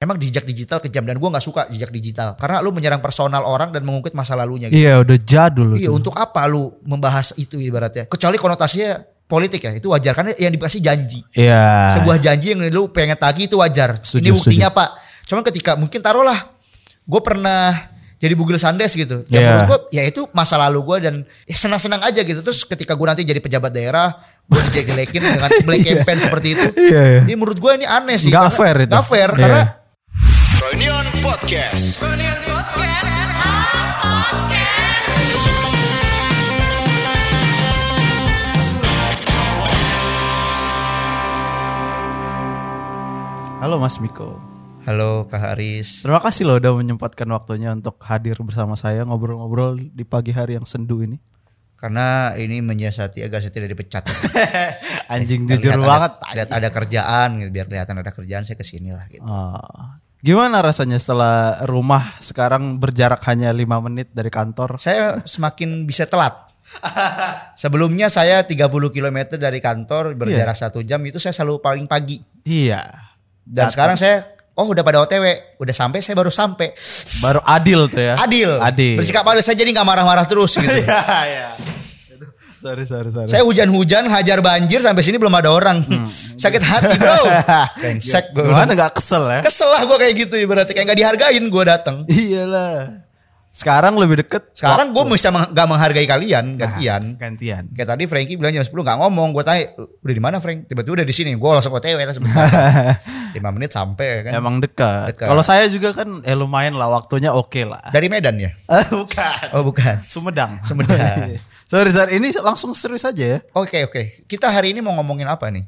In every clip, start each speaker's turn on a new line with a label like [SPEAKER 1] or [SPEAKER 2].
[SPEAKER 1] Emang jejak digital kejam dan gua nggak suka jejak digital karena lu menyerang personal orang dan mengungkit masa lalunya. Gitu.
[SPEAKER 2] Iya udah jadul
[SPEAKER 1] Iya
[SPEAKER 2] itu.
[SPEAKER 1] untuk apa lu membahas itu ibaratnya? Kecuali konotasinya politik ya itu wajar karena yang dikasih janji.
[SPEAKER 2] Iya.
[SPEAKER 1] sebuah janji yang lu pengen tagih itu wajar.
[SPEAKER 2] Setuju,
[SPEAKER 1] ini buktinya pak. Cuman ketika mungkin taruhlah gue pernah jadi bugil sandes gitu. Ya
[SPEAKER 2] Iya.
[SPEAKER 1] menurut gue ya itu masa lalu gue dan ya senang-senang aja gitu. Terus ketika gue nanti jadi pejabat daerah gue dijelekin dengan black campaign seperti itu.
[SPEAKER 2] Iya, iya.
[SPEAKER 1] Ini menurut gue ini aneh sih.
[SPEAKER 2] Nggak
[SPEAKER 1] karena-
[SPEAKER 2] fair itu.
[SPEAKER 1] nggak fair
[SPEAKER 2] Iya.
[SPEAKER 1] karena
[SPEAKER 3] Reunion Podcast.
[SPEAKER 2] Halo Mas Miko.
[SPEAKER 1] Halo Kak Haris.
[SPEAKER 2] Terima kasih loh udah menyempatkan waktunya untuk hadir bersama saya ngobrol-ngobrol di pagi hari yang sendu ini.
[SPEAKER 1] Karena ini menyiasati agar saya tidak dipecat.
[SPEAKER 2] Anjing
[SPEAKER 1] Biar
[SPEAKER 2] jujur
[SPEAKER 1] lihat
[SPEAKER 2] banget.
[SPEAKER 1] Ada, lihat ada kerjaan gitu. biar kelihatan ada kerjaan saya kesini lah gitu.
[SPEAKER 2] Ah. Gimana rasanya setelah rumah sekarang berjarak hanya lima menit dari kantor?
[SPEAKER 1] saya semakin bisa telat. Sebelumnya saya 30 km dari kantor berjarak satu jam itu saya selalu paling pagi.
[SPEAKER 2] Iya.
[SPEAKER 1] Dan sekarang saya oh udah pada OTW, udah sampai saya baru sampai.
[SPEAKER 2] Baru adil tuh ya.
[SPEAKER 1] Adil.
[SPEAKER 2] Adil.
[SPEAKER 1] Bersikap adil saya jadi nggak marah-marah terus gitu.
[SPEAKER 2] Iya, iya. Aduh, Sorry, sorry, sorry.
[SPEAKER 1] saya hujan-hujan hajar banjir sampai sini belum ada orang. Sakit hati, Bro. Brengsek gue.
[SPEAKER 2] Hmm. Gimana gak kesel ya?
[SPEAKER 1] Kesel lah gue kayak gitu ibaratnya kayak nggak dihargain gue datang.
[SPEAKER 2] Iyalah. Sekarang lebih deket.
[SPEAKER 1] Sekarang gue bisa meng- nggak menghargai
[SPEAKER 2] Nah.
[SPEAKER 1] kalian gantian.
[SPEAKER 2] gantian.
[SPEAKER 1] Kayak tadi Frankie bilang jam 10 gak ngomong, gue tanya udah di mana Frank? Tiba-tiba udah di sini, gue langsung OTW lah sebentar. 5 menit sampai ya kan.
[SPEAKER 2] Hmm. Emang dekat.
[SPEAKER 1] Dekat.
[SPEAKER 2] Kalau saya juga kan eh lumayan lah waktunya oke lah.
[SPEAKER 1] Dari Medan ya?
[SPEAKER 2] Eh, bukan.
[SPEAKER 1] Oh bukan.
[SPEAKER 2] Sumedang.
[SPEAKER 1] Sumedang.
[SPEAKER 2] sorry, sorry. Ini langsung serius aja ya.
[SPEAKER 1] Oke oke, kita hari ini mau ngomongin apa nih?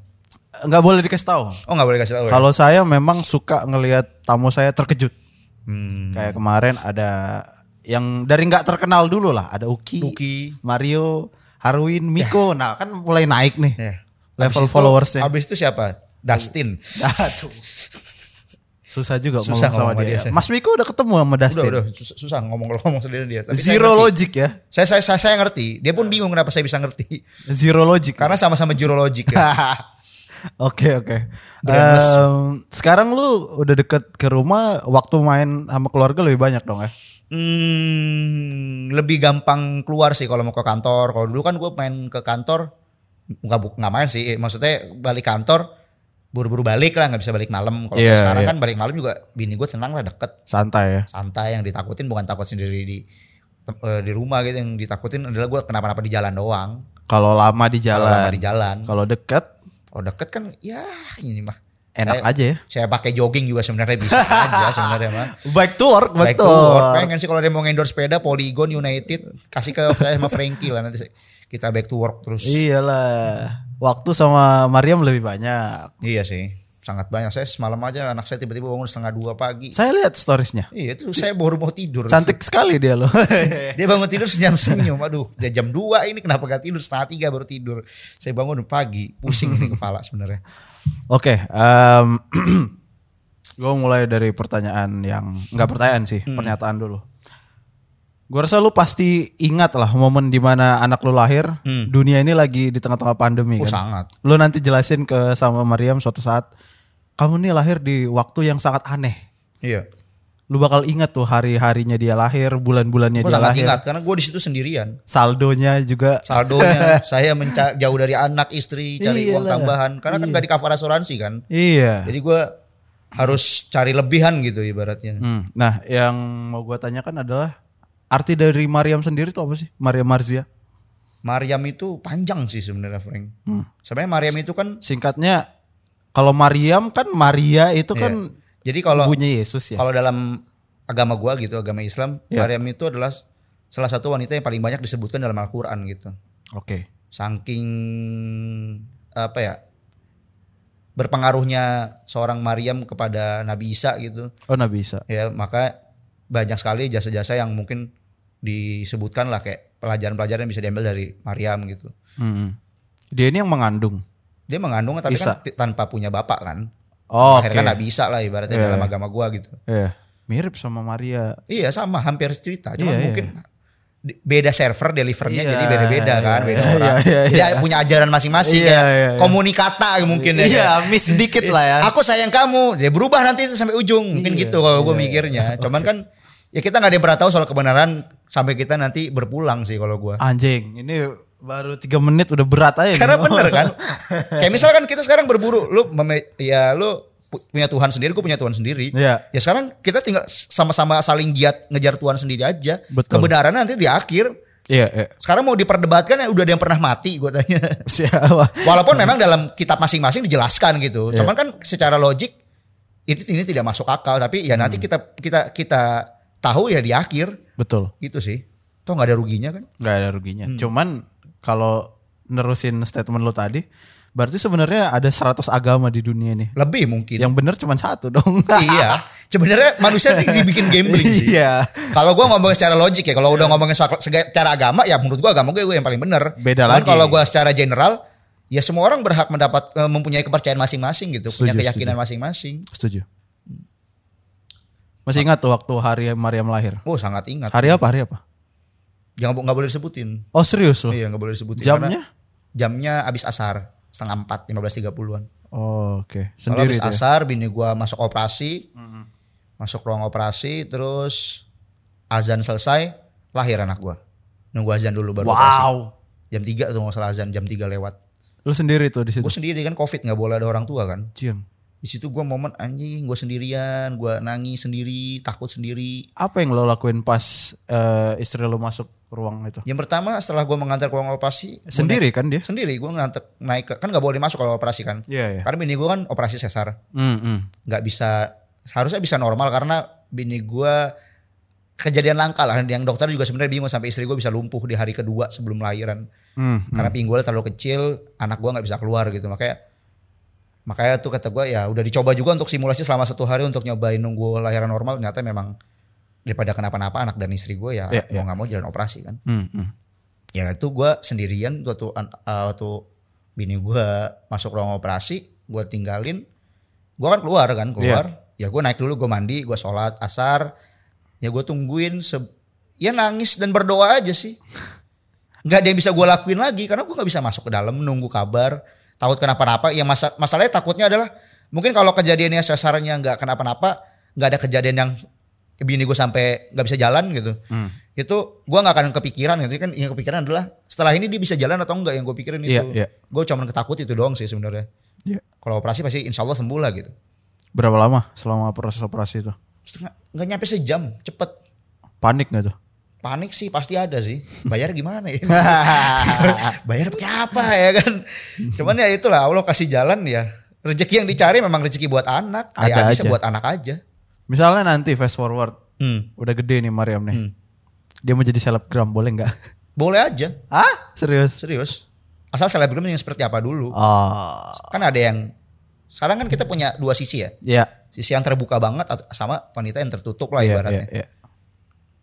[SPEAKER 2] Nggak boleh dikasih tahu.
[SPEAKER 1] Oh gak boleh kasih tau ya?
[SPEAKER 2] Kalau saya memang suka ngelihat tamu saya terkejut.
[SPEAKER 1] Hmm,
[SPEAKER 2] Kayak kemarin ada yang dari nggak terkenal dulu lah. Ada Uki,
[SPEAKER 1] Uki.
[SPEAKER 2] Mario, Harwin, Miko. Nah kan mulai naik nih
[SPEAKER 1] Ya. Abis
[SPEAKER 2] level
[SPEAKER 1] itu-
[SPEAKER 2] followersnya.
[SPEAKER 1] Abis itu siapa? Dustin.
[SPEAKER 2] Aduh. Susah juga
[SPEAKER 1] Susah
[SPEAKER 2] ngomong sama
[SPEAKER 1] ngomong sama
[SPEAKER 2] dia.
[SPEAKER 1] dia, saya.
[SPEAKER 2] Mas Miko udah ketemu sama
[SPEAKER 1] Udah
[SPEAKER 2] Dustin.
[SPEAKER 1] udah susah, susah ngomong kalau ngomong sendiri dia. Tapi saya
[SPEAKER 2] Zero
[SPEAKER 1] ngerti.
[SPEAKER 2] logic ya.
[SPEAKER 1] Saya, saya saya saya ngerti. Dia pun bingung kenapa saya bisa ngerti.
[SPEAKER 2] Zero logic.
[SPEAKER 1] Karena sama-sama zero logic ya.
[SPEAKER 2] Oke oke.
[SPEAKER 1] Brainless.
[SPEAKER 2] Em, sekarang lu udah deket ke rumah, waktu main sama keluarga lebih banyak dong ya.
[SPEAKER 1] Hmm, lebih gampang keluar sih kalau mau ke kantor. Kalau dulu kan gue main ke kantor nggak bu- nggak main sih. Maksudnya balik kantor buru-buru balik lah nggak bisa balik malam. Kalau
[SPEAKER 2] Iya,
[SPEAKER 1] sekarang
[SPEAKER 2] iya.
[SPEAKER 1] kan balik malam juga bini gue tenang lah deket
[SPEAKER 2] Santai ya.
[SPEAKER 1] santai yang ditakutin bukan takut sendiri di tem- eh, di rumah gitu yang ditakutin adalah gue kenapa-napa di jalan doang.
[SPEAKER 2] Kalau lama di
[SPEAKER 1] Kalau lama
[SPEAKER 2] jalan,
[SPEAKER 1] di jalan.
[SPEAKER 2] kalau deket
[SPEAKER 1] Kalau deket kan ya ini mah saya,
[SPEAKER 2] enak aja ya.
[SPEAKER 1] Saya pakai jogging juga sebenarnya bisa aja sebenarnya mah.
[SPEAKER 2] Back to work, back,
[SPEAKER 1] Baik
[SPEAKER 2] to
[SPEAKER 1] tuh,
[SPEAKER 2] work.
[SPEAKER 1] pengen sih kalau dia mau endorse sepeda Polygon United kasih ke saya sama Frankie lah nanti saya- kita back to work terus.
[SPEAKER 2] Iyalah. Waktu sama Mariam lebih banyak.
[SPEAKER 1] Iya sih, sangat banyak. Saya semalam aja anak saya tiba-tiba bangun setengah dua pagi.
[SPEAKER 2] Saya lihat storiesnya.
[SPEAKER 1] Iya itu saya baru mau tidur.
[SPEAKER 2] Cantik sekali dia loh.
[SPEAKER 1] Dia bangun tidur senyum senyum. Aduh, udah jam 2 ini kenapa gak tidur setengah tiga baru tidur. Saya bangun pagi, pusing nih kepala sebenarnya.
[SPEAKER 2] Oke, gue mulai dari pertanyaan yang nggak pertanyaan sih,
[SPEAKER 1] Hmm.
[SPEAKER 2] pernyataan dulu. Gue rasa lu pasti ingat lah momen dimana anak lu lahir,
[SPEAKER 1] Hmm.
[SPEAKER 2] dunia ini lagi di tengah-tengah pandemi
[SPEAKER 1] Oh,
[SPEAKER 2] kan.
[SPEAKER 1] sangat.
[SPEAKER 2] Lu nanti jelasin ke sama Mariam suatu saat, kamu nih lahir di waktu yang sangat aneh.
[SPEAKER 1] Iya.
[SPEAKER 2] Lu bakal ingat tuh hari-harinya dia lahir, bulan-bulannya
[SPEAKER 1] Gue
[SPEAKER 2] dia
[SPEAKER 1] Oh, sangat
[SPEAKER 2] lahir,
[SPEAKER 1] ingat karena gue di situ sendirian.
[SPEAKER 2] saldonya juga.
[SPEAKER 1] Saldonya saya menca- jauh dari anak istri cari uang
[SPEAKER 2] Iyalah.
[SPEAKER 1] tambahan karena kan gak di cover asuransi kan.
[SPEAKER 2] Iya.
[SPEAKER 1] Jadi gue harus cari lebihan gitu ibaratnya.
[SPEAKER 2] Hmm, Nah, yang mau gue tanyakan adalah arti dari Mariam sendiri tuh apa sih? Mariam Marzia.
[SPEAKER 1] Mariam itu panjang sih sebenarnya Frank.
[SPEAKER 2] Hmm.
[SPEAKER 1] Sebenarnya Mariam itu kan
[SPEAKER 2] singkatnya kalau Mariam kan Maria itu kan
[SPEAKER 1] Iya. jadi kalau
[SPEAKER 2] punya Yesus ya.
[SPEAKER 1] kalau dalam agama gua gitu, agama Islam, Mariam itu adalah salah satu wanita yang paling banyak disebutkan dalam Al-Qur'an gitu.
[SPEAKER 2] Oke.
[SPEAKER 1] Saking apa ya? berpengaruhnya seorang Mariam kepada Nabi Isa gitu.
[SPEAKER 2] Oh Nabi Isa.
[SPEAKER 1] ya maka banyak sekali jasa-jasa yang mungkin disebutkan lah kayak pelajaran-pelajaran yang bisa diambil dari Mariam gitu
[SPEAKER 2] Hmm. Dia ini yang mengandung.
[SPEAKER 1] dia mengandung tapi
[SPEAKER 2] Isa.
[SPEAKER 1] kan ti- tanpa punya bapak kan
[SPEAKER 2] Oh, oke.
[SPEAKER 1] akhirnya kan nggak bisa lah ibaratnya dalam agama gua gitu
[SPEAKER 2] Iya. Mirip sama Maria.
[SPEAKER 1] iya sama hampir cerita cuma
[SPEAKER 2] Iya,
[SPEAKER 1] mungkin di- beda server delivernya
[SPEAKER 2] Iya,
[SPEAKER 1] jadi beda-beda
[SPEAKER 2] iya,
[SPEAKER 1] kan beda
[SPEAKER 2] iya,
[SPEAKER 1] orang
[SPEAKER 2] iya,
[SPEAKER 1] Dia
[SPEAKER 2] iya.
[SPEAKER 1] punya ajaran masing-masing
[SPEAKER 2] Iya,
[SPEAKER 1] kayak
[SPEAKER 2] iya, iya.
[SPEAKER 1] komunikata mungkin ya
[SPEAKER 2] Iya,
[SPEAKER 1] kayak,
[SPEAKER 2] miss dikit lah ya.
[SPEAKER 1] aku sayang kamu jadi berubah nanti itu sampai ujung
[SPEAKER 2] Iya,
[SPEAKER 1] mungkin gitu kalau gue mikirnya cuman kan ya kita nggak ada yang pernah tahu soal kebenaran sampai kita nanti berpulang sih kalau gue
[SPEAKER 2] Anjing, ini baru tiga menit udah berat aja. nih.
[SPEAKER 1] karena bener kan kayak misalkan kita sekarang berburu lu meme- ya lu pu- punya Tuhan sendiri gue punya Tuhan sendiri
[SPEAKER 2] Iya.
[SPEAKER 1] ya sekarang kita tinggal sama-sama saling giat ngejar Tuhan sendiri aja
[SPEAKER 2] Betul.
[SPEAKER 1] kebenaran nanti di akhir
[SPEAKER 2] Iya, iya.
[SPEAKER 1] sekarang mau diperdebatkan ya udah ada yang pernah mati gue tanya
[SPEAKER 2] Siapa?
[SPEAKER 1] Walaupun memang dalam kitab masing-masing dijelaskan gitu.
[SPEAKER 2] Ya.
[SPEAKER 1] Cuman kan secara logik itu ini tidak masuk akal tapi ya
[SPEAKER 2] Hmm.
[SPEAKER 1] nanti kita kita kita tahu ya di akhir
[SPEAKER 2] Betul.
[SPEAKER 1] gitu sih. Toh nggak ada ruginya kan?
[SPEAKER 2] nggak ada ruginya. Cuman kalau nerusin statement lo tadi, berarti sebenarnya ada 100 agama di dunia ini.
[SPEAKER 1] Lebih mungkin.
[SPEAKER 2] Yang bener cuman satu dong.
[SPEAKER 1] iya. Sebenarnya manusia ini dibikin gambling sih.
[SPEAKER 2] Iya.
[SPEAKER 1] Kalau gua ngomong secara logik ya, kalau udah ngomongin soal sega- secara agama ya menurut gua agama gue yang paling bener.
[SPEAKER 2] Beda
[SPEAKER 1] Cuman
[SPEAKER 2] lagi.
[SPEAKER 1] Kalau gua secara general ya semua orang berhak mendapat eh, mempunyai kepercayaan masing-masing gitu, punya
[SPEAKER 2] Setuju,
[SPEAKER 1] keyakinan masing-masing.
[SPEAKER 2] Setuju. Masih ingat tuh waktu hari Maria melahir?
[SPEAKER 1] Oh sangat ingat.
[SPEAKER 2] Hari apa? Hari apa?
[SPEAKER 1] Jangan nggak boleh disebutin.
[SPEAKER 2] Oh serius lo?
[SPEAKER 1] Iya nggak boleh disebutin.
[SPEAKER 2] Jamnya?
[SPEAKER 1] Karena Jamnya abis asar setengah empat lima belas tiga puluhan.
[SPEAKER 2] Oh, Oke.
[SPEAKER 1] Kalau
[SPEAKER 2] Sendiri
[SPEAKER 1] abis
[SPEAKER 2] tuh ya?
[SPEAKER 1] asar bini gua masuk operasi, masuk ruang operasi, terus azan selesai lahir anak gua. Nunggu azan dulu baru operasi.
[SPEAKER 2] Wow.
[SPEAKER 1] Jam tiga tuh nggak salah azan jam tiga lewat.
[SPEAKER 2] Lo sendiri tuh di situ.
[SPEAKER 1] Gue sendiri kan covid nggak boleh ada orang tua kan.
[SPEAKER 2] Cium.
[SPEAKER 1] Di situ gua momen anjing gua sendirian, gua nangis sendiri, takut sendiri.
[SPEAKER 2] Apa yang lo lakuin pas eh, istri lo masuk ruang itu?
[SPEAKER 1] Yang pertama setelah gua mengantar ke ruang operasi gua
[SPEAKER 2] Sendiri kan dia?
[SPEAKER 1] naik- sendiri gua nganter naik ke, kan nggak boleh masuk kalau operasi kan.
[SPEAKER 2] Iya, iya.
[SPEAKER 1] Karena bini gua kan operasi sesar.
[SPEAKER 2] Hmm, hmm.
[SPEAKER 1] nggak bisa seharusnya bisa normal karena bini gua kejadian langka lah yang dokter juga sebenarnya bingung sampai istri gue bisa lumpuh di hari kedua sebelum lahiran
[SPEAKER 2] Hmm,
[SPEAKER 1] karena pinggulnya terlalu kecil anak gua nggak bisa keluar gitu makanya makanya tuh kata gua ya udah dicoba juga untuk simulasi selama satu hari untuk nyobain nunggu lahiran normal ternyata memang daripada kenapa-napa anak dan istri gue ya
[SPEAKER 2] Iya,
[SPEAKER 1] mau nggak mau jalan operasi kan
[SPEAKER 2] hmm, hmm.
[SPEAKER 1] ya itu gua sendirian waktu an- uh, waktu bini gua masuk ruang operasi gua tinggalin gua kan keluar kan
[SPEAKER 2] Iya.
[SPEAKER 1] keluar ya gua naik dulu gua mandi gua sholat asar ya gua tungguin se- ya nangis dan berdoa aja sih nggak ada yang bisa gua lakuin lagi karena gua nggak bisa masuk ke dalam nunggu kabar takut kenapa-napa yang masa masalahnya takutnya adalah mungkin kalau kejadiannya sesarnya nggak kenapa-napa nggak ada kejadian yang bini gue sampai nggak bisa jalan gitu
[SPEAKER 2] Hmm.
[SPEAKER 1] itu gua nggak akan kepikiran gitu kan yang kepikiran adalah setelah ini dia bisa jalan atau enggak yang gue pikirin itu
[SPEAKER 2] Iya, iya.
[SPEAKER 1] gue cuman ketakut itu doang sih sebenarnya
[SPEAKER 2] Iya.
[SPEAKER 1] kalau operasi pasti insya Allah sembuh lah gitu
[SPEAKER 2] Berapa lama selama proses operasi itu?
[SPEAKER 1] setengah nggak nyampe sejam cepet
[SPEAKER 2] Panik gak tuh?
[SPEAKER 1] panik sih pasti ada sih bayar gimana ya bayar pakai apa ya kan cuman ya itulah Allah kasih jalan ya rezeki yang dicari memang rezeki buat anak ya
[SPEAKER 2] Ada
[SPEAKER 1] habisnya
[SPEAKER 2] aja.
[SPEAKER 1] buat anak aja
[SPEAKER 2] Misalnya nanti fast forward,
[SPEAKER 1] Hmm.
[SPEAKER 2] udah gede nih Mariam nih. Dia mau jadi selebgram boleh nggak?
[SPEAKER 1] boleh aja
[SPEAKER 2] Hah? Serius?
[SPEAKER 1] serius asal selebgram yang seperti apa dulu
[SPEAKER 2] Ah,
[SPEAKER 1] kan ada yang sekarang kan kita punya dua sisi ya
[SPEAKER 2] ya.
[SPEAKER 1] sisi yang terbuka banget atau- sama wanita yang tertutup lah
[SPEAKER 2] Ya,
[SPEAKER 1] ibaratnya.
[SPEAKER 2] ya, ya.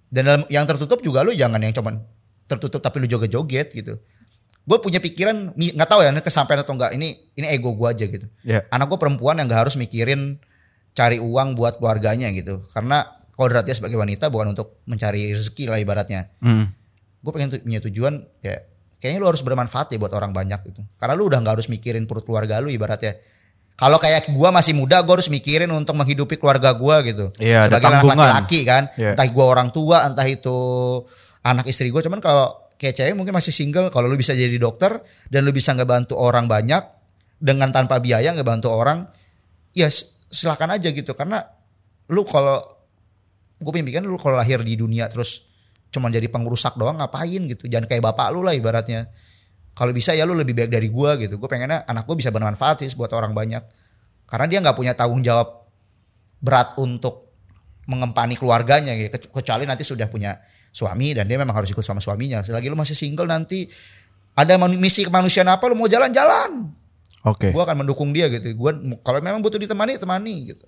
[SPEAKER 1] Dan dalam yang tertutup juga lu jangan yang cuman tertutup tapi lu joget-joget gitu. Gue punya pikiran mi- nggak tahu ya ini kesampaian atau enggak ini ini ego gue aja gitu.
[SPEAKER 2] Ya.
[SPEAKER 1] Anak gue perempuan yang nggak harus mikirin cari uang buat keluarganya gitu. Karena kodratnya sebagai wanita bukan untuk mencari rezeki lah ibaratnya.
[SPEAKER 2] Hmm.
[SPEAKER 1] Gue pengen tu- punya tujuan ya kayaknya lu harus bermanfaat ya buat orang banyak gitu. Karena lu udah nggak harus mikirin perut keluarga lu ibaratnya. Kalau kayak gue masih muda gue harus mikirin untuk menghidupi keluarga gue gitu.
[SPEAKER 2] Iya, ada
[SPEAKER 1] Sebagai anak
[SPEAKER 2] tanggungan.
[SPEAKER 1] laki-laki kan.
[SPEAKER 2] Iya.
[SPEAKER 1] Entah gue orang tua entah itu anak istri gue. Cuman kalau kayak cewek mungkin masih single. Kalau lu bisa jadi dokter dan lu bisa ngebantu orang banyak. Dengan tanpa biaya ngebantu orang. Ya s- silakan aja gitu. Karena lu kalau gue pimpin lu kalau lahir di dunia terus cuman jadi pengrusak doang ngapain gitu jangan kayak bapak lu lah ibaratnya kalau bisa ya lu lebih baik dari gua gitu gue pengennya anak gue bisa bermanfaat sih buat orang banyak karena dia nggak punya tanggung jawab berat untuk mengempani keluarganya gitu Kecu- kecuali nanti sudah punya suami dan dia memang harus ikut sama suaminya selagi lu masih single nanti ada manu- misi kemanusiaan apa lu mau jalan-jalan
[SPEAKER 2] Oke.
[SPEAKER 1] gue akan mendukung dia gitu gue kalau memang butuh ditemani temani gitu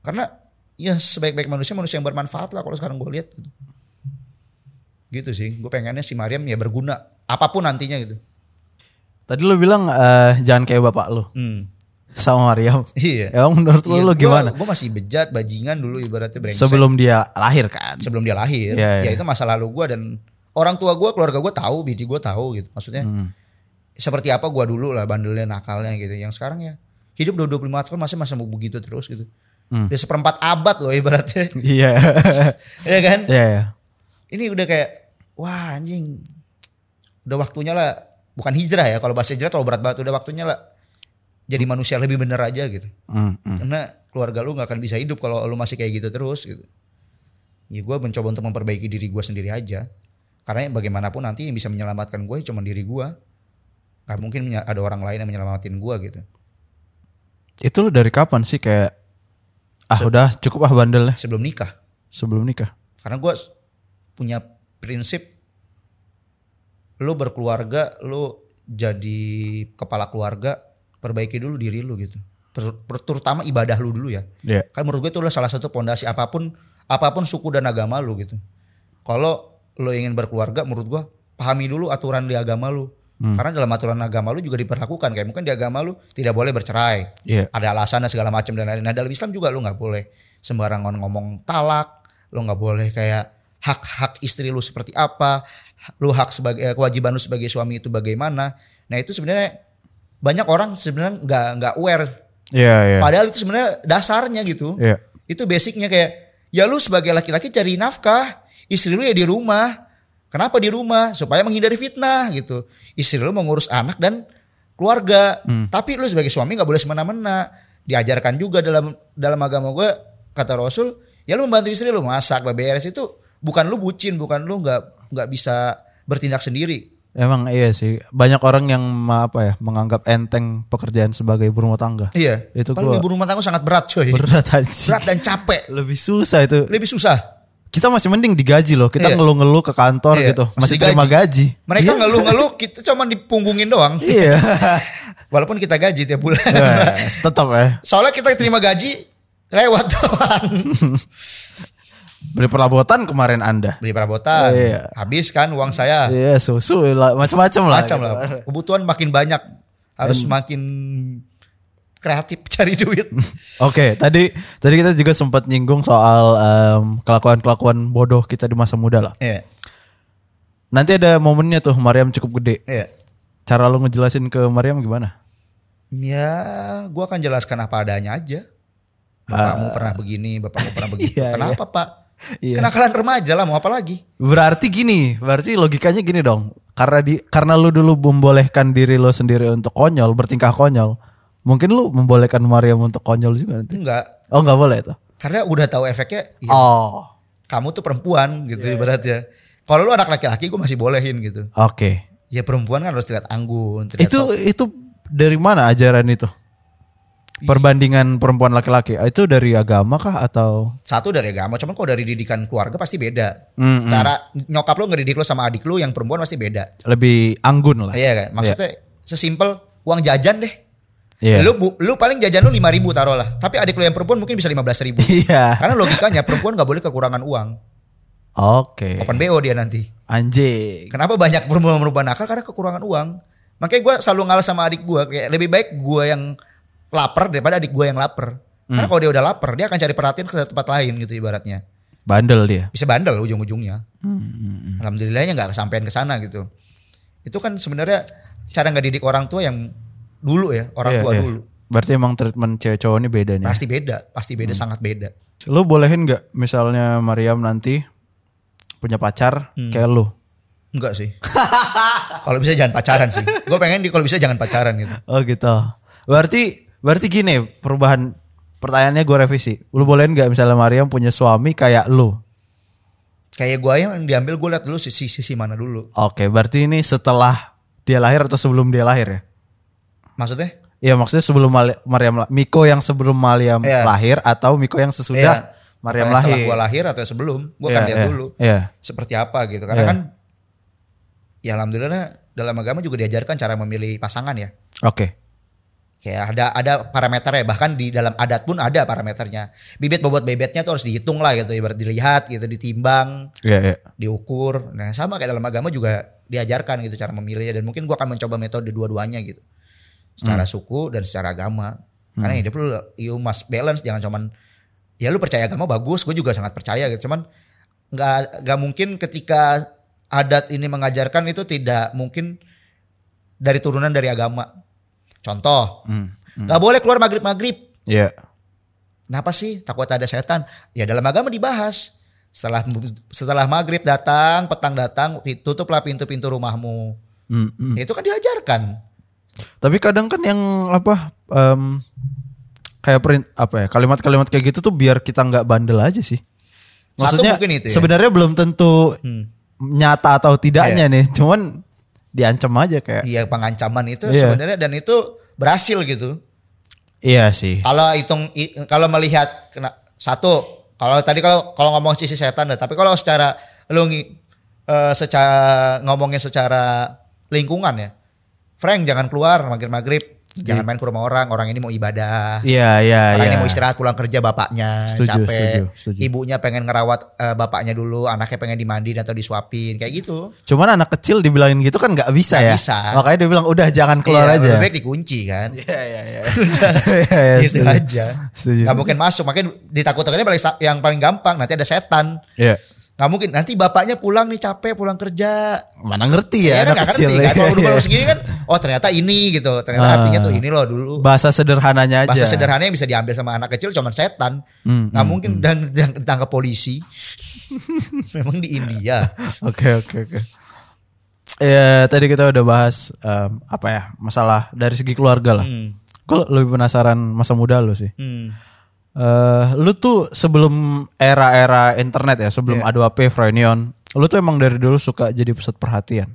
[SPEAKER 1] karena ya sebaik-baik manusia manusia yang bermanfaat lah kalau sekarang gue lihat gitu. gitu sih gue pengennya si Mariam ya berguna apapun nantinya gitu
[SPEAKER 2] Tadi lo bilang eh, jangan kayak bapak lo
[SPEAKER 1] hmm.
[SPEAKER 2] sama Mariam.
[SPEAKER 1] Iya.
[SPEAKER 2] Emang menurut lo, lo gimana?
[SPEAKER 1] gue masih bejat bajingan dulu ibaratnya brengsek
[SPEAKER 2] Sebelum dia lahir kan?
[SPEAKER 1] sebelum dia lahir ya
[SPEAKER 2] Iya, iya.
[SPEAKER 1] itu masa lalu gue dan orang tua gue keluarga gue tahu bini gue tahu gitu maksudnya
[SPEAKER 2] Hmm.
[SPEAKER 1] seperti apa gue dulu lah bandelnya nakalnya gitu yang sekarang ya hidup udah 25 tahun masih masih mau begitu terus gitu
[SPEAKER 2] Hmm.
[SPEAKER 1] udah seperempat abad loh ibaratnya
[SPEAKER 2] Iya.
[SPEAKER 1] ya kan
[SPEAKER 2] Iya. iya.
[SPEAKER 1] ini udah kayak wah anjing udah waktunya lah bukan hijrah ya kalau bahasa hijrah terlalu berat banget udah waktunya lah jadi manusia lebih bener aja gitu
[SPEAKER 2] Hmm, hmm.
[SPEAKER 1] karena keluarga lu nggak akan bisa hidup kalau lu masih kayak gitu terus gitu ya gue mencoba untuk memperbaiki diri gue sendiri aja karena bagaimanapun nanti yang bisa menyelamatkan gue cuma diri gue nggak mungkin menya- ada orang lain yang menyelamatin gue gitu
[SPEAKER 2] Itu lu dari kapan sih kayak ah udah cukup ah bandelnya
[SPEAKER 1] sebelum nikah
[SPEAKER 2] sebelum nikah.
[SPEAKER 1] karena gue punya prinsip lu berkeluarga lu jadi kepala keluarga perbaiki dulu diri lu gitu Ter- per- terutama ibadah lu dulu ya
[SPEAKER 2] Iya.
[SPEAKER 1] kan menurut gue itu adalah salah satu pondasi apapun apapun suku dan agama lu gitu kalau lu ingin berkeluarga menurut gue pahami dulu aturan di agama lu karena dalam aturan agama lu juga diperlakukan kayak mungkin di agama lu tidak boleh bercerai
[SPEAKER 2] Iya.
[SPEAKER 1] ada alasan dan segala macam dan lain-lain. Nah, dalam Islam juga lu nggak boleh sembarangan ngomong talak, lu nggak boleh kayak hak-hak istri lu seperti apa, lu hak sebagai eh, kewajiban lu sebagai suami itu bagaimana. Nah, itu sebenarnya banyak orang sebenarnya nggak nggak aware.
[SPEAKER 2] Iya, iya.
[SPEAKER 1] Padahal itu sebenarnya dasarnya gitu.
[SPEAKER 2] Iya.
[SPEAKER 1] Itu basicnya kayak ya lu sebagai laki-laki cari nafkah, istri lu ya di rumah. Kenapa di rumah? Supaya menghindari fitnah gitu. Istri lu mengurus anak dan keluarga.
[SPEAKER 2] Hmm.
[SPEAKER 1] Tapi lu sebagai suami nggak boleh semena-mena. Diajarkan juga dalam dalam agama gue kata Rasul, ya lu membantu istri lu masak, beberes itu bukan lu bucin, bukan lu nggak nggak bisa bertindak sendiri.
[SPEAKER 2] Emang iya sih. Banyak orang yang ma- apa ya menganggap enteng pekerjaan sebagai berumah tangga.
[SPEAKER 1] Iya.
[SPEAKER 2] Itu
[SPEAKER 1] Padahal
[SPEAKER 2] gua-
[SPEAKER 1] ibu rumah tangga sangat berat coy.
[SPEAKER 2] Berat aja.
[SPEAKER 1] Berat dan capek.
[SPEAKER 2] Lebih susah itu.
[SPEAKER 1] Lebih susah.
[SPEAKER 2] Kita masih mending digaji loh.
[SPEAKER 1] Iya.
[SPEAKER 2] Kita ngeluh-ngeluh ke kantor
[SPEAKER 1] Iya,
[SPEAKER 2] gitu.
[SPEAKER 1] masih
[SPEAKER 2] Masih terima gaji.
[SPEAKER 1] Mereka
[SPEAKER 2] Iya.
[SPEAKER 1] ngeluh-ngeluh kita cuma dipunggungin doang.
[SPEAKER 2] Iya.
[SPEAKER 1] Walaupun kita gaji tiap bulan.
[SPEAKER 2] Wes, Tetap ya.
[SPEAKER 1] Soalnya kita terima gaji lewat doang.
[SPEAKER 2] Beli perabotan kemarin Anda.
[SPEAKER 1] Beli perabotan.
[SPEAKER 2] Iya.
[SPEAKER 1] Habis kan uang saya.
[SPEAKER 2] Iya, susu lah, macam-macam lah. gitu.
[SPEAKER 1] Macam lah. Kebutuhan makin banyak. Harus makin kreatif cari duit.
[SPEAKER 2] Oke, tadi tadi kita juga sempat nyinggung soal em, kelakuan-kelakuan bodoh kita di masa muda lah.
[SPEAKER 1] Iya.
[SPEAKER 2] Nanti ada momennya tuh Mariam cukup gede.
[SPEAKER 1] Iya.
[SPEAKER 2] Cara lu ngejelasin ke Mariam gimana?
[SPEAKER 1] Ya, gua akan jelaskan apa adanya aja. Bapakmu pernah begini, bapakmu pernah begitu.
[SPEAKER 2] Ah. Iya,
[SPEAKER 1] Kenapa, Pak?
[SPEAKER 2] Iya.
[SPEAKER 1] Kenakalan remaja lah, mau apa lagi?
[SPEAKER 2] Berarti gini, berarti logikanya gini dong. Karena di karena lu dulu membolehkan diri lo sendiri untuk konyol, bertingkah konyol. Mungkin lu membolehkan Mariam untuk konyol juga nanti.
[SPEAKER 1] Enggak.
[SPEAKER 2] Oh, nggak boleh itu.
[SPEAKER 1] Karena udah tahu efeknya, ya
[SPEAKER 2] Oh.
[SPEAKER 1] kamu tuh perempuan gitu
[SPEAKER 2] Iya.
[SPEAKER 1] ibaratnya. Kalau lu anak laki-laki gue masih bolehin gitu.
[SPEAKER 2] Oke.
[SPEAKER 1] Ya perempuan kan harus terlihat anggun, terlihat
[SPEAKER 2] Itu itu dari mana ajaran itu? Perbandingan perempuan laki-laki itu dari agama kah atau
[SPEAKER 1] satu dari agama, cuman kalau dari didikan keluarga pasti beda. Cara nyokap lu ngedidik lu sama adik lu yang perempuan pasti beda.
[SPEAKER 2] lebih anggun lah?
[SPEAKER 1] Iya kan? Maksudnya sesimpel uang jajan deh.
[SPEAKER 2] Iya.
[SPEAKER 1] Lu bu- lu paling jajan lu 5 ribu taruh lah. Tapi adik lu yang perempuan mungkin bisa 15 ribu.
[SPEAKER 2] Iya.
[SPEAKER 1] Karena logikanya perempuan gak boleh kekurangan uang.
[SPEAKER 2] Oke.
[SPEAKER 1] Open BO dia nanti.
[SPEAKER 2] Anjing.
[SPEAKER 1] Kenapa banyak perempuan merubah nakal karena kekurangan uang. Makanya gue selalu ngalah sama adik gue. Kayak lebih baik gue yang lapar daripada adik gue yang lapar. Karena
[SPEAKER 2] Mm.
[SPEAKER 1] kalau dia udah lapar, dia akan cari perhatian ke tempat lain gitu ibaratnya.
[SPEAKER 2] Bandel dia.
[SPEAKER 1] Bisa bandel ujung-ujungnya.
[SPEAKER 2] Hmm.
[SPEAKER 1] Alhamdulillahnya nggak kesampaian ke sana gitu. Itu kan sebenarnya cara nggak didik orang tua yang dulu ya orang
[SPEAKER 2] Iya,
[SPEAKER 1] tua
[SPEAKER 2] iya.
[SPEAKER 1] dulu
[SPEAKER 2] Berarti emang treatment cewek cowok ini beda nih.
[SPEAKER 1] pasti beda, pasti beda
[SPEAKER 2] Hmm.
[SPEAKER 1] sangat beda.
[SPEAKER 2] Lo bolehin nggak misalnya Mariam nanti punya pacar kayak lo?
[SPEAKER 1] Enggak sih. kalau bisa jangan pacaran sih. Gue pengen di kalau bisa jangan pacaran gitu.
[SPEAKER 2] Oh gitu. Berarti berarti gini perubahan pertanyaannya gue revisi. Lo bolehin nggak misalnya Mariam punya suami kayak lo?
[SPEAKER 1] Kayak gue yang diambil gue lihat dulu sisi sisi mana dulu.
[SPEAKER 2] Oke, berarti ini setelah dia lahir atau sebelum dia lahir ya?
[SPEAKER 1] Maksudnya?
[SPEAKER 2] Iya maksudnya sebelum Mali- Mariam la- Miko yang sebelum Mariam
[SPEAKER 1] Iya.
[SPEAKER 2] lahir atau Miko yang sesudah Mariam
[SPEAKER 1] Kayak
[SPEAKER 2] lahir?
[SPEAKER 1] Ya, setelah gua lahir atau sebelum gua
[SPEAKER 2] Iya,
[SPEAKER 1] kan lihat
[SPEAKER 2] iya,
[SPEAKER 1] dulu
[SPEAKER 2] Iya.
[SPEAKER 1] seperti apa gitu karena
[SPEAKER 2] Iya.
[SPEAKER 1] kan ya alhamdulillah dalam agama juga diajarkan cara memilih pasangan ya
[SPEAKER 2] Oke.
[SPEAKER 1] kayak ada ada parameternya bahkan di dalam adat pun ada parameternya bibit bobot bebetnya tuh harus dihitung lah gitu ibarat dilihat gitu ditimbang
[SPEAKER 2] Iya, iya.
[SPEAKER 1] diukur nah sama kayak dalam agama juga diajarkan gitu cara memilihnya dan mungkin gua akan mencoba metode dua-duanya gitu secara suku dan secara agama karena hidup lu you must balance jangan cuman ya lu percaya agama bagus gue juga sangat percaya gitu cuman nggak nggak mungkin ketika adat ini mengajarkan itu tidak mungkin dari turunan dari agama. Contoh, nggak boleh keluar maghrib maghrib.
[SPEAKER 2] Iya.
[SPEAKER 1] Kenapa sih takut ada setan? Ya dalam agama dibahas. Setelah setelah maghrib datang, petang datang, tutuplah pintu-pintu rumahmu.
[SPEAKER 2] Hmm,
[SPEAKER 1] Itu kan diajarkan.
[SPEAKER 2] Tapi kadang kan yang apa em, kayak print apa ya kalimat-kalimat kayak gitu tuh biar kita nggak bandel aja sih.
[SPEAKER 1] Satu
[SPEAKER 2] Maksudnya
[SPEAKER 1] mungkin itu ya. Hmm.
[SPEAKER 2] sebenarnya belum tentu nyata atau tidaknya nih, cuman diancam aja kayak.
[SPEAKER 1] Iya pengancaman itu
[SPEAKER 2] Iya.
[SPEAKER 1] sebenarnya dan itu berhasil gitu.
[SPEAKER 2] Iya sih.
[SPEAKER 1] Kalau hitung i- kalau melihat kena satu, kalau tadi kalau kalau ngomong sisi setan dah, tapi kalau secara lu ngi- eh, secara ngomongnya secara lingkungan ya. Frank jangan keluar maghrib-maghrib, jangan main ke rumah orang, orang ini mau ibadah.
[SPEAKER 2] Iya iya
[SPEAKER 1] Orang
[SPEAKER 2] iya.
[SPEAKER 1] ini mau istirahat pulang kerja bapaknya
[SPEAKER 2] Setuju,
[SPEAKER 1] capek.
[SPEAKER 2] setuju, setuju.
[SPEAKER 1] Ibunya pengen ngerawat eh, bapaknya dulu, anaknya pengen dimandiin atau disuapin kayak gitu.
[SPEAKER 2] Cuman anak kecil dibilangin gitu kan nggak bisa
[SPEAKER 1] Nggak
[SPEAKER 2] ya.
[SPEAKER 1] bisa.
[SPEAKER 2] Makanya dia bilang udah jangan keluar
[SPEAKER 1] Iya,
[SPEAKER 2] aja.
[SPEAKER 1] Lebih baik dikunci kan.
[SPEAKER 2] iya iya. Iya
[SPEAKER 1] gitu
[SPEAKER 2] setuju.
[SPEAKER 1] aja.
[SPEAKER 2] Setuju.
[SPEAKER 1] Gak mungkin masuk. Makanya ditakut-takutnya paling sa- yang paling gampang nanti ada setan.
[SPEAKER 2] Iya.
[SPEAKER 1] Gak mungkin. Nanti bapaknya pulang nih capek pulang kerja.
[SPEAKER 2] Mana ngerti
[SPEAKER 1] Ya, kan
[SPEAKER 2] ya, anak
[SPEAKER 1] gak
[SPEAKER 2] kecil.
[SPEAKER 1] ngerti kan.
[SPEAKER 2] Iya,
[SPEAKER 1] Kalau udah
[SPEAKER 2] iya.
[SPEAKER 1] baru segini kan. Oh ternyata ini gitu. Ternyata
[SPEAKER 2] Ah.
[SPEAKER 1] artinya tuh ini loh dulu.
[SPEAKER 2] Bahasa sederhananya aja.
[SPEAKER 1] Bahasa sederhana yang bisa diambil sama anak kecil cuman setan.
[SPEAKER 2] Hmm,
[SPEAKER 1] Gak mungkin dan, dan ditangkap polisi. Memang di India.
[SPEAKER 2] Oke oke oke. Ya tadi kita udah bahas em, apa ya masalah dari segi keluarga lah. Gue lebih penasaran masa muda lu sih.
[SPEAKER 1] Hmm.
[SPEAKER 2] Eh, lu tuh sebelum era-era internet ya, sebelum A2P, Froynion, lu tuh emang dari dulu suka jadi pusat perhatian.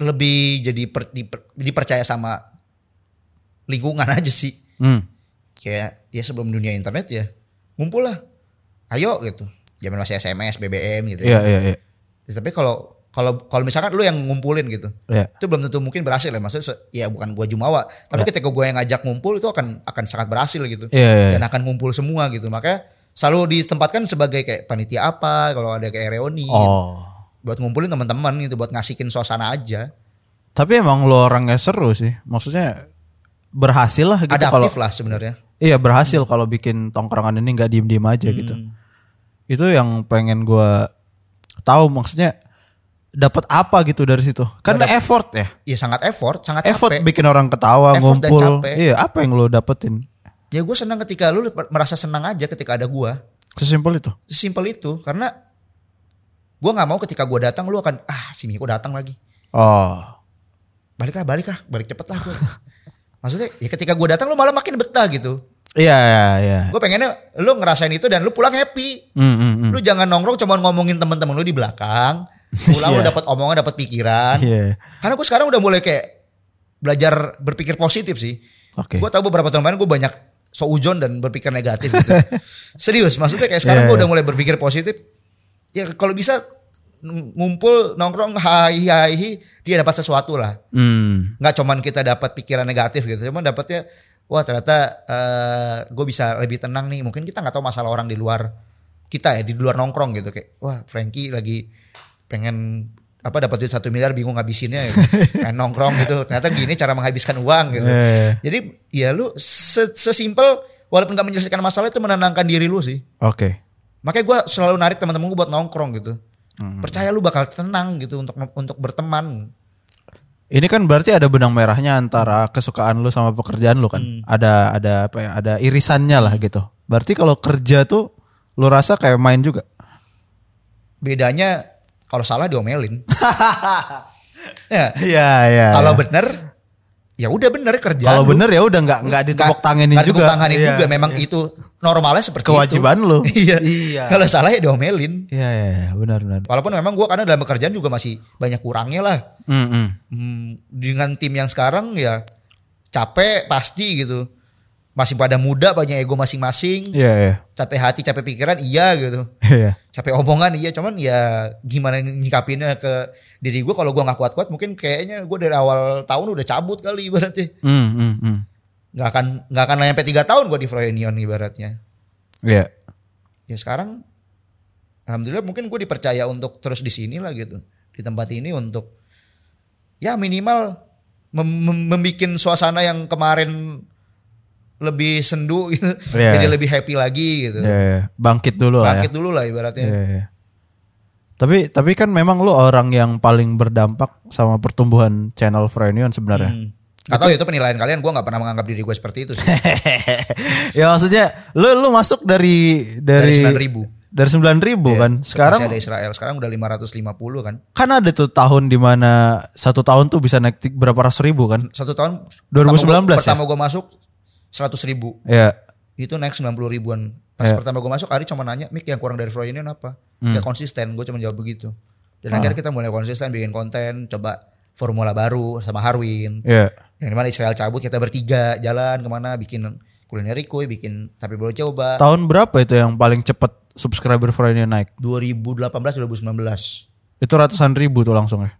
[SPEAKER 1] Lebih jadi per- diper- dipercaya sama lingkungan aja sih.
[SPEAKER 2] Hmm.
[SPEAKER 1] kayak ya sebelum dunia internet ya ngumpul lah ayo gitu zaman masih SMS BBM gitu
[SPEAKER 2] Iya iya iya.
[SPEAKER 1] ya. tapi kalau kalau kalau misalkan lu yang ngumpulin gitu
[SPEAKER 2] Iya.
[SPEAKER 1] itu belum tentu mungkin berhasil ya maksudnya se- ya bukan gua jumawa tapi ketika gua yang ngajak ngumpul itu akan akan sangat berhasil gitu
[SPEAKER 2] Iya, iya,
[SPEAKER 1] dan akan ngumpul semua gitu makanya selalu ditempatkan sebagai kayak panitia apa kalau ada kayak reuni gitu.
[SPEAKER 2] Oh.
[SPEAKER 1] buat ngumpulin teman-teman gitu buat ngasihin suasana aja
[SPEAKER 2] Tapi emang lu orangnya seru sih. Maksudnya berhasil lah gitu kalau
[SPEAKER 1] adaptif lah sebenarnya
[SPEAKER 2] Iya berhasil kalau bikin tongkrongan ini nggak diem diem aja
[SPEAKER 1] Hmm.
[SPEAKER 2] gitu. Itu yang pengen gua tahu maksudnya dapat apa gitu dari situ. Karena effort ya,
[SPEAKER 1] ya sangat effort sangat
[SPEAKER 2] effort
[SPEAKER 1] capek.
[SPEAKER 2] bikin orang ketawa
[SPEAKER 1] Effort dan
[SPEAKER 2] ngumpul.
[SPEAKER 1] capek.
[SPEAKER 2] Iya apa yang lo dapetin?
[SPEAKER 1] ya gue senang ketika lu merasa senang aja ketika ada gua
[SPEAKER 2] Sesimpel itu.
[SPEAKER 1] Simpel itu karena gua nggak mau ketika gua datang lu akan ah si Miko datang lagi
[SPEAKER 2] Oh,
[SPEAKER 1] baliklah baliklah balik cepet lah gua. maksudnya ya ketika gua datang lu malah makin betah gitu
[SPEAKER 2] iya iya iya.
[SPEAKER 1] gue pengennya lu ngerasain itu dan lu pulang happy
[SPEAKER 2] Mm, mm, mm.
[SPEAKER 1] lu jangan nongkrong cuma ngomongin teman-teman lu di belakang pulang lu
[SPEAKER 2] Iya.
[SPEAKER 1] dapat omongan dapat pikiran
[SPEAKER 2] Iya.
[SPEAKER 1] karena gue sekarang udah mulai kayak belajar berpikir positif sih
[SPEAKER 2] Oke.
[SPEAKER 1] Gue tahu beberapa tahun kemarin gue banyak soujon dan berpikir negatif gitu. Serius, maksudnya kayak sekarang
[SPEAKER 2] Iya,
[SPEAKER 1] gue
[SPEAKER 2] iya.
[SPEAKER 1] udah mulai berpikir positif. Ya kalau bisa ng- ngumpul nongkrong hai hai hi, dia dapat sesuatu lah.
[SPEAKER 2] Hmm.
[SPEAKER 1] Nggak cuman kita dapat pikiran negatif gitu, cuman dapatnya wah ternyata gue bisa lebih tenang nih. Mungkin kita nggak tahu masalah orang di luar kita ya di luar nongkrong gitu kayak wah Frankie lagi pengen apa dapat duit satu miliar bingung ngabisinnya gitu. Pengen nongkrong gitu ternyata gini cara menghabiskan uang gitu
[SPEAKER 2] Iya.
[SPEAKER 1] jadi ya lu se- sesimpel walaupun gak menyelesaikan masalah itu menenangkan diri lu sih.
[SPEAKER 2] Oke.
[SPEAKER 1] Makanya gua selalu narik teman-teman gue buat nongkrong gitu.
[SPEAKER 2] Hmm.
[SPEAKER 1] Percaya lu bakal tenang gitu untuk untuk berteman.
[SPEAKER 2] Ini kan berarti ada benang merahnya antara kesukaan lu sama pekerjaan lu kan. Ada ada apa ya? Ada irisannya lah gitu. Berarti kalau kerja tuh lu rasa kayak main juga.
[SPEAKER 1] Bedanya kalau salah diomelin. ya,
[SPEAKER 2] Iya iya.
[SPEAKER 1] kalau
[SPEAKER 2] iya.
[SPEAKER 1] bener ya udah bener kerja.
[SPEAKER 2] Kalau bener ya udah nggak nggak ditepok tanganin juga.
[SPEAKER 1] tanganin
[SPEAKER 2] Iya.
[SPEAKER 1] juga memang itu normalnya seperti
[SPEAKER 2] Kewajiban
[SPEAKER 1] itu.
[SPEAKER 2] lu.
[SPEAKER 1] iya.
[SPEAKER 2] Iya.
[SPEAKER 1] Kalau salah ya diomelin.
[SPEAKER 2] Iya iya iya, benar benar.
[SPEAKER 1] Walaupun memang gua karena dalam pekerjaan juga masih banyak kurangnya lah.
[SPEAKER 2] Mm, mm.
[SPEAKER 1] Hmm, dengan tim yang sekarang ya capek pasti gitu. Masih pada muda banyak ego masing-masing.
[SPEAKER 2] Iya iya.
[SPEAKER 1] Capek hati, capek pikiran iya gitu.
[SPEAKER 2] Iya.
[SPEAKER 1] Capek omongan iya, cuman ya gimana nyikapinnya ke diri gue kalau gua nggak kuat-kuat mungkin kayaknya gue dari awal tahun udah cabut kali ibaratnya.
[SPEAKER 2] Mm, mm, mm.
[SPEAKER 1] nggak akan nggak akan nyampe 3 tahun gue di Froynion ibaratnya.
[SPEAKER 2] Iya.
[SPEAKER 1] Ya sekarang alhamdulillah mungkin gue dipercaya untuk terus di sini lah gitu. Di tempat ini untuk ya minimal membuat suasana yang kemarin lebih sendu gitu.
[SPEAKER 2] Iya.
[SPEAKER 1] Jadi lebih happy lagi gitu.
[SPEAKER 2] Iya, iya. Bangkit dulu lah ya.
[SPEAKER 1] Bangkit dulu lah ibaratnya.
[SPEAKER 2] Iya, iya. Tapi tapi kan memang lu orang yang paling berdampak sama pertumbuhan channel Frenion sebenarnya.
[SPEAKER 1] Atau Hmm. itu penilaian kalian, gue nggak pernah menganggap diri gue seperti itu sih.
[SPEAKER 2] ya maksudnya lu lu masuk dari dari
[SPEAKER 1] Dari Iya, 9.000.
[SPEAKER 2] Dari 9000 kan. Sekarang
[SPEAKER 1] Masih ada Israel, sekarang udah 550 kan.
[SPEAKER 2] kan ada tuh tahun dimana satu tahun tuh bisa naik ti- berapa ratus ribu kan?
[SPEAKER 1] Satu tahun
[SPEAKER 2] 2019 ya?
[SPEAKER 1] pertama gue masuk 100 ribu.
[SPEAKER 2] Ya.
[SPEAKER 1] Itu naik 90 ribuan. Pas pertama gue masuk, Ari cuma nanya, Mik yang kurang dari Froyo ini apa?
[SPEAKER 2] Hmm.
[SPEAKER 1] Gak konsisten, gue cuma jawab begitu. Dan
[SPEAKER 2] Ah.
[SPEAKER 1] akhirnya kita mulai konsisten bikin konten, coba formula baru sama Harwin.
[SPEAKER 2] Ya.
[SPEAKER 1] Yang dimana Israel cabut, kita bertiga jalan kemana, bikin kulineri kuy, bikin tapi boleh coba.
[SPEAKER 2] Tahun berapa itu yang paling cepat subscriber Frenion naik?
[SPEAKER 1] 2018-2019.
[SPEAKER 2] Itu ratusan ribu tuh langsung ya.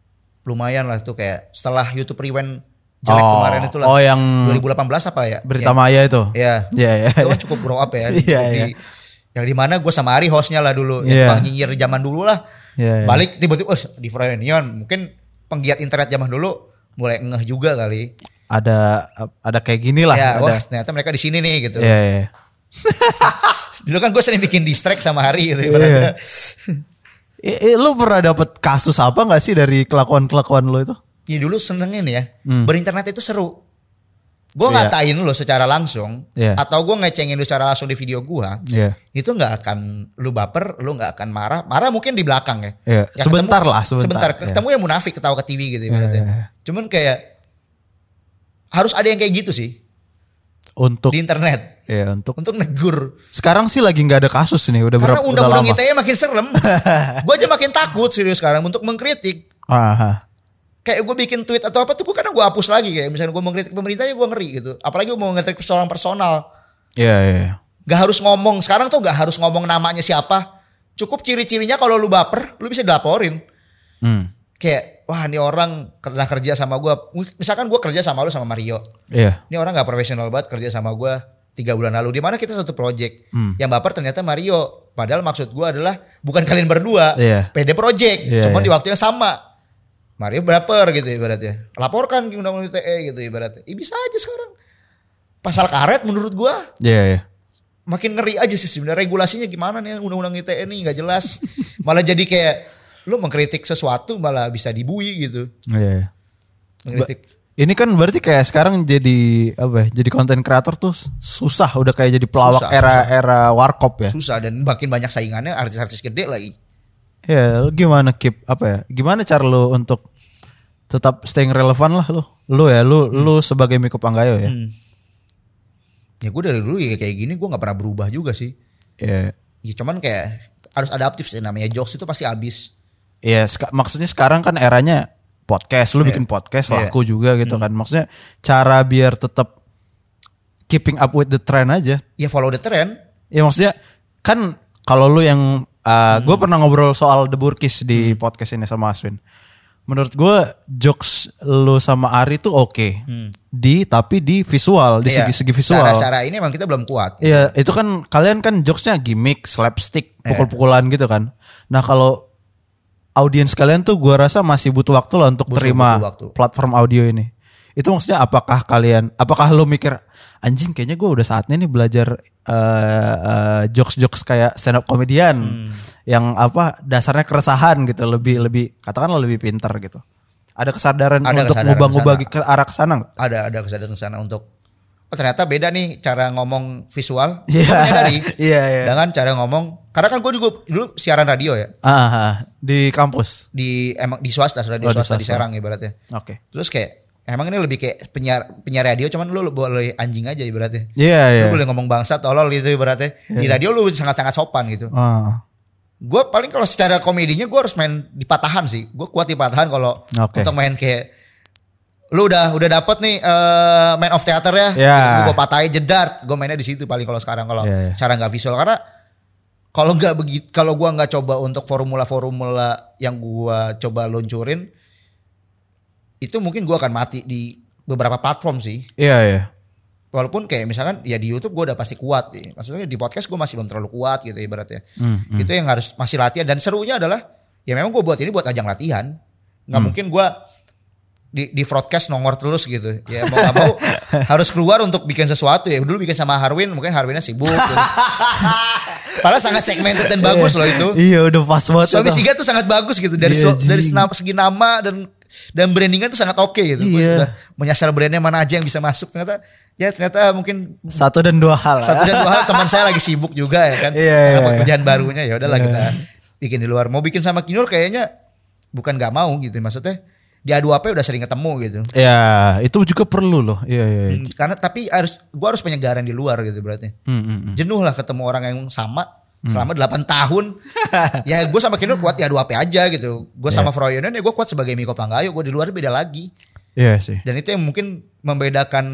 [SPEAKER 1] lumayan lah tuh kayak setelah YouTube Rewind jelek
[SPEAKER 2] Oh,
[SPEAKER 1] kemarin itu lah.
[SPEAKER 2] oh, yang
[SPEAKER 1] 2018 apa ya?
[SPEAKER 2] Berita Maya itu.
[SPEAKER 1] Ya.
[SPEAKER 2] Iya, iya,
[SPEAKER 1] Itu kan
[SPEAKER 2] iya.
[SPEAKER 1] cukup grow up ya.
[SPEAKER 2] Iya,
[SPEAKER 1] Cukup
[SPEAKER 2] iya.
[SPEAKER 1] di- yang di mana gue sama Ari hostnya lah dulu, yang
[SPEAKER 2] Iya.
[SPEAKER 1] tukang nyinyir zaman dulu lah.
[SPEAKER 2] Iya, iya.
[SPEAKER 1] Balik tiba-tiba "Wes, di Frenion mungkin penggiat internet zaman dulu mulai ngeh juga kali.
[SPEAKER 2] Ada ada kayak gini lah.
[SPEAKER 1] ya, wah
[SPEAKER 2] ada.
[SPEAKER 1] ternyata mereka di sini nih gitu.
[SPEAKER 2] Iya, iya.
[SPEAKER 1] Dulu kan gue sering bikin distrack sama Ari gitu.
[SPEAKER 2] Iya. I- i- lu pernah dapet kasus apa nggak sih dari kelakuan-kelakuan lu itu?
[SPEAKER 1] Ya dulu senengin ya. Berinternet itu seru. Gue
[SPEAKER 2] Hmm. Iya.
[SPEAKER 1] ngatain lo secara langsung
[SPEAKER 2] Iya.
[SPEAKER 1] atau gue ngecengin lo secara langsung di video gua
[SPEAKER 2] Iya.
[SPEAKER 1] itu nggak akan lu baper, lu nggak akan marah. Marah mungkin di belakang ya.
[SPEAKER 2] Iya,
[SPEAKER 1] Ya,
[SPEAKER 2] sebentar
[SPEAKER 1] ketemu-
[SPEAKER 2] lah, sebentar. Iya.
[SPEAKER 1] Ketemu ya munafik ketawa ke TV gitu ibaratnya. Cuman kayak harus ada yang kayak gitu sih
[SPEAKER 2] Untuk
[SPEAKER 1] di internet
[SPEAKER 2] ya untuk
[SPEAKER 1] untuk negur.
[SPEAKER 2] sekarang sih lagi nggak ada kasus nih udah
[SPEAKER 1] Karena
[SPEAKER 2] Iya, berapa udah
[SPEAKER 1] undang-undang
[SPEAKER 2] lama.
[SPEAKER 1] ITE makin serem. gue aja makin takut serius sekarang untuk mengkritik.
[SPEAKER 2] Aha.
[SPEAKER 1] Kayak gue bikin tweet atau apa tuh gue kadang gue hapus lagi kayak misalnya gue mengkritik pemerintah ya gue ngeri gitu. Apalagi gue mau ngekritik seorang personal.
[SPEAKER 2] Iya, iya. iya.
[SPEAKER 1] Gak harus ngomong. Sekarang tuh gak harus ngomong namanya siapa. Cukup ciri-cirinya kalau lu baper, lu bisa dilaporin.
[SPEAKER 2] Hmm.
[SPEAKER 1] kayak wah ini orang pernah kerja sama gue misalkan gue kerja sama lu sama Mario
[SPEAKER 2] Iya.
[SPEAKER 1] ini orang nggak profesional banget kerja sama gue tiga bulan lalu di mana kita satu project
[SPEAKER 2] Hmm.
[SPEAKER 1] yang baper ternyata Mario padahal maksud gue adalah bukan kalian berdua
[SPEAKER 2] Iya.
[SPEAKER 1] PD project
[SPEAKER 2] Iya,
[SPEAKER 1] cuman
[SPEAKER 2] iya.
[SPEAKER 1] di waktu yang sama Mario baper gitu ibaratnya laporkan ke undang-undang ITE gitu ibaratnya Ih, bisa aja sekarang pasal karet menurut gue
[SPEAKER 2] Iya, iya.
[SPEAKER 1] makin ngeri aja sih sebenarnya regulasinya gimana nih undang-undang ITE nih nggak jelas malah jadi kayak lu mengkritik sesuatu malah bisa dibui gitu
[SPEAKER 2] Iya, iya.
[SPEAKER 1] mengkritik
[SPEAKER 2] Ini kan berarti kayak sekarang jadi apa ya? Jadi konten kreator tuh susah udah kayak jadi pelawak
[SPEAKER 1] Susah,
[SPEAKER 2] era-era warkop ya.
[SPEAKER 1] susah dan makin banyak saingannya artis-artis gede lagi.
[SPEAKER 2] Ya, lu gimana keep apa ya? Gimana cara lu untuk tetap staying relevan lah lu? Lu ya, lu lu sebagai Miko Panggayo ya.
[SPEAKER 1] Hmm. Ya gue dari dulu ya kayak gini gue nggak pernah berubah juga sih.
[SPEAKER 2] Ya.
[SPEAKER 1] Ya cuman kayak harus adaptif sih namanya jokes itu pasti habis.
[SPEAKER 2] Ya, seka- maksudnya sekarang kan eranya podcast, lu bikin podcast
[SPEAKER 1] Iya.
[SPEAKER 2] laku juga gitu kan. Maksudnya cara biar tetap keeping up with the trend aja.
[SPEAKER 1] Ya follow the trend.
[SPEAKER 2] Ya maksudnya kan kalau lu yang gue pernah ngobrol soal The Burkis di podcast ini sama Aswin. Menurut gue jokes lu sama Ari tuh oke. Di tapi di visual, di
[SPEAKER 1] Ya,
[SPEAKER 2] segi-segi visual.
[SPEAKER 1] Cara-cara ini emang kita belum kuat.
[SPEAKER 2] Iya, itu kan kalian kan jokesnya gimmick, slapstick,
[SPEAKER 1] Eh.
[SPEAKER 2] pukul-pukulan gitu kan. Nah kalau audiens kalian tuh gua rasa masih butuh waktu lah untuk terima
[SPEAKER 1] butuh waktu.
[SPEAKER 2] platform audio ini. Itu maksudnya apakah kalian, apakah lo mikir anjing kayaknya gua udah saatnya nih belajar eh, eh, jokes-jokes kayak stand up
[SPEAKER 1] Hmm.
[SPEAKER 2] komedian yang apa dasarnya keresahan gitu, lebih lebih katakanlah lebih pinter gitu. Ada kesadaran
[SPEAKER 1] Ada
[SPEAKER 2] untuk
[SPEAKER 1] kesadaran
[SPEAKER 2] ngubah-ngubah
[SPEAKER 1] kesana.
[SPEAKER 2] ke arah kesana nggak?
[SPEAKER 1] Ada ada kesadaran ke sana untuk oh ternyata beda nih cara ngomong visual Gua
[SPEAKER 2] Iya.
[SPEAKER 1] menyadari
[SPEAKER 2] Iya, iya.
[SPEAKER 1] dengan cara ngomong karena kan gue juga dulu siaran radio ya
[SPEAKER 2] Ah, ah, di kampus.
[SPEAKER 1] di emang di swasta radio
[SPEAKER 2] Oh, di
[SPEAKER 1] swasta di
[SPEAKER 2] swasta.
[SPEAKER 1] Serang ibaratnya
[SPEAKER 2] Oke.
[SPEAKER 1] terus kayak emang ini lebih kayak penyiar penyiar radio cuman lu boleh anjing aja ibaratnya
[SPEAKER 2] Iya, iya.
[SPEAKER 1] Lu boleh ngomong bangsa tolol gitu ibaratnya. Di radio lu sangat-sangat sopan gitu.
[SPEAKER 2] Ah,
[SPEAKER 1] Gue paling kalau secara komedinya gue harus main di patahan sih. Gue kuat di patahan kalau
[SPEAKER 2] Oke.
[SPEAKER 1] untuk main kayak lu udah udah dapet nih eh, man of theater ya.
[SPEAKER 2] Ya.
[SPEAKER 1] Gue patahin jedar. Gue mainnya di situ paling kalau sekarang kalau
[SPEAKER 2] Ya, ya.
[SPEAKER 1] secara nggak visual karena kalau nggak begitu kalau gua nggak coba untuk formula-formula yang gua coba luncurin itu mungkin gua akan mati di beberapa platform sih.
[SPEAKER 2] iya iya.
[SPEAKER 1] Walaupun kayak misalkan ya di YouTube gue udah pasti kuat, ya. maksudnya di podcast gue masih belum terlalu kuat gitu ibaratnya. Itu yang harus masih latihan dan serunya adalah ya memang gue buat ini buat ajang latihan. Nggak mungkin gue di di broadcast nongor terus gitu. Ya mau gak mau harus keluar untuk bikin sesuatu ya. Dulu bikin sama Harwin, mungkin Harwinnya sibuk. gitu. Padahal sangat segmented dan bagus loh itu.
[SPEAKER 2] Iya udah pas banget.
[SPEAKER 1] Suami
[SPEAKER 2] itu.
[SPEAKER 1] Siga tuh sangat bagus gitu dari
[SPEAKER 2] Iya,
[SPEAKER 1] so- dari
[SPEAKER 2] Jing.
[SPEAKER 1] sena- segi nama dan dan brandingnya tuh sangat oke gitu. Gua
[SPEAKER 2] Iya.
[SPEAKER 1] sudah menyasar brandnya mana aja yang bisa masuk ternyata ya ternyata mungkin
[SPEAKER 2] Satu dan dua hal. ya.
[SPEAKER 1] satu dan dua hal teman saya lagi sibuk juga ya kan.
[SPEAKER 2] Iya,
[SPEAKER 1] Karena
[SPEAKER 2] iya,
[SPEAKER 1] pekerjaan barunya ya udahlah kita bikin di luar. Mau bikin sama Kinur kayaknya bukan gak mau gitu maksudnya. Diadu apa udah sering ketemu gitu.
[SPEAKER 2] Ya itu juga perlu loh. Iya iya. iya.
[SPEAKER 1] Karena tapi harus gua harus penyegaran di luar gitu berarti. Jenuh lah ketemu orang yang sama selama 8 tahun. ya gue sama Kinur kuat ya dua p aja gitu. Gue sama Froyonen ya gue kuat sebagai Miko Panggayo, gue di luar beda lagi.
[SPEAKER 2] Iya sih.
[SPEAKER 1] Dan itu yang mungkin membedakan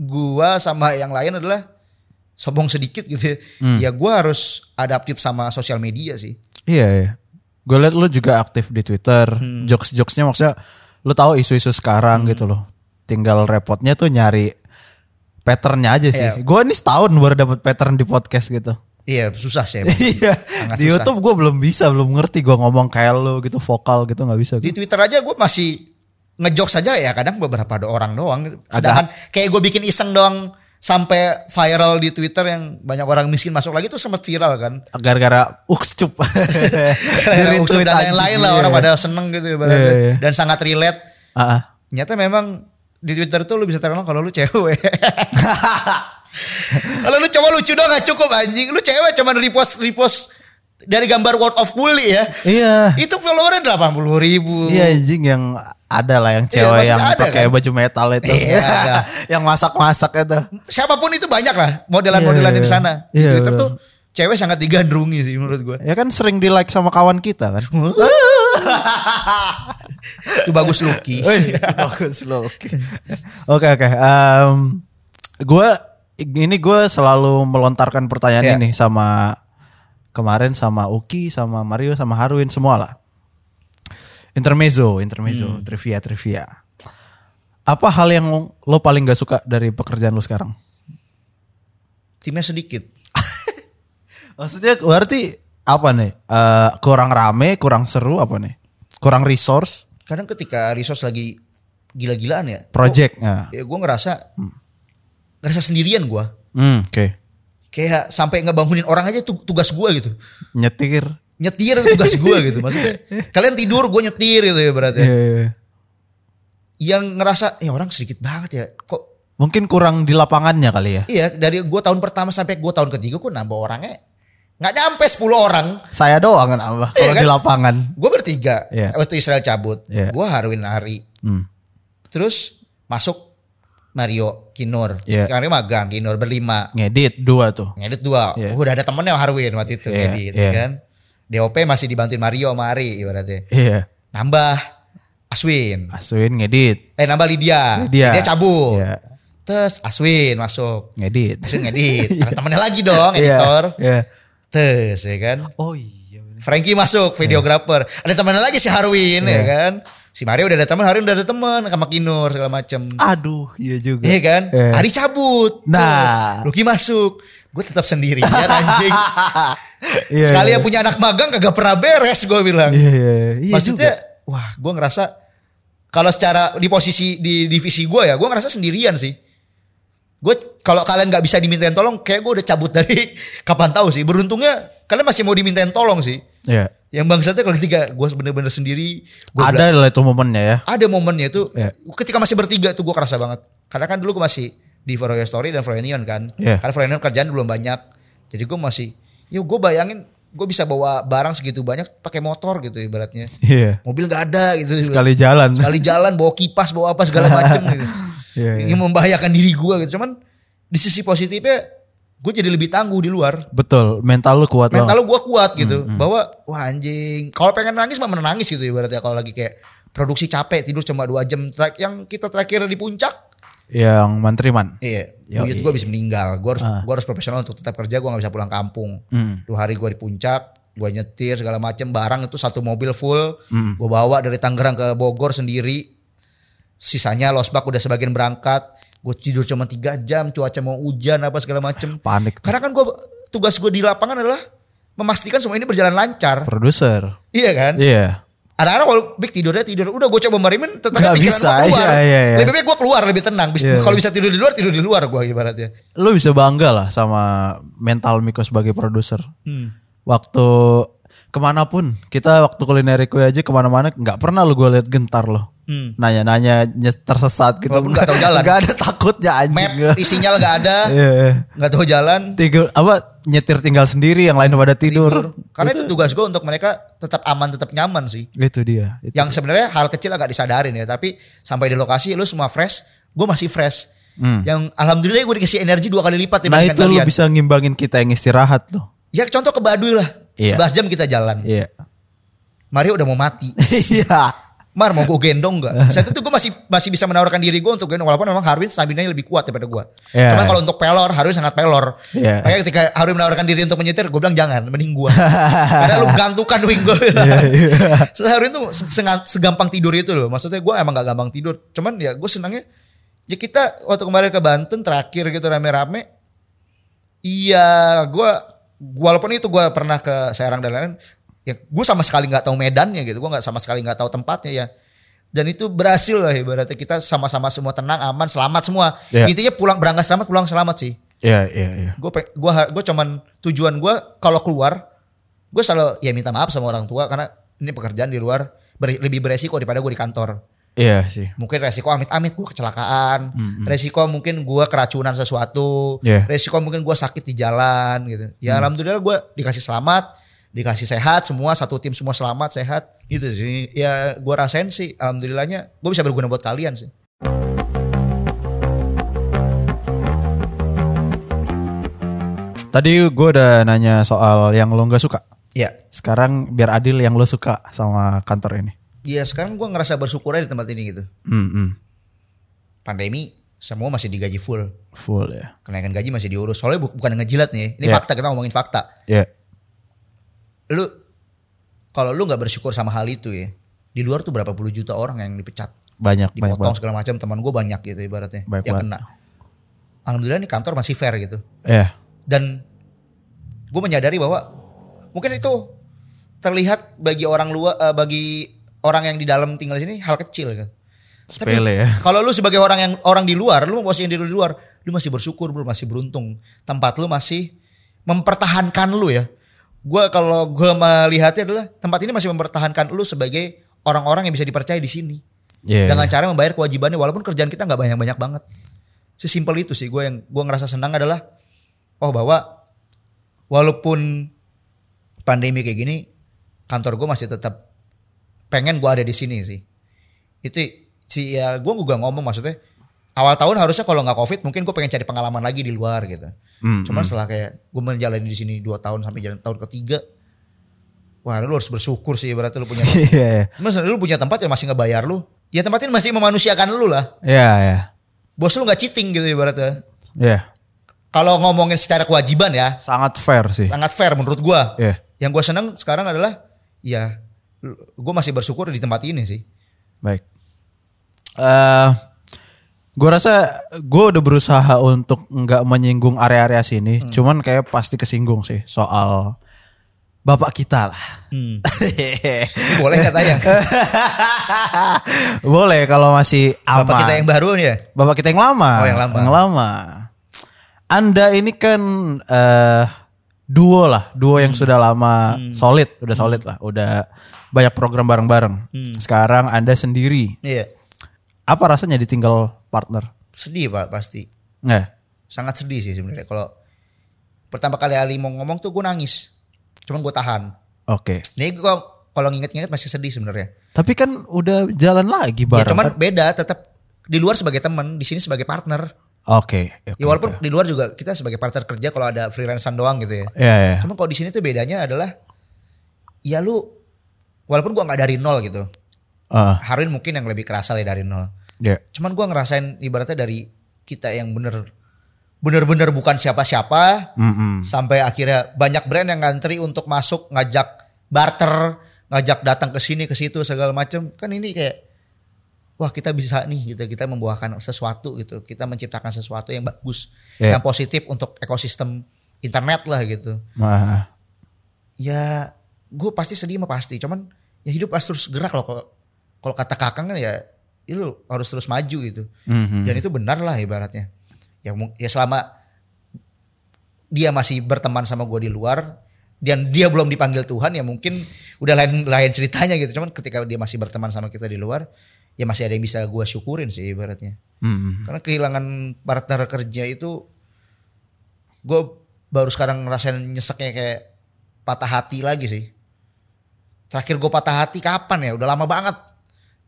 [SPEAKER 1] gua sama yang lain adalah sombong sedikit gitu. ya. Ya gua harus adaptif sama sosial media sih.
[SPEAKER 2] Iya iya. Gue liat lu juga aktif di Twitter.
[SPEAKER 1] Hmm.
[SPEAKER 2] Jokes-jokesnya maksudnya lu tahu isu-isu sekarang gitu loh. Tinggal repotnya tuh nyari patternnya aja sih.
[SPEAKER 1] Iya.
[SPEAKER 2] Gue ini setahun baru dapat pattern di podcast gitu.
[SPEAKER 1] Iya susah sih. emang.
[SPEAKER 2] Iya.
[SPEAKER 1] Sangat
[SPEAKER 2] di
[SPEAKER 1] susah.
[SPEAKER 2] YouTube gue belum bisa, belum ngerti gue ngomong kayak lu gitu vokal gitu nggak bisa.
[SPEAKER 1] Di Twitter aja gue masih ngejok saja ya kadang beberapa do- orang doang. Sedangkan kayak gue bikin iseng doang sampai viral di Twitter yang banyak orang miskin masuk lagi tuh sempat viral kan.
[SPEAKER 2] Gara-gara ukscup.
[SPEAKER 1] Gara-gara Ucup
[SPEAKER 2] Di-retweet
[SPEAKER 1] dan
[SPEAKER 2] anjing,
[SPEAKER 1] lain-lain lah
[SPEAKER 2] iya.
[SPEAKER 1] orang pada seneng gitu ya.
[SPEAKER 2] Iya, iya.
[SPEAKER 1] Dan sangat relate.
[SPEAKER 2] Ah, ah.
[SPEAKER 1] Nyata memang di Twitter tuh lu bisa terkenal kalau lu cewek. kalau lu cowok lucu doang gak cukup anjing. Lu cewek cuman repost repost dari gambar World of Wuli ya.
[SPEAKER 2] Iya.
[SPEAKER 1] Itu followernya 80 ribu.
[SPEAKER 2] Iya anjing yang ada lah yang
[SPEAKER 1] Iya,
[SPEAKER 2] cewek
[SPEAKER 1] maksudnya
[SPEAKER 2] yang
[SPEAKER 1] ada
[SPEAKER 2] pakai
[SPEAKER 1] kan?
[SPEAKER 2] baju metal itu.
[SPEAKER 1] Iya, ada.
[SPEAKER 2] yang masak-masak itu.
[SPEAKER 1] Siapapun itu banyak lah modelan-modelan
[SPEAKER 2] Iya,
[SPEAKER 1] di
[SPEAKER 2] iya.
[SPEAKER 1] sana. Di
[SPEAKER 2] Iya,
[SPEAKER 1] Twitter
[SPEAKER 2] betul.
[SPEAKER 1] tuh cewek sangat digandrungi sih menurut gue.
[SPEAKER 2] Ya kan sering di like sama kawan kita kan.
[SPEAKER 1] Itu bagus Lucky.
[SPEAKER 2] Wih, itu bagus loh. Oke oke. em, gue ini gue selalu melontarkan pertanyaan
[SPEAKER 1] Iya.
[SPEAKER 2] ini sama kemarin sama Uki, sama Mario, sama Harwin semua lah. Intermezzo, intermezzo,
[SPEAKER 1] Hmm.
[SPEAKER 2] trivia, trivia. Apa hal yang lo paling gak suka dari pekerjaan lo sekarang?
[SPEAKER 1] Timnya sedikit.
[SPEAKER 2] Maksudnya berarti apa nih? Eh, kurang rame, kurang seru apa nih? Kurang resource,
[SPEAKER 1] Kadang ketika resource lagi gila-gilaan ya.
[SPEAKER 2] project. Nah.
[SPEAKER 1] Ya gue ngerasa ngerasa sendirian gue.
[SPEAKER 2] Hmm, oke.
[SPEAKER 1] kayak sampai ngebangunin orang aja itu tugas gua gitu
[SPEAKER 2] Nyetir.
[SPEAKER 1] nyetir tugas gua gitu maksudnya kalian tidur gue nyetir gitu ya berarti
[SPEAKER 2] Iya, iya, iya.
[SPEAKER 1] yang ngerasa ya orang sedikit banget ya kok
[SPEAKER 2] Mungkin kurang di lapangannya kali ya.
[SPEAKER 1] iya dari gua tahun pertama sampai gua tahun ketiga kok nambah orangnya nggak nyampe 10 orang
[SPEAKER 2] Saya doang kan Abah kalau
[SPEAKER 1] Iya kan?
[SPEAKER 2] di lapangan.
[SPEAKER 1] gua bertiga
[SPEAKER 2] Iya.
[SPEAKER 1] waktu Israel cabut
[SPEAKER 2] Iya.
[SPEAKER 1] gua Harwin Hari
[SPEAKER 2] Hmm.
[SPEAKER 1] terus masuk Mario Kinur
[SPEAKER 2] Iya.
[SPEAKER 1] Mario magang Kinur berlima
[SPEAKER 2] Ngedit dua tuh.
[SPEAKER 1] ngedit dua
[SPEAKER 2] Iya.
[SPEAKER 1] udah ada temennya Harwin waktu itu
[SPEAKER 2] Iya,
[SPEAKER 1] ngedit
[SPEAKER 2] iya.
[SPEAKER 1] kan DOP masih dibantuin Mario sama Ari ibaratnya
[SPEAKER 2] Iya.
[SPEAKER 1] nambah Aswin.
[SPEAKER 2] Aswin ngedit,
[SPEAKER 1] Eh nambah Lydia.
[SPEAKER 2] Lydia.
[SPEAKER 1] Dia cabut.
[SPEAKER 2] Iya.
[SPEAKER 1] Terus Aswin masuk.
[SPEAKER 2] ngedit.
[SPEAKER 1] Aswin ngedit. Ada temennya lagi dong
[SPEAKER 2] Iya,
[SPEAKER 1] editor.
[SPEAKER 2] Iya.
[SPEAKER 1] Terus ya kan.
[SPEAKER 2] Oh iya. Iya. bener.
[SPEAKER 1] Frankie masuk videographer. Ada temennya lagi si Harwin ya kan. Si Mario udah ada teman, Harwin udah ada teman sama Kinur segala macem.
[SPEAKER 2] Aduh, iya juga.
[SPEAKER 1] Iya kan?
[SPEAKER 2] Iya.
[SPEAKER 1] Ari cabut.
[SPEAKER 2] Nah.
[SPEAKER 1] Terus Lucky masuk. Gue tetap sendirian anjing.
[SPEAKER 2] Iya,
[SPEAKER 1] Sekali ya.
[SPEAKER 2] iya.
[SPEAKER 1] yang punya anak magang kagak pernah beres gue bilang.
[SPEAKER 2] Iya, iya. Iya
[SPEAKER 1] Maksudnya wah gue ngerasa kalau secara di posisi di divisi gue ya gue ngerasa sendirian sih. Gue kalau kalian nggak bisa dimintain tolong kayak gue udah cabut dari kapan tahu sih. Beruntungnya kalian masih mau dimintain tolong sih.
[SPEAKER 2] juga. Iya.
[SPEAKER 1] Yang bangsatnya kalau ketiga gue bener-bener sendiri. Gua
[SPEAKER 2] Ada lah itu momennya ya.
[SPEAKER 1] bela- ada momennya itu
[SPEAKER 2] Iya.
[SPEAKER 1] ketika masih bertiga tuh gue kerasa banget. Karena kan dulu gue masih di For Your Story dan For Union kan.
[SPEAKER 2] Iya.
[SPEAKER 1] Karena For Union kerjaan belum banyak. Jadi gue masih, yo gue bayangin gue bisa bawa barang segitu banyak pakai motor gitu ibaratnya
[SPEAKER 2] Iya.
[SPEAKER 1] mobil nggak ada gitu
[SPEAKER 2] Sekali jalan.
[SPEAKER 1] Sekali jalan bawa kipas bawa apa segala macem gitu
[SPEAKER 2] Iya, iya.
[SPEAKER 1] ini membahayakan diri gua gitu cuman di sisi positifnya gue jadi lebih tangguh di luar
[SPEAKER 2] Betul, mental lu kuat banget.
[SPEAKER 1] mental lu gua kuat gitu bahwa wah anjing kalau pengen nangis mah menangis gitu ibaratnya kalau lagi kayak produksi capek tidur cuma dua jam Tra- yang kita terakhir di puncak
[SPEAKER 2] yang mantriman.
[SPEAKER 1] Iya,
[SPEAKER 2] Yo,
[SPEAKER 1] duit gue bisa meninggal. Gue harus gua harus profesional untuk tetap kerja. Gue nggak bisa pulang kampung. Dua hari gue di puncak, gue nyetir segala macem barang itu satu mobil full. Gue bawa dari Tangerang ke Bogor sendiri. Sisanya losbak udah sebagian berangkat. Gue tidur cuma tiga jam, cuaca mau hujan apa segala macem.
[SPEAKER 2] Panik.
[SPEAKER 1] Karena kan gue tugas gue di lapangan adalah memastikan semua ini berjalan lancar.
[SPEAKER 2] Produser.
[SPEAKER 1] Iya kan?
[SPEAKER 2] Iya.
[SPEAKER 1] Anak-anak kalau Big tidurnya tidur, udah gue coba merimin tetangga
[SPEAKER 2] Nggak
[SPEAKER 1] pikiran
[SPEAKER 2] bisa,
[SPEAKER 1] gue keluar.
[SPEAKER 2] iya, iya, iya.
[SPEAKER 1] Lebih baik gue keluar lebih tenang. Bis-
[SPEAKER 2] Iya.
[SPEAKER 1] Kalau bisa tidur di luar, tidur di luar gue ibaratnya.
[SPEAKER 2] lu bisa bangga lah sama mental Miko sebagai produser. Waktu kemanapun kita waktu kulineriku aja kemana-mana nggak pernah lu gue liat gentar loh. Nanya-nanya nyet- tersesat gitu.
[SPEAKER 1] Hmm. Walaupun nggak tahu jalan.
[SPEAKER 2] Nggak ada takutnya anjing.
[SPEAKER 1] Map, iya. isinya nggak ada,
[SPEAKER 2] Iya, iya.
[SPEAKER 1] nggak tahu jalan.
[SPEAKER 2] Tiga, apa nyetir tinggal sendiri yang lain pada tidur.
[SPEAKER 1] Karena itu tugas gue untuk mereka tetap aman, tetap nyaman sih.
[SPEAKER 2] Itu dia. Itu.
[SPEAKER 1] Yang sebenarnya hal kecil agak disadarin ya, tapi sampai di lokasi lu semua fresh, gue masih fresh. Yang alhamdulillah gue dikasih energi dua kali lipat
[SPEAKER 2] Hmm. Nah
[SPEAKER 1] dibandingkan
[SPEAKER 2] itu lu
[SPEAKER 1] kalian.
[SPEAKER 2] bisa ngimbangin kita yang istirahat tuh.
[SPEAKER 1] Ya contoh ke Baduy lah.
[SPEAKER 2] Iya.
[SPEAKER 1] 11 jam kita jalan.
[SPEAKER 2] Iya.
[SPEAKER 1] Mario udah mau mati.
[SPEAKER 2] Iya.
[SPEAKER 1] Mar mau gue gendong gak? Saat itu gue masih masih bisa menawarkan diri gue untuk gendong walaupun memang Harwin stamina lebih kuat daripada gue.
[SPEAKER 2] Iya.
[SPEAKER 1] Cuman kalau untuk pelor Harwin sangat pelor.
[SPEAKER 2] Iya.
[SPEAKER 1] Makanya ketika Harwin menawarkan diri untuk menyetir gue bilang jangan mending gue. Karena lu gantukan wing gue.
[SPEAKER 2] Iya,
[SPEAKER 1] So, Harwin tuh se- sengat- segampang tidur itu loh. Maksudnya gue emang gak gampang tidur. Cuman ya gue senangnya ya kita waktu kemarin ke Banten terakhir gitu rame-rame Iya, gue walaupun itu gue pernah ke Serang dan lain-lain, ya gue sama sekali nggak tahu medannya gitu, gue nggak sama sekali nggak tahu tempatnya ya. Dan itu berhasil lah ibaratnya kita sama-sama semua tenang, aman, selamat semua.
[SPEAKER 2] Iya.
[SPEAKER 1] Intinya pulang berangkat selamat, pulang selamat sih.
[SPEAKER 2] Iya, iya, iya.
[SPEAKER 1] Gue gue gue cuman tujuan gue kalau keluar gue selalu ya minta maaf sama orang tua karena ini pekerjaan di luar ber- lebih beresiko daripada gue di kantor
[SPEAKER 2] Iya sih.
[SPEAKER 1] mungkin resiko amit-amit gue kecelakaan, resiko mungkin gue keracunan sesuatu,
[SPEAKER 2] Yeah.
[SPEAKER 1] resiko mungkin gue sakit di jalan gitu. Ya alhamdulillah gue dikasih selamat, dikasih sehat semua satu tim semua selamat sehat gitu sih. Ya gue rasain sih alhamdulillahnya gue bisa berguna buat kalian sih.
[SPEAKER 2] Tadi gue udah nanya soal yang lo nggak suka.
[SPEAKER 1] Ya.
[SPEAKER 2] Sekarang biar adil yang lo suka sama kantor ini.
[SPEAKER 1] Ya sekarang gue ngerasa bersyukur aja di tempat ini gitu.
[SPEAKER 2] Hmm,
[SPEAKER 1] Pandemi semua masih digaji full,
[SPEAKER 2] full ya.
[SPEAKER 1] kenaikan gaji masih diurus. Soalnya bu- bukan ngejilat nih, ini
[SPEAKER 2] Yeah.
[SPEAKER 1] fakta kita ngomongin fakta.
[SPEAKER 2] Ya,
[SPEAKER 1] Lu kalau lu nggak bersyukur sama hal itu ya, di luar tuh berapa puluh juta orang yang dipecat
[SPEAKER 2] banyak banyak
[SPEAKER 1] dipotong
[SPEAKER 2] banget.
[SPEAKER 1] segala macam teman gue banyak gitu ibaratnya
[SPEAKER 2] Banyak
[SPEAKER 1] yang
[SPEAKER 2] banget.
[SPEAKER 1] kena alhamdulillah nih kantor masih fair gitu
[SPEAKER 2] Ya,
[SPEAKER 1] dan gue menyadari bahwa mungkin itu terlihat bagi orang luar eh, bagi orang yang di dalam tinggal di sini hal kecil kan
[SPEAKER 2] sepele ya.
[SPEAKER 1] kalau lu sebagai orang yang orang di luar lu posisiin diri lu di luar lu masih bersyukur bro masih beruntung tempat lu masih mempertahankan lu ya gue kalau gue melihatnya adalah tempat ini masih mempertahankan lu sebagai orang-orang yang bisa dipercaya di sini
[SPEAKER 2] Iya.
[SPEAKER 1] dengan cara membayar kewajibannya walaupun kerjaan kita nggak banyak banyak banget sesimpel itu sih gue yang gue ngerasa senang adalah oh bahwa walaupun pandemi kayak gini kantor gue masih tetap pengen gue ada di sini sih itu si ya gue juga ngomong maksudnya awal tahun harusnya kalau nggak covid mungkin gue pengen cari pengalaman lagi di luar gitu
[SPEAKER 2] Hmm,
[SPEAKER 1] cuman setelah kayak gue menjalani di sini dua tahun sampai jalan tahun ketiga wah lu harus bersyukur sih berarti lu punya
[SPEAKER 2] Iya, iya.
[SPEAKER 1] Maksudnya lu punya tempat yang masih ngebayar lu. Ya tempat ini masih memanusiakan lu lah.
[SPEAKER 2] Iya, iya.
[SPEAKER 1] Bos lu nggak cheating gitu ibaratnya.
[SPEAKER 2] Iya.
[SPEAKER 1] Kalau ngomongin secara kewajiban ya,
[SPEAKER 2] Sangat fair sih.
[SPEAKER 1] sangat fair menurut gua.
[SPEAKER 2] Iya.
[SPEAKER 1] Yang gua seneng sekarang adalah ya lu- gua masih bersyukur di tempat ini sih.
[SPEAKER 2] Baik. Eh, gue rasa gue udah berusaha untuk nggak menyinggung area-area sini, cuman kayak pasti kesinggung sih soal bapak kita lah.
[SPEAKER 1] Ini boleh nggak tanya?
[SPEAKER 2] Boleh kalau masih aman.
[SPEAKER 1] Bapak kita yang baru nih ya.
[SPEAKER 2] Bapak kita yang lama.
[SPEAKER 1] Oh, yang lama.
[SPEAKER 2] Anda ini kan eh duo lah, duo yang
[SPEAKER 1] Hmm.
[SPEAKER 2] sudah lama solid, udah solid lah, udah banyak program bareng-bareng.
[SPEAKER 1] Hmm.
[SPEAKER 2] Sekarang Anda sendiri.
[SPEAKER 1] Iya.
[SPEAKER 2] Apa rasanya ditinggal partner?
[SPEAKER 1] Sedih pak pasti.
[SPEAKER 2] Nah,
[SPEAKER 1] Sangat sedih sih sebenarnya. Kalau pertama kali Ali mau ngomong tuh gua nangis. Cuman gua tahan.
[SPEAKER 2] oke.
[SPEAKER 1] Ini gua kalau nginget-nginget masih sedih sebenarnya.
[SPEAKER 2] Tapi kan udah jalan lagi
[SPEAKER 1] Ya,
[SPEAKER 2] bareng.
[SPEAKER 1] cuman
[SPEAKER 2] kan?
[SPEAKER 1] beda tetap di luar sebagai teman, di sini sebagai partner.
[SPEAKER 2] Oke. oke,
[SPEAKER 1] Ya walaupun
[SPEAKER 2] oke.
[SPEAKER 1] di luar juga kita sebagai partner kerja kalau ada freelancean doang gitu ya.
[SPEAKER 2] Ya, ya.
[SPEAKER 1] Cuman kalau di sini tuh bedanya adalah ya lu walaupun gua nggak dari nol gitu.
[SPEAKER 2] Ah,
[SPEAKER 1] Harun mungkin yang lebih kerasa lah dari nol.
[SPEAKER 2] ya.
[SPEAKER 1] Cuman gua ngerasain ibaratnya dari kita yang bener bener-bener bukan siapa-siapa
[SPEAKER 2] Mm-mm.
[SPEAKER 1] sampai akhirnya banyak brand yang ngantri untuk masuk ngajak barter, ngajak datang ke sini ke situ segala macam. Kan ini kayak wah kita bisa nih gitu kita membuahkan sesuatu gitu kita menciptakan sesuatu yang bagus yang
[SPEAKER 2] Iya.
[SPEAKER 1] positif untuk ekosistem internet lah gitu
[SPEAKER 2] Ah,
[SPEAKER 1] ya gue pasti sedih mah pasti cuman ya hidup harus terus gerak loh kalau kalau kata kakang kan ya ya lu harus terus maju gitu dan itu benar lah ibaratnya ya mung- ya selama dia masih berteman sama gue di luar dan dia belum dipanggil Tuhan ya mungkin udah lain lain ceritanya gitu cuman ketika dia masih berteman sama kita di luar ya masih ada yang bisa gue syukurin sih ibaratnya karena kehilangan partner kerja itu gue baru sekarang ngerasain nyeseknya kayak patah hati lagi sih. Terakhir gue patah hati kapan ya? Udah lama banget.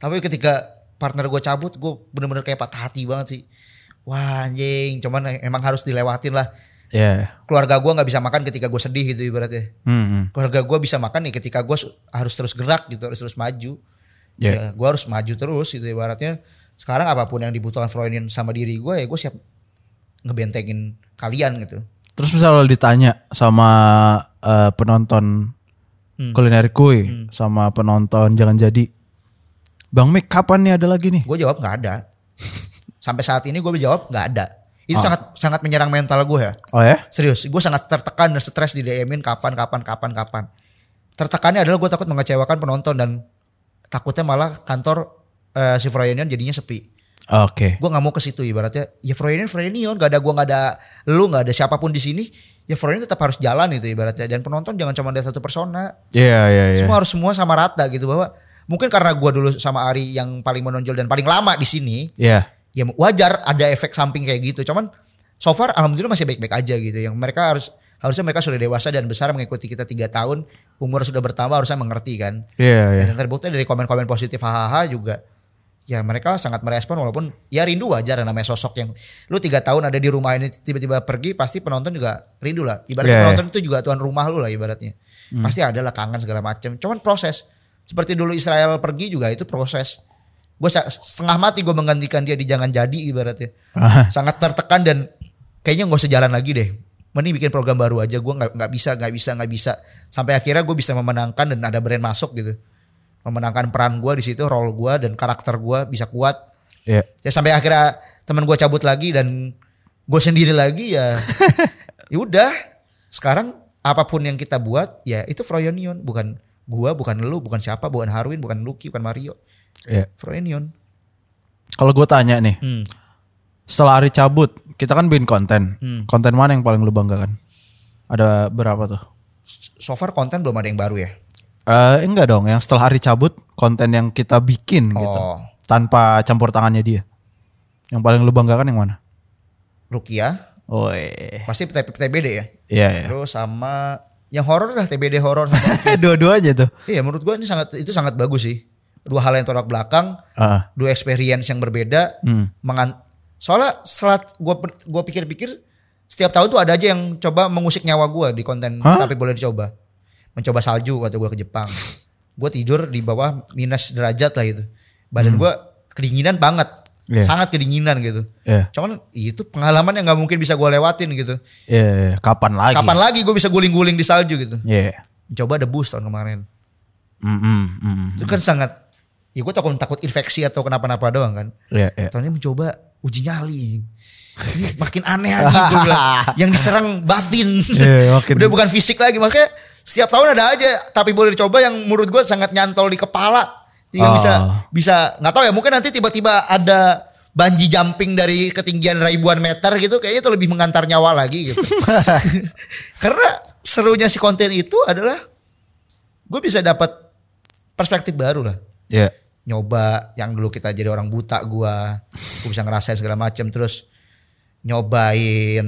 [SPEAKER 1] Tapi ketika partner gue cabut, gue bener-bener kayak patah hati banget sih. Wah anjing, cuman emang harus dilewatin lah.
[SPEAKER 2] Ya.
[SPEAKER 1] Keluarga gue nggak bisa makan ketika gue sedih gitu ibaratnya.
[SPEAKER 2] Hmm.
[SPEAKER 1] Keluarga gue bisa makan nih ketika gue harus terus gerak gitu, harus terus maju.
[SPEAKER 2] Ya.
[SPEAKER 1] Ya, gue harus maju terus gitu ibaratnya. Sekarang apapun yang dibutuhkan Freudian sama diri gue ya gue siap ngebentengin kalian gitu.
[SPEAKER 2] Terus misalnya lo ditanya sama eh, penonton kuliner kuy sama penonton jangan jadi. Bang Mik kapan nih ada lagi nih?
[SPEAKER 1] Gue jawab nggak ada. Sampai saat ini gue jawab nggak ada. Itu sangat sangat menyerang mental gue ya.
[SPEAKER 2] Oh ya?
[SPEAKER 1] Serius, gue sangat tertekan dan stres di DM-in kapan kapan kapan kapan. Tertekannya adalah gue takut mengecewakan penonton dan takutnya malah kantor eh, si Froyonion jadinya sepi.
[SPEAKER 2] Oke.
[SPEAKER 1] Gue nggak mau ke situ ibaratnya. Ya Froyonion Froyonion gak ada gue nggak ada lu nggak ada siapapun di sini. Ya Froyonion tetap harus jalan itu ibaratnya dan penonton jangan cuma ada satu persona.
[SPEAKER 2] Iya iya iya.
[SPEAKER 1] Semua harus semua sama rata gitu bahwa mungkin karena gue dulu sama Ari yang paling menonjol dan paling lama di sini
[SPEAKER 2] Iya.
[SPEAKER 1] ya wajar ada efek samping kayak gitu. Cuman so far alhamdulillah masih baik-baik aja gitu. Yang mereka harus harusnya mereka sudah dewasa dan besar mengikuti kita tiga tahun, umur sudah bertambah harusnya mengerti kan.
[SPEAKER 2] Iya iya.
[SPEAKER 1] Dan terbukti dari komen-komen positif hahaha juga ya mereka sangat merespon walaupun ya rindu wajar namanya sosok yang lu tiga tahun ada di rumah ini tiba-tiba pergi pasti penonton juga rindu lah ibaratnya
[SPEAKER 2] Yeah.
[SPEAKER 1] penonton itu juga tuan rumah lu lah ibaratnya pasti ada lah kangen segala macam cuman proses seperti dulu Israel pergi juga itu proses gue setengah mati gue menggantikan dia di jangan jadi ibaratnya sangat tertekan dan kayaknya nggak usah jalan lagi deh mending bikin program baru aja gue nggak nggak bisa nggak bisa nggak bisa sampai akhirnya gue bisa memenangkan dan ada brand masuk gitu memenangkan peran gue di situ role gue dan karakter gue bisa kuat
[SPEAKER 2] Iya.
[SPEAKER 1] ya sampai akhirnya teman gue cabut lagi dan gue sendiri lagi ya ya udah sekarang apapun yang kita buat ya itu Froyonion bukan gue bukan lu bukan siapa bukan Harwin bukan Lucky bukan Mario
[SPEAKER 2] Iya.
[SPEAKER 1] Froyonion
[SPEAKER 2] Kalau gue tanya nih, setelah Ari cabut, kita kan bikin konten. Konten mana yang paling lu banggakan? Ada berapa tuh?
[SPEAKER 1] so far konten belum ada yang baru ya
[SPEAKER 2] Eh enggak dong, yang setelah Ari cabut, konten yang kita bikin gitu,
[SPEAKER 1] Oh.
[SPEAKER 2] tanpa campur tangannya dia. Yang paling lu banggakan yang mana?
[SPEAKER 1] Rukia
[SPEAKER 2] Oh
[SPEAKER 1] ya? pasti T- TBD ya
[SPEAKER 2] iya. iya.
[SPEAKER 1] terus sama yang horor lah TBD horor sama-
[SPEAKER 2] Dua-duanya tuh.
[SPEAKER 1] iya menurut gue ini sangat itu sangat bagus sih dua hal yang tolak belakang
[SPEAKER 2] Ah,
[SPEAKER 1] dua experience yang berbeda
[SPEAKER 2] Hmm.
[SPEAKER 1] mengan soalnya setelah gua gua pikir-pikir setiap tahun tuh ada aja yang coba mengusik nyawa gua di konten tapi boleh dicoba mencoba salju waktu gua ke Jepang gua tidur di bawah minus derajat lah itu badan gua kedinginan banget
[SPEAKER 2] Hmm. Iya.
[SPEAKER 1] sangat kedinginan gitu
[SPEAKER 2] Iya.
[SPEAKER 1] cuman itu pengalaman yang nggak mungkin bisa gua lewatin gitu
[SPEAKER 2] iya, iya, iya. kapan lagi?
[SPEAKER 1] kapan lagi gua bisa guling-guling di salju gitu
[SPEAKER 2] Iya.
[SPEAKER 1] coba debus tahun kemarin
[SPEAKER 2] Mm, mm, mm.
[SPEAKER 1] itu kan sangat ya gua takut takut infeksi atau kenapa-napa doang kan
[SPEAKER 2] Iya, iya.
[SPEAKER 1] Tahun ini mencoba uji nyali. Ini makin aneh aja gua bilang. Yang diserang batin.
[SPEAKER 2] Iya, makin-
[SPEAKER 1] Udah bukan fisik lagi. Makanya setiap tahun ada aja tapi boleh dicoba yang menurut gue sangat nyantol di kepala. Yang
[SPEAKER 2] Ah.
[SPEAKER 1] bisa bisa nggak tahu ya mungkin nanti tiba-tiba ada banji jumping dari ketinggian ribuan meter gitu kayaknya itu lebih mengantar nyawa lagi gitu. Karena serunya si konten itu adalah gue bisa dapat perspektif baru lah
[SPEAKER 2] Iya.
[SPEAKER 1] nyoba yang dulu kita jadi orang buta gua gua bisa ngerasain segala macam terus nyobain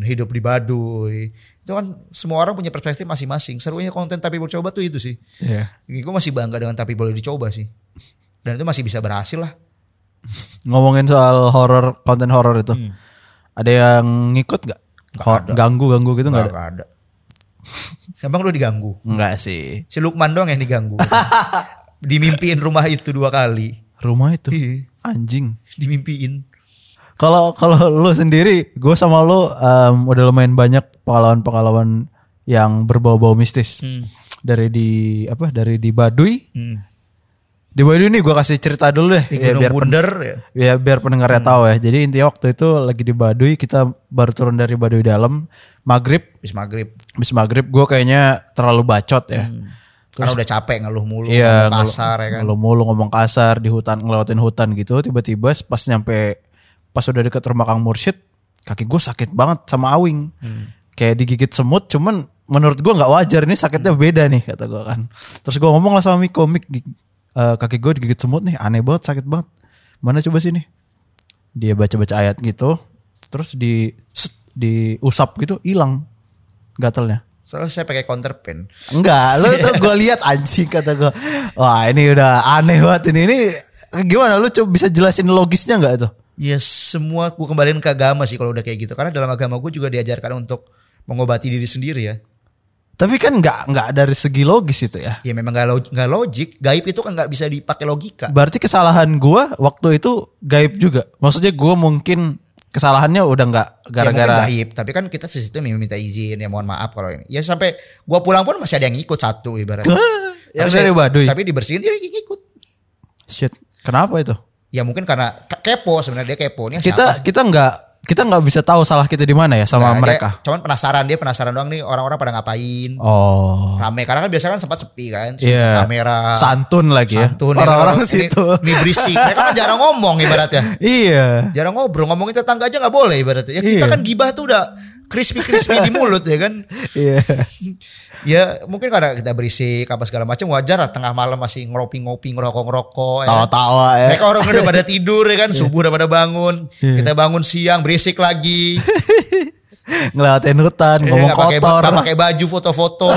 [SPEAKER 1] hidup di Baduy itu kan semua orang punya perspektif masing-masing serunya konten tapi boleh coba tuh itu sih
[SPEAKER 2] Iya.
[SPEAKER 1] gue masih bangga dengan tapi boleh dicoba sih dan itu masih bisa berhasil lah
[SPEAKER 2] Ngomongin soal horor, konten horor itu.
[SPEAKER 1] Hmm.
[SPEAKER 2] Ada yang ngikut gak? Ganggu-ganggu gitu gak ada?
[SPEAKER 1] Nggak ada emang lu diganggu
[SPEAKER 2] Enggak sih.
[SPEAKER 1] si Lukman doang yang diganggu dimimpiin rumah itu dua kali
[SPEAKER 2] Rumah itu.
[SPEAKER 1] Iya.
[SPEAKER 2] Anjing.
[SPEAKER 1] dimimpiin
[SPEAKER 2] Kalau kalau lu sendiri, gue sama lu em, udah lumayan banyak pengalaman-pengalaman yang berbau-bau mistis.
[SPEAKER 1] Hmm.
[SPEAKER 2] Dari di apa? Dari di Baduy. Di Baduy nih gue kasih cerita dulu deh
[SPEAKER 1] di Gunung
[SPEAKER 2] ya, Hmm. biar pen-
[SPEAKER 1] Bunder ya
[SPEAKER 2] ya biar pendengarnya tahu ya. Jadi intinya waktu itu lagi di Baduy, kita baru turun dari Baduy dalam maghrib
[SPEAKER 1] bis maghrib
[SPEAKER 2] Abis maghrib gue kayaknya terlalu bacot ya.
[SPEAKER 1] Karena udah capek ngeluh mulu,
[SPEAKER 2] Iya,
[SPEAKER 1] ngomong kasar ya kan.
[SPEAKER 2] Kalau mulu ngomong kasar di hutan ngelewatin hutan gitu, tiba-tiba pas nyampe pas udah deket rumah Kang Mursyid, kaki gue sakit banget sama awing.
[SPEAKER 1] Hmm.
[SPEAKER 2] Kayak digigit semut, cuman menurut gue nggak wajar ini sakitnya beda nih kata gue kan. Terus gue ngomong lah sama Miko, Mik gig- eh, kaki gue digigit semut nih, aneh banget, sakit banget. Mana coba sini? Dia baca-baca ayat gitu, terus di diusap gitu, hilang gatalnya.
[SPEAKER 1] Soalnya saya pakai counter pen.
[SPEAKER 2] Enggak, lu tuh gue lihat anjing kata gue. Wah ini udah aneh banget ini. Ini gimana lu coba bisa jelasin logisnya nggak tuh?
[SPEAKER 1] Ya semua gue kembaliin ke agama sih kalau udah kayak gitu. Karena dalam agama gue juga diajarkan untuk mengobati diri sendiri ya.
[SPEAKER 2] Tapi kan nggak nggak dari segi logis itu ya.
[SPEAKER 1] Ya memang gak, log- gak logik. Gaib itu kan gak bisa dipakai logika. Ya,
[SPEAKER 2] Berarti kesalahan gua waktu itu gaib juga. Maksudnya gua mungkin kesalahannya udah nggak
[SPEAKER 1] ya
[SPEAKER 2] gara-gara.
[SPEAKER 1] mungkin gaib tapi kan kita di situ minta izin ya mohon maaf kalau ini ya sampai gua pulang pun masih ada yang ngikut satu ibarat
[SPEAKER 2] Ya,
[SPEAKER 1] Tapi saya-
[SPEAKER 2] dari Baduy.
[SPEAKER 1] tapi dibersihin dia ngikut
[SPEAKER 2] Shit, kenapa itu?
[SPEAKER 1] ya mungkin karena ke- kepo sebenarnya dia kepo nih
[SPEAKER 2] Kita kita nggak kita nggak bisa tahu salah kita di mana ya sama mereka.
[SPEAKER 1] Nah, cuman penasaran dia penasaran doang nih orang-orang pada ngapain
[SPEAKER 2] Oh,
[SPEAKER 1] rame karena kan biasanya kan sempat sepi kan Terus
[SPEAKER 2] iya.
[SPEAKER 1] kamera
[SPEAKER 2] Santun lagi ya.
[SPEAKER 1] santun ya.
[SPEAKER 2] Orang-orang
[SPEAKER 1] Ini-
[SPEAKER 2] situ.
[SPEAKER 1] ini berisik mereka kan jarang ngomong ibaratnya
[SPEAKER 2] Iya.
[SPEAKER 1] jarang ngobrol ngomongin tetangga aja nggak boleh ibaratnya ya kita
[SPEAKER 2] Iya.
[SPEAKER 1] kan gibah tuh udah crispy crispy di mulut ya kan
[SPEAKER 2] Iya.
[SPEAKER 1] Ya mungkin karena kita berisik apa segala macam wajar lah tengah malam masih ngopi-ngopi ngerokok-ngerokok ya.
[SPEAKER 2] Tawa-tawa ya.
[SPEAKER 1] Mereka orang udah pada tidur ya kan
[SPEAKER 2] Iya.
[SPEAKER 1] subuh udah pada bangun. Kita bangun siang berisik lagi.
[SPEAKER 2] ngeliatin hutan,
[SPEAKER 1] Ya,
[SPEAKER 2] ngomong
[SPEAKER 1] nggak pakai ba-
[SPEAKER 2] kotor.
[SPEAKER 1] nggak pakai baju foto-foto.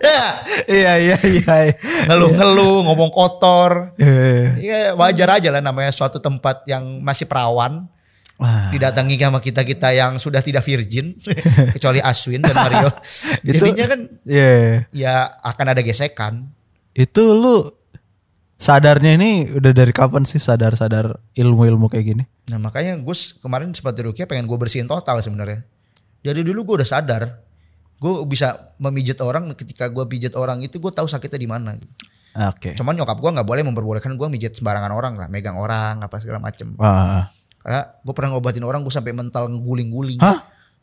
[SPEAKER 1] ya,
[SPEAKER 2] iya iya iya.
[SPEAKER 1] ngeluh-ngeluh ngomong kotor.
[SPEAKER 2] Eh,
[SPEAKER 1] Ya wajar aja lah namanya suatu tempat yang masih perawan.
[SPEAKER 2] Wah.
[SPEAKER 1] Didatangi sama kita-kita yang sudah tidak virgin kecuali Aswin dan Mario.
[SPEAKER 2] Itu-
[SPEAKER 1] Jadinya kan
[SPEAKER 2] Iya.
[SPEAKER 1] ya akan ada gesekan.
[SPEAKER 2] Itu lu sadarnya ini udah dari kapan sih sadar-sadar ilmu-ilmu kayak gini?
[SPEAKER 1] Nah makanya gue s- kemarin sempat di Rukia pengen gue bersihin total sebenarnya. Dari dulu gue udah sadar. Gue bisa memijit orang ketika gue pijit orang itu gue tahu sakitnya di mana.
[SPEAKER 2] Oke.
[SPEAKER 1] Cuman nyokap gue nggak boleh memperbolehkan gue mijit sembarangan orang lah, megang orang apa segala macem.
[SPEAKER 2] Wah.
[SPEAKER 1] Karena gue pernah ngobatin orang gue sampai mental guling-guling.
[SPEAKER 2] Hah?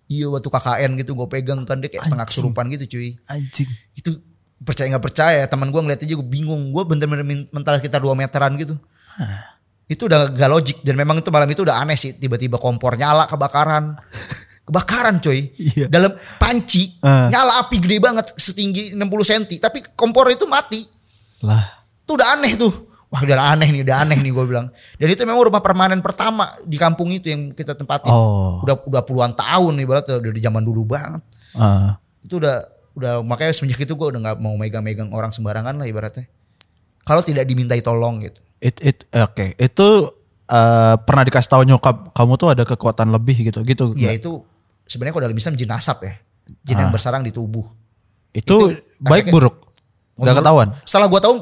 [SPEAKER 1] Iya waktu KKN gitu gue pegang kan dia kayak setengah kesurupan gitu cuy.
[SPEAKER 2] Anjing.
[SPEAKER 1] Itu percaya nggak percaya teman gue ngeliat aja gue bingung gue bener-bener min- mental sekitar 2 meteran gitu itu udah gak logik dan memang itu malam itu udah aneh sih tiba-tiba kompor nyala kebakaran kebakaran coy
[SPEAKER 2] Iya.
[SPEAKER 1] dalam panci
[SPEAKER 2] Eh.
[SPEAKER 1] nyala api gede banget setinggi 60 cm tapi kompor itu mati
[SPEAKER 2] Lah.
[SPEAKER 1] itu udah aneh tuh wah udah aneh nih udah aneh nih gue bilang dan itu memang rumah permanen pertama di kampung itu yang kita tempatin
[SPEAKER 2] Oh.
[SPEAKER 1] udah udah puluhan tahun ibaratnya udah di zaman dulu banget
[SPEAKER 2] Eh,
[SPEAKER 1] itu udah udah makanya semenjak itu gue udah nggak mau megang-megang orang sembarangan lah ibaratnya kalau tidak dimintai tolong gitu
[SPEAKER 2] it it oke. Itu eh, pernah dikasih tahu nyokap kamu tuh ada kekuatan lebih gitu gitu.
[SPEAKER 1] ya itu sebenarnya kalau dalam Islam jin nasab ya jin
[SPEAKER 2] Ah.
[SPEAKER 1] yang bersarang di tubuh itu-
[SPEAKER 2] Itu, baik
[SPEAKER 1] efeknya-
[SPEAKER 2] buruk. Gak ketahuan.
[SPEAKER 1] setelah gue tahu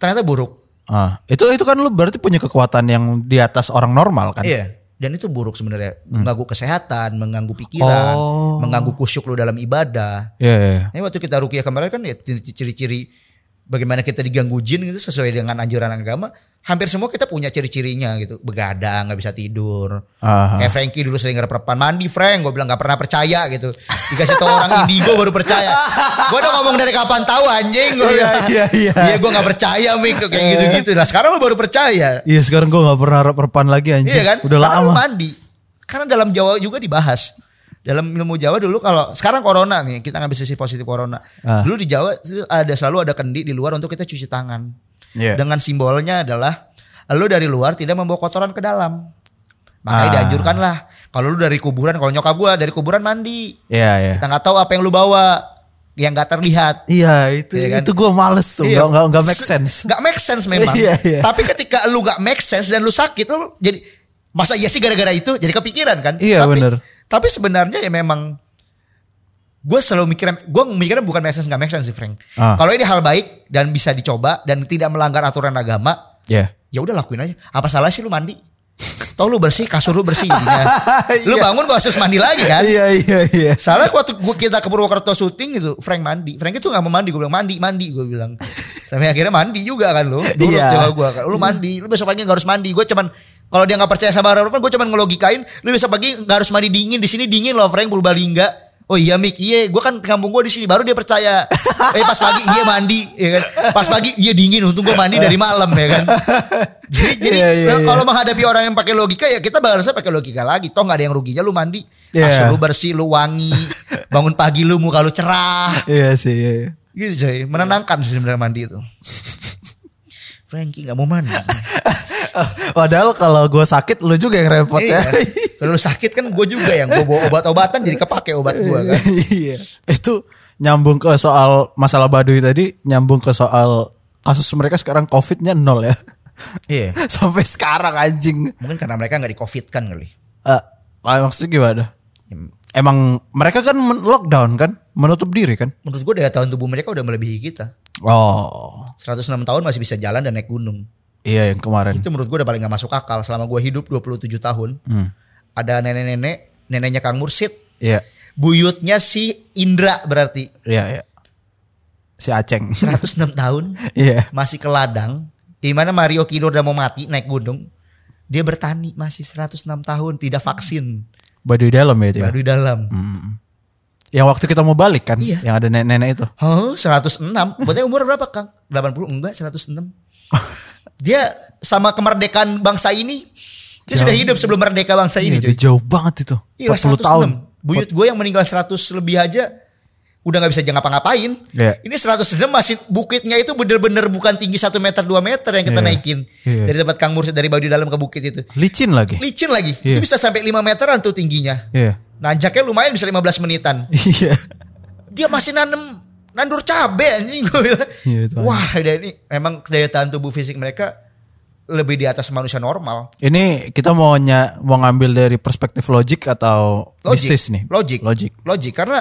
[SPEAKER 1] ternyata buruk
[SPEAKER 2] Ah, itu itu kan lu berarti punya kekuatan yang di atas orang normal kan?
[SPEAKER 1] iya dan itu buruk sebenarnya mengganggu kesehatan mengganggu pikiran
[SPEAKER 2] Hmm. Oh.
[SPEAKER 1] mengganggu kusyuk lu dalam ibadah
[SPEAKER 2] Iya, iya, iya.
[SPEAKER 1] Ini waktu kita rukiah kemarin kan ya ciri-ciri bagaimana kita diganggu jin gitu sesuai dengan anjuran agama. Hampir semua kita punya ciri-cirinya gitu. Begadang, nggak bisa tidur.
[SPEAKER 2] Aha.
[SPEAKER 1] Kayak Frankie dulu sering ngerepan mandi Frank. Gue bilang nggak pernah percaya gitu. Dikasih tau orang indigo baru percaya. Gue udah ngomong dari kapan tahu anjing. Gue
[SPEAKER 2] Iya,
[SPEAKER 1] bilang.
[SPEAKER 2] iya, iya.
[SPEAKER 1] Iya gue nggak percaya Mik kayak gitu-gitu. Nah sekarang lu baru percaya.
[SPEAKER 2] Iya sekarang gua nggak pernah harap repan lagi anjing.
[SPEAKER 1] Iya kan?
[SPEAKER 2] Udah
[SPEAKER 1] Karena
[SPEAKER 2] lama.
[SPEAKER 1] lu mandi. Karena dalam Jawa juga dibahas. Dalam ilmu Jawa dulu kalau sekarang corona nih kita ngambil sisi positif corona.
[SPEAKER 2] Ah.
[SPEAKER 1] Dulu di Jawa itu ada selalu ada kendi di luar untuk kita cuci tangan.
[SPEAKER 2] Iya.
[SPEAKER 1] Dengan simbolnya adalah lu dari luar tidak membawa kotoran ke dalam. Makanya
[SPEAKER 2] Ah.
[SPEAKER 1] dianjurkan lah. Kalau lu dari kuburan, kalau nyokap gua dari kuburan mandi.
[SPEAKER 2] Iya iya.
[SPEAKER 1] Kita nggak tahu apa yang lu bawa yang nggak terlihat.
[SPEAKER 2] Iya itu
[SPEAKER 1] Iya kan?
[SPEAKER 2] itu gua males tuh.
[SPEAKER 1] Iya.
[SPEAKER 2] Nggak nggak nggak make sense.
[SPEAKER 1] Gak make sense memang.
[SPEAKER 2] Iya, iya.
[SPEAKER 1] Tapi ketika lu gak make sense dan lu sakit lu jadi masa iya sih gara-gara itu jadi kepikiran kan?
[SPEAKER 2] Iya,
[SPEAKER 1] tapi,
[SPEAKER 2] bener.
[SPEAKER 1] Tapi sebenarnya ya memang gue selalu mikirnya gue mikirnya bukan make sense gak make sense sih Frank.
[SPEAKER 2] Ah.
[SPEAKER 1] Kalau ini hal baik dan bisa dicoba dan tidak melanggar aturan agama,
[SPEAKER 2] Iya.
[SPEAKER 1] ya udah lakuin aja. Apa salah sih lu mandi? Tau lu bersih, kasur lu bersih. ya. Lu bangun gak harus mandi lagi kan?
[SPEAKER 2] Iya iya iya.
[SPEAKER 1] Salah waktu gua kita ke Purwokerto syuting gitu, Frank mandi. Frank itu nggak mau mandi, gue bilang mandi, mandi, gue bilang. Sampai akhirnya mandi juga kan lo. Dulu
[SPEAKER 2] Iya.
[SPEAKER 1] juga gua kan, lu mandi, lu besok pagi nggak harus mandi. Gue cuman kalau dia nggak percaya sama harapan, gue cuman ngelogikain, lu besok pagi nggak harus mandi dingin. Di sini dingin loh, Frank Purbalingga. Oh iya Mik, iya gue kan kampung gue di sini baru dia percaya. Eh pas pagi iya mandi, ya kan. Pas pagi iya dingin, untung gue mandi dari malam ya kan. Jadi, jadi
[SPEAKER 2] Iya, iya,
[SPEAKER 1] nah,
[SPEAKER 2] iya.
[SPEAKER 1] kalau menghadapi orang yang pakai logika ya kita balasnya pakai logika lagi. Toh nggak ada yang ruginya lu mandi,
[SPEAKER 2] Iya.
[SPEAKER 1] Asal lu bersih, lu wangi, bangun pagi lu muka lu cerah.
[SPEAKER 2] Iya sih. Iya. iya.
[SPEAKER 1] Gitu coy, menenangkan sih sebenarnya mandi itu. Frankie nggak mau mandi.
[SPEAKER 2] Padahal kalau gue sakit lu juga yang repot
[SPEAKER 1] Iya.
[SPEAKER 2] ya.
[SPEAKER 1] Kalau lu sakit kan gue juga yang gue bawa obat-obatan jadi kepake obat gue kan.
[SPEAKER 2] Iya. Itu nyambung ke soal masalah Baduy tadi, nyambung ke soal kasus mereka sekarang COVID-nya nol ya.
[SPEAKER 1] Iya.
[SPEAKER 2] Sampai sekarang anjing.
[SPEAKER 1] Mungkin karena mereka nggak di covid kan kali.
[SPEAKER 2] Eh, maksudnya gimana? Emang mereka kan men- lockdown kan, menutup diri kan?
[SPEAKER 1] Menurut gue daya tahan tubuh mereka udah melebihi kita.
[SPEAKER 2] Oh,
[SPEAKER 1] 106 tahun masih bisa jalan dan naik gunung.
[SPEAKER 2] iya yang kemarin.
[SPEAKER 1] Itu menurut gue udah paling gak masuk akal. Selama gue hidup 27 tahun. Ada nenek-nenek. Neneknya Kang Mursid.
[SPEAKER 2] Iya,
[SPEAKER 1] Buyutnya si Indra berarti.
[SPEAKER 2] iya, iya. Si Aceng.
[SPEAKER 1] 106 tahun.
[SPEAKER 2] Iya.
[SPEAKER 1] Masih ke ladang. Di mana Mario Kido udah mau mati naik gunung. Dia bertani masih 106 tahun. Tidak vaksin.
[SPEAKER 2] Baduy dalam ya itu. ya?
[SPEAKER 1] Baru di dalam.
[SPEAKER 2] Yang waktu kita mau balik kan,
[SPEAKER 1] Iya.
[SPEAKER 2] yang ada nenek-nenek itu.
[SPEAKER 1] Hah, 106. Berarti umur berapa, Kang? 80 enggak, 106. Dia sama kemerdekaan bangsa ini dia sudah hidup sebelum merdeka bangsa ini,
[SPEAKER 2] Iya,
[SPEAKER 1] cuy.
[SPEAKER 2] dia jauh banget itu.
[SPEAKER 1] Iya,
[SPEAKER 2] 40 tahun.
[SPEAKER 1] Buyut gue yang meninggal 100 lebih aja udah nggak bisa jangan ngapa-ngapain.
[SPEAKER 2] Iya.
[SPEAKER 1] Ini 106 masih bukitnya itu bener-bener bukan tinggi 1 meter 2 meter yang kita
[SPEAKER 2] Iya.
[SPEAKER 1] naikin.
[SPEAKER 2] Iya.
[SPEAKER 1] Dari tempat Kang Mursid dari Baduy Dalam ke bukit itu.
[SPEAKER 2] Licin lagi.
[SPEAKER 1] Licin lagi. Itu
[SPEAKER 2] Iya.
[SPEAKER 1] bisa sampai 5 meteran tuh tingginya.
[SPEAKER 2] Iya.
[SPEAKER 1] Nanjaknya lumayan bisa 15 menitan.
[SPEAKER 2] Iya.
[SPEAKER 1] dia masih nanem nandur cabe anjing gue bilang.
[SPEAKER 2] Iya, itu aneh.
[SPEAKER 1] Wah, dia ini emang daya tahan tubuh fisik mereka lebih di atas manusia normal.
[SPEAKER 2] Ini kita mau nya- mau ngambil dari perspektif logik atau
[SPEAKER 1] Logik,
[SPEAKER 2] bisnis nih?
[SPEAKER 1] logik,
[SPEAKER 2] Logik.
[SPEAKER 1] logik. Karena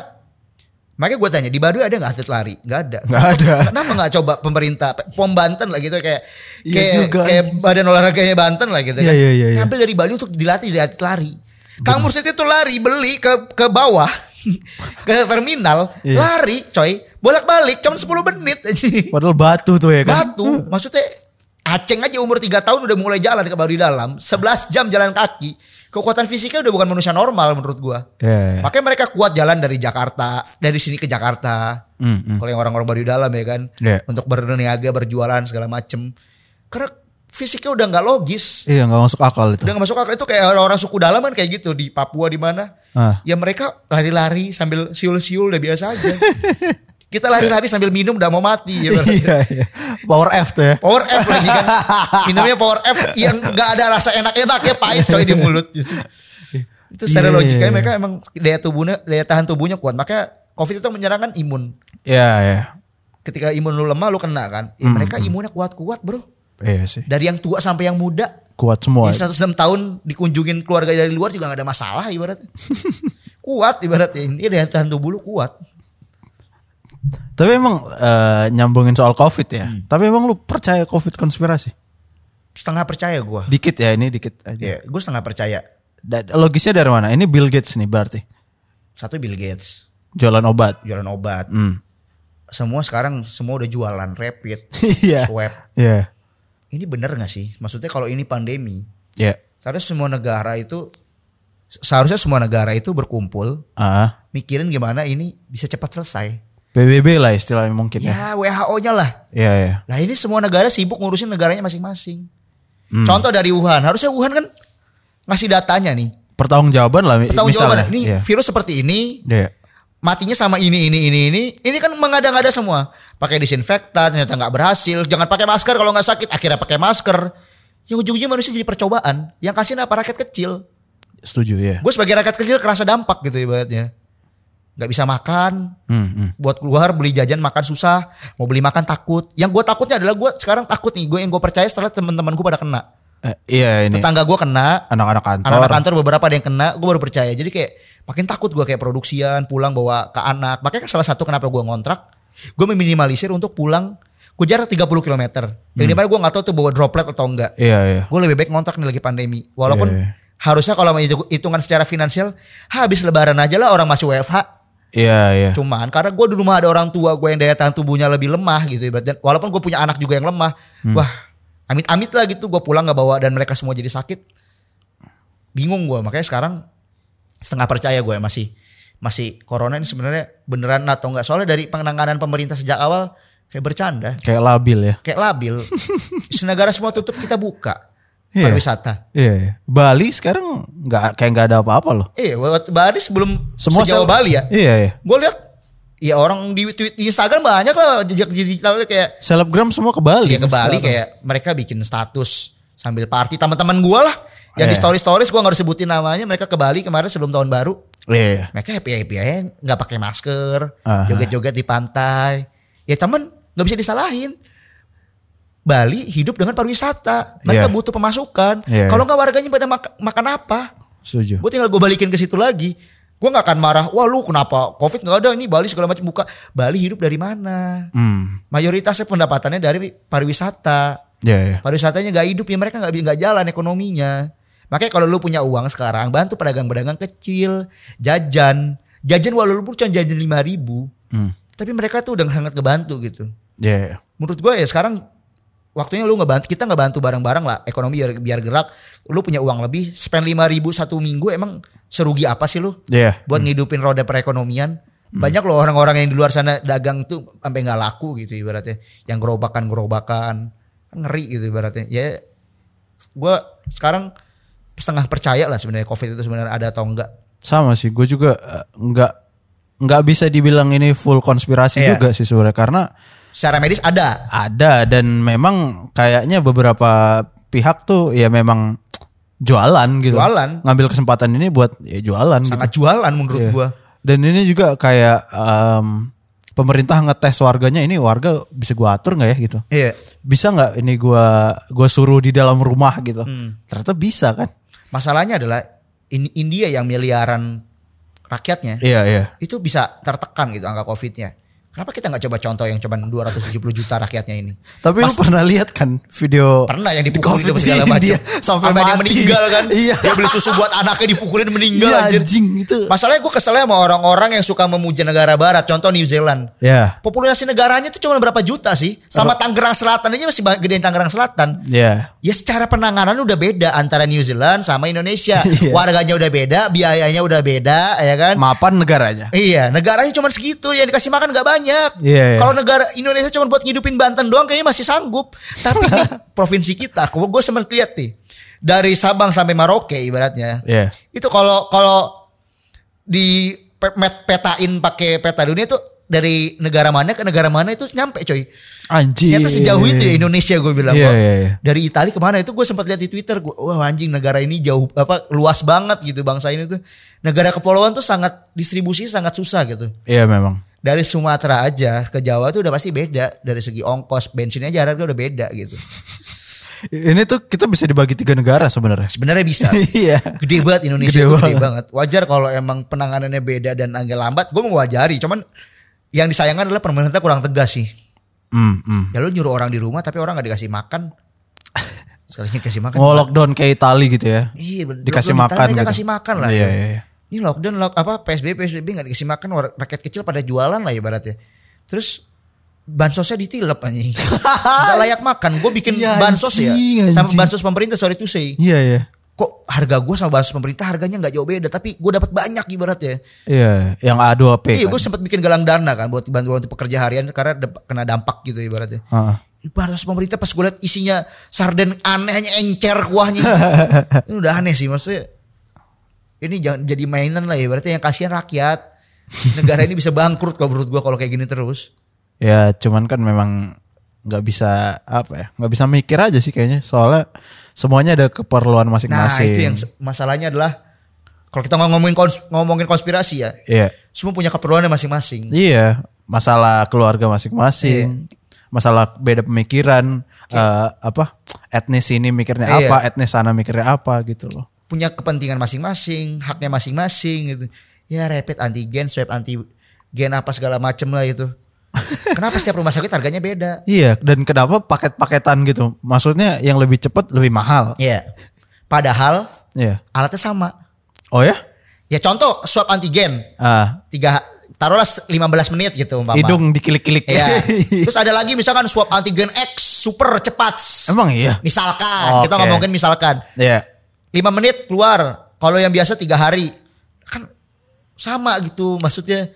[SPEAKER 1] makanya gue tanya di Baduy ada nggak atlet lari? Nggak ada.
[SPEAKER 2] Nggak ada.
[SPEAKER 1] Kenapa nggak coba pemerintah pom Banten lah gitu kayak
[SPEAKER 2] Iya
[SPEAKER 1] kayak,
[SPEAKER 2] juga,
[SPEAKER 1] kayak
[SPEAKER 2] anjing.
[SPEAKER 1] badan olahraganya Banten lah gitu
[SPEAKER 2] Iya,
[SPEAKER 1] kan.
[SPEAKER 2] iya, iya, iya.
[SPEAKER 1] Ngambil dari Bali untuk dilatih jadi atlet lari. Kang Mursid itu lari beli ke ke bawah ke terminal
[SPEAKER 2] Iya.
[SPEAKER 1] lari coy bolak-balik cuma 10 menit anjing.
[SPEAKER 2] Padahal batu tuh ya kan.
[SPEAKER 1] Batu, maksudnya Aceng aja umur 3 tahun udah mulai jalan ke baru di dalam, 11 jam jalan kaki. Kekuatan fisiknya udah bukan manusia normal menurut gua.
[SPEAKER 2] Iya, iya.
[SPEAKER 1] Makanya mereka kuat jalan dari Jakarta, dari sini ke Jakarta.
[SPEAKER 2] Hmm,
[SPEAKER 1] Kalau yang orang-orang baru di dalam ya kan,
[SPEAKER 2] Iya.
[SPEAKER 1] untuk berniaga, berjualan segala macem. Karena fisiknya udah nggak logis.
[SPEAKER 2] Iya nggak masuk akal itu.
[SPEAKER 1] Udah nggak masuk akal itu kayak orang-orang suku dalam kan kayak gitu di Papua di mana.
[SPEAKER 2] Ah.
[SPEAKER 1] Ya mereka lari-lari sambil siul-siul udah biasa aja. Kita lari-lari sambil minum udah mau mati. ya kan?
[SPEAKER 2] iya, iya. Power F tuh ya.
[SPEAKER 1] Power F lagi kan. Minumnya Power F yang gak ada rasa enak-enaknya pahit coy di mulut. itu secara
[SPEAKER 2] Iya,
[SPEAKER 1] logikanya
[SPEAKER 2] iya,
[SPEAKER 1] mereka emang daya tubuhnya daya tahan tubuhnya kuat. Makanya COVID itu menyerang kan imun.
[SPEAKER 2] Iya, iya.
[SPEAKER 1] Ketika imun lu lemah lu kena kan. Ya,
[SPEAKER 2] Hmm,
[SPEAKER 1] mereka imunnya kuat-kuat, Bro.
[SPEAKER 2] Iya sih.
[SPEAKER 1] Dari yang tua sampai yang muda.
[SPEAKER 2] Kuat semua.
[SPEAKER 1] Yang 106 tahun dikunjungin keluarga dari luar juga gak ada masalah ibaratnya. kuat ibaratnya. Ini daya tahan tubuh lu kuat.
[SPEAKER 2] Tapi emang eh, nyambungin soal COVID ya. Tapi emang lu percaya COVID konspirasi?
[SPEAKER 1] Setengah percaya gua.
[SPEAKER 2] Dikit ya ini dikit
[SPEAKER 1] Ya,
[SPEAKER 2] aja.
[SPEAKER 1] gue setengah percaya.
[SPEAKER 2] Da- Logisnya dari mana? Ini Bill Gates nih berarti.
[SPEAKER 1] Satu Bill Gates.
[SPEAKER 2] Jualan obat. Hmm.
[SPEAKER 1] jualan obat. Semua sekarang semua udah jualan rapid,
[SPEAKER 2] Iya.
[SPEAKER 1] swab.
[SPEAKER 2] Iya.
[SPEAKER 1] Ini bener gak sih? Maksudnya kalau ini pandemi,
[SPEAKER 2] Iya.
[SPEAKER 1] seharusnya semua negara itu seharusnya semua negara itu berkumpul
[SPEAKER 2] Ah.
[SPEAKER 1] mikirin gimana ini bisa cepat selesai.
[SPEAKER 2] PBB lah istilahnya mungkin ya.
[SPEAKER 1] Ya WHO-nya lah.
[SPEAKER 2] Iya, iya.
[SPEAKER 1] Nah ini semua negara sibuk ngurusin negaranya masing-masing.
[SPEAKER 2] Hmm.
[SPEAKER 1] Contoh dari Wuhan, harusnya Wuhan kan ngasih datanya nih.
[SPEAKER 2] Pertanggungjawaban lah mi- misalnya.
[SPEAKER 1] Pertanggungjawaban ini
[SPEAKER 2] Iya.
[SPEAKER 1] virus seperti ini,
[SPEAKER 2] Iya.
[SPEAKER 1] matinya sama ini ini ini ini ini kan mengada-ngada semua pakai disinfektan ternyata nggak berhasil jangan pakai masker kalau nggak sakit akhirnya pakai masker yang ujung-ujungnya manusia jadi percobaan yang kasih apa rakyat kecil
[SPEAKER 2] Setuju ya.
[SPEAKER 1] gue sebagai rakyat kecil kerasa dampak gitu ibaratnya nggak bisa makan
[SPEAKER 2] Hmm,
[SPEAKER 1] buat keluar beli jajan makan susah mau beli makan takut yang gue takutnya adalah gue sekarang takut nih gue yang gue percaya setelah teman-teman gue pada kena
[SPEAKER 2] Eh, iya ini.
[SPEAKER 1] tetangga gue kena
[SPEAKER 2] Anak-anak kantor.
[SPEAKER 1] anak-anak kantor beberapa ada yang kena gue baru percaya jadi kayak makin takut gue kayak produksian pulang bawa ke anak makanya salah satu kenapa gue ngontrak gue meminimalisir untuk pulang gue jarak 30 km yang dimana gue nggak tahu tuh bawa droplet atau enggak
[SPEAKER 2] Iya, iya.
[SPEAKER 1] gue lebih baik ngontrak nih lagi pandemi walaupun
[SPEAKER 2] Iya, iya.
[SPEAKER 1] harusnya kalau menghitung- hitungan secara finansial habis lebaran aja lah orang masih WFH
[SPEAKER 2] Iya, iya.
[SPEAKER 1] Cuman karena gue di rumah ada orang tua gue yang daya tahan tubuhnya lebih lemah gitu ibarat. Dan walaupun gue punya anak juga yang lemah,
[SPEAKER 2] Hmm.
[SPEAKER 1] wah amit-amit lah gitu gue pulang nggak bawa dan mereka semua jadi sakit. Bingung gue makanya sekarang setengah percaya gue masih masih corona ini sebenarnya beneran atau enggak soalnya dari penanganan pemerintah sejak awal kayak bercanda
[SPEAKER 2] Kayak labil ya.
[SPEAKER 1] kayak labil senegara semua tutup kita buka
[SPEAKER 2] Iya.
[SPEAKER 1] pariwisata
[SPEAKER 2] Iya. iya. Bali sekarang nggak kayak nggak ada apa-apa loh.
[SPEAKER 1] eh waktu Bali sebelum
[SPEAKER 2] Semua
[SPEAKER 1] sejauh
[SPEAKER 2] sel-
[SPEAKER 1] Bali ya
[SPEAKER 2] Iya iya.
[SPEAKER 1] gue lihat ya orang di, tweet- di Instagram banyak lah jejak digitalnya kayak
[SPEAKER 2] Selebgram semua ke Bali. kan
[SPEAKER 1] Ya ke Bali
[SPEAKER 2] sekarang.
[SPEAKER 1] kayak mereka bikin status sambil party teman-teman gua lah. Yang di
[SPEAKER 2] Iya.
[SPEAKER 1] story stories gua nggak harus sebutin namanya mereka ke Bali kemarin sebelum tahun baru.
[SPEAKER 2] Iya. iya.
[SPEAKER 1] Mereka happy happy aja nggak pakai masker,
[SPEAKER 2] Aha.
[SPEAKER 1] joget-joget di pantai. Ya temen nggak bisa disalahin. Bali hidup dengan pariwisata. Mereka
[SPEAKER 2] Iya.
[SPEAKER 1] butuh pemasukan.
[SPEAKER 2] Iya.
[SPEAKER 1] Kalau nggak warganya pada mak- makan apa?
[SPEAKER 2] Setuju.
[SPEAKER 1] Gue tinggal gue balikin ke situ lagi. Gue nggak akan marah. Wah lu kenapa? Covid nggak ada ini Bali segala macam buka. Bali hidup dari mana?
[SPEAKER 2] Hmm.
[SPEAKER 1] Mayoritasnya pendapatannya dari pariwisata.
[SPEAKER 2] Iya iya.
[SPEAKER 1] Pariwisatanya nggak hidup ya mereka nggak bi- nggak jalan ekonominya. Makanya kalau lu punya uang sekarang bantu pedagang-pedagang kecil jajan. Jajan walaupun cuma jajan lima ribu, tapi mereka tuh udah sangat kebantu gitu.
[SPEAKER 2] Iya. iya.
[SPEAKER 1] Menurut gue ya sekarang waktunya lu nggak bantu kita nggak bantu bareng-bareng lah ekonomi biar, biar gerak. Lu punya uang lebih spend lima ribu satu minggu emang serugi apa sih lu?
[SPEAKER 2] Iya.
[SPEAKER 1] buat ngidupin roda perekonomian.
[SPEAKER 2] Hmm.
[SPEAKER 1] Banyak loh orang-orang yang di luar sana dagang tuh sampai nggak laku gitu ibaratnya. Yang gerobakan-gerobakan Kan ngeri gitu ibaratnya. Ya gua sekarang setengah percaya lah sebenarnya Covid itu sebenarnya ada atau enggak.
[SPEAKER 2] Sama sih. Gue juga eh, nggak nggak bisa dibilang ini full konspirasi
[SPEAKER 1] Iya.
[SPEAKER 2] juga sih sebenarnya karena
[SPEAKER 1] Secara medis ada.
[SPEAKER 2] ada dan memang kayaknya beberapa pihak tuh ya memang jualan gitu.
[SPEAKER 1] Jualan.
[SPEAKER 2] Ngambil kesempatan ini buat ya jualan
[SPEAKER 1] Sangat
[SPEAKER 2] gitu.
[SPEAKER 1] jualan menurut
[SPEAKER 2] Iya.
[SPEAKER 1] gua.
[SPEAKER 2] Dan ini juga kayak em, pemerintah ngetes warganya ini warga bisa gua atur nggak ya gitu.
[SPEAKER 1] Iya.
[SPEAKER 2] Bisa nggak ini gua gua suruh di dalam rumah gitu.
[SPEAKER 1] Hmm.
[SPEAKER 2] Ternyata bisa kan?
[SPEAKER 1] Masalahnya adalah in- India yang miliaran rakyatnya
[SPEAKER 2] Iya, iya.
[SPEAKER 1] itu bisa tertekan gitu angka Covid-nya. Kenapa kita nggak coba contoh yang cuman 270 juta rakyatnya ini?
[SPEAKER 2] Tapi lu pernah lihat kan video
[SPEAKER 1] pernah yang
[SPEAKER 2] Covid
[SPEAKER 1] dipukulin
[SPEAKER 2] di
[SPEAKER 1] segala macam
[SPEAKER 2] India sampai,
[SPEAKER 1] dia
[SPEAKER 2] mati.
[SPEAKER 1] meninggal kan
[SPEAKER 2] Iya.
[SPEAKER 1] dia beli susu buat anaknya dipukulin meninggal
[SPEAKER 2] Iya,
[SPEAKER 1] anjir.
[SPEAKER 2] anjing itu.
[SPEAKER 1] masalahnya gue keselnya sama orang-orang yang suka memuja negara barat contoh New Zealand
[SPEAKER 2] Ya.
[SPEAKER 1] populasi negaranya tuh cuma berapa juta sih sama Tangerang Selatan aja masih ba- gedein Tangerang Selatan
[SPEAKER 2] Ya.
[SPEAKER 1] ya secara penanganan udah beda antara New Zealand sama Indonesia
[SPEAKER 2] Iya.
[SPEAKER 1] warganya udah beda biayanya udah beda ya kan
[SPEAKER 2] Mapan negaranya.
[SPEAKER 1] Iya, negaranya cuma segitu yang dikasih makan nggak banyak.
[SPEAKER 2] Iya, iya.
[SPEAKER 1] Kalau negara Indonesia cuma buat ngidupin Banten doang kayaknya masih sanggup. Tapi di provinsi kita, gue gue sempat lihat nih dari Sabang sampai Merauke ibaratnya.
[SPEAKER 2] Iya.
[SPEAKER 1] Itu kalau kalau di pe- met- petain pakai peta dunia itu dari negara mana ke negara mana itu nyampe coy.
[SPEAKER 2] Anjing.
[SPEAKER 1] Ternyata sejauh itu ya Indonesia gue bilang.
[SPEAKER 2] Iya,
[SPEAKER 1] Gua-
[SPEAKER 2] iya, iya.
[SPEAKER 1] Dari Italia kemana itu gue sempat lihat di Twitter gue wah anjing negara ini jauh apa luas banget gitu bangsa ini tuh negara kepulauan tuh sangat distribusi sangat susah gitu.
[SPEAKER 2] Iya memang.
[SPEAKER 1] Dari Sumatera aja ke Jawa tuh udah pasti beda dari segi ongkos bensinnya aja harga udah beda gitu.
[SPEAKER 2] Ini tuh kita bisa dibagi tiga negara sebenarnya.
[SPEAKER 1] Sebenarnya bisa.
[SPEAKER 2] Iya.
[SPEAKER 1] Gede banget Indonesia
[SPEAKER 2] Gede
[SPEAKER 1] tuh, gede,
[SPEAKER 2] banget.
[SPEAKER 1] banget. Wajar kalau emang penanganannya beda dan agak lambat, gue mewajari. Cuman yang disayangkan adalah pemerintah kurang tegas sih.
[SPEAKER 2] Hmm, hmm.
[SPEAKER 1] Ya lu nyuruh orang di rumah tapi orang gak dikasih makan. Sekalinya dikasih makan.
[SPEAKER 2] Mau Oh, lockdown kayak Itali gitu ya.
[SPEAKER 1] Iya, bener.
[SPEAKER 2] Dikasih
[SPEAKER 1] Belum
[SPEAKER 2] makan
[SPEAKER 1] ditanya,
[SPEAKER 2] gitu.
[SPEAKER 1] Kasih makan lah. ya.
[SPEAKER 2] Iya, iya, iya.
[SPEAKER 1] Ini lockdown lock apa PSBB PSBB nggak dikasih makan war- rakyat kecil pada jualan lah ibaratnya. Terus bansosnya ditilep anjing. Gak layak makan. Gue bikin
[SPEAKER 2] Iya,
[SPEAKER 1] bansos ya.
[SPEAKER 2] anjing,
[SPEAKER 1] Sama
[SPEAKER 2] anjing.
[SPEAKER 1] bansos pemerintah sorry to say.
[SPEAKER 2] Iya, iya.
[SPEAKER 1] Kok harga gue sama bansos pemerintah harganya nggak jauh beda. Tapi gue dapat banyak ibaratnya.
[SPEAKER 2] Iya, yang A2P.
[SPEAKER 1] Iya
[SPEAKER 2] kan.
[SPEAKER 1] gue sempat bikin galang dana kan. Buat bantuan untuk pekerja harian. Karena dep- kena dampak gitu ibaratnya.
[SPEAKER 2] Heeh.
[SPEAKER 1] Bansos pemerintah pas gue liat isinya sarden anehnya encer kuahnya. ini udah aneh sih maksudnya. Ini jangan jadi mainan lah ya. Berarti yang kasihan rakyat. Negara ini bisa bangkrut kalau menurut gue kalau kayak gini terus.
[SPEAKER 2] Ya, cuman kan memang nggak bisa apa ya? Nggak bisa mikir aja sih kayaknya. Soalnya semuanya ada keperluan
[SPEAKER 1] Nah
[SPEAKER 2] masing-masing.
[SPEAKER 1] itu yang se- masalahnya adalah kalau kita ngomongin kons- ngomongin konspirasi ya,
[SPEAKER 2] Iya.
[SPEAKER 1] semua punya keperluannya masing-masing.
[SPEAKER 2] Iya, masalah keluarga masing-masing.
[SPEAKER 1] Iya.
[SPEAKER 2] Masalah beda pemikiran, eh, apa? Etnis ini mikirnya
[SPEAKER 1] Iya.
[SPEAKER 2] apa, etnis sana mikirnya apa gitu loh.
[SPEAKER 1] punya kepentingan masing-masing, haknya masing-masing gitu. Ya rapid antigen, swab antigen apa segala macem lah itu. Kenapa setiap rumah sakit harganya beda?
[SPEAKER 2] Iya, dan kenapa paket-paketan gitu? Maksudnya yang lebih cepat lebih mahal.
[SPEAKER 1] Iya. Padahal
[SPEAKER 2] Iya.
[SPEAKER 1] alatnya sama.
[SPEAKER 2] Oh ya?
[SPEAKER 1] Ya contoh swab antigen
[SPEAKER 2] Ah,
[SPEAKER 1] tiga taruhlah 15 menit gitu umpama.
[SPEAKER 2] hidung dikilik-kilik.
[SPEAKER 1] Iya. Terus ada lagi misalkan swab antigen X super cepat.
[SPEAKER 2] Emang iya.
[SPEAKER 1] Misalkan kita
[SPEAKER 2] Oke.
[SPEAKER 1] ngomongin misalkan
[SPEAKER 2] Iya.
[SPEAKER 1] 5 menit keluar. Kalau yang biasa tiga hari kan sama gitu maksudnya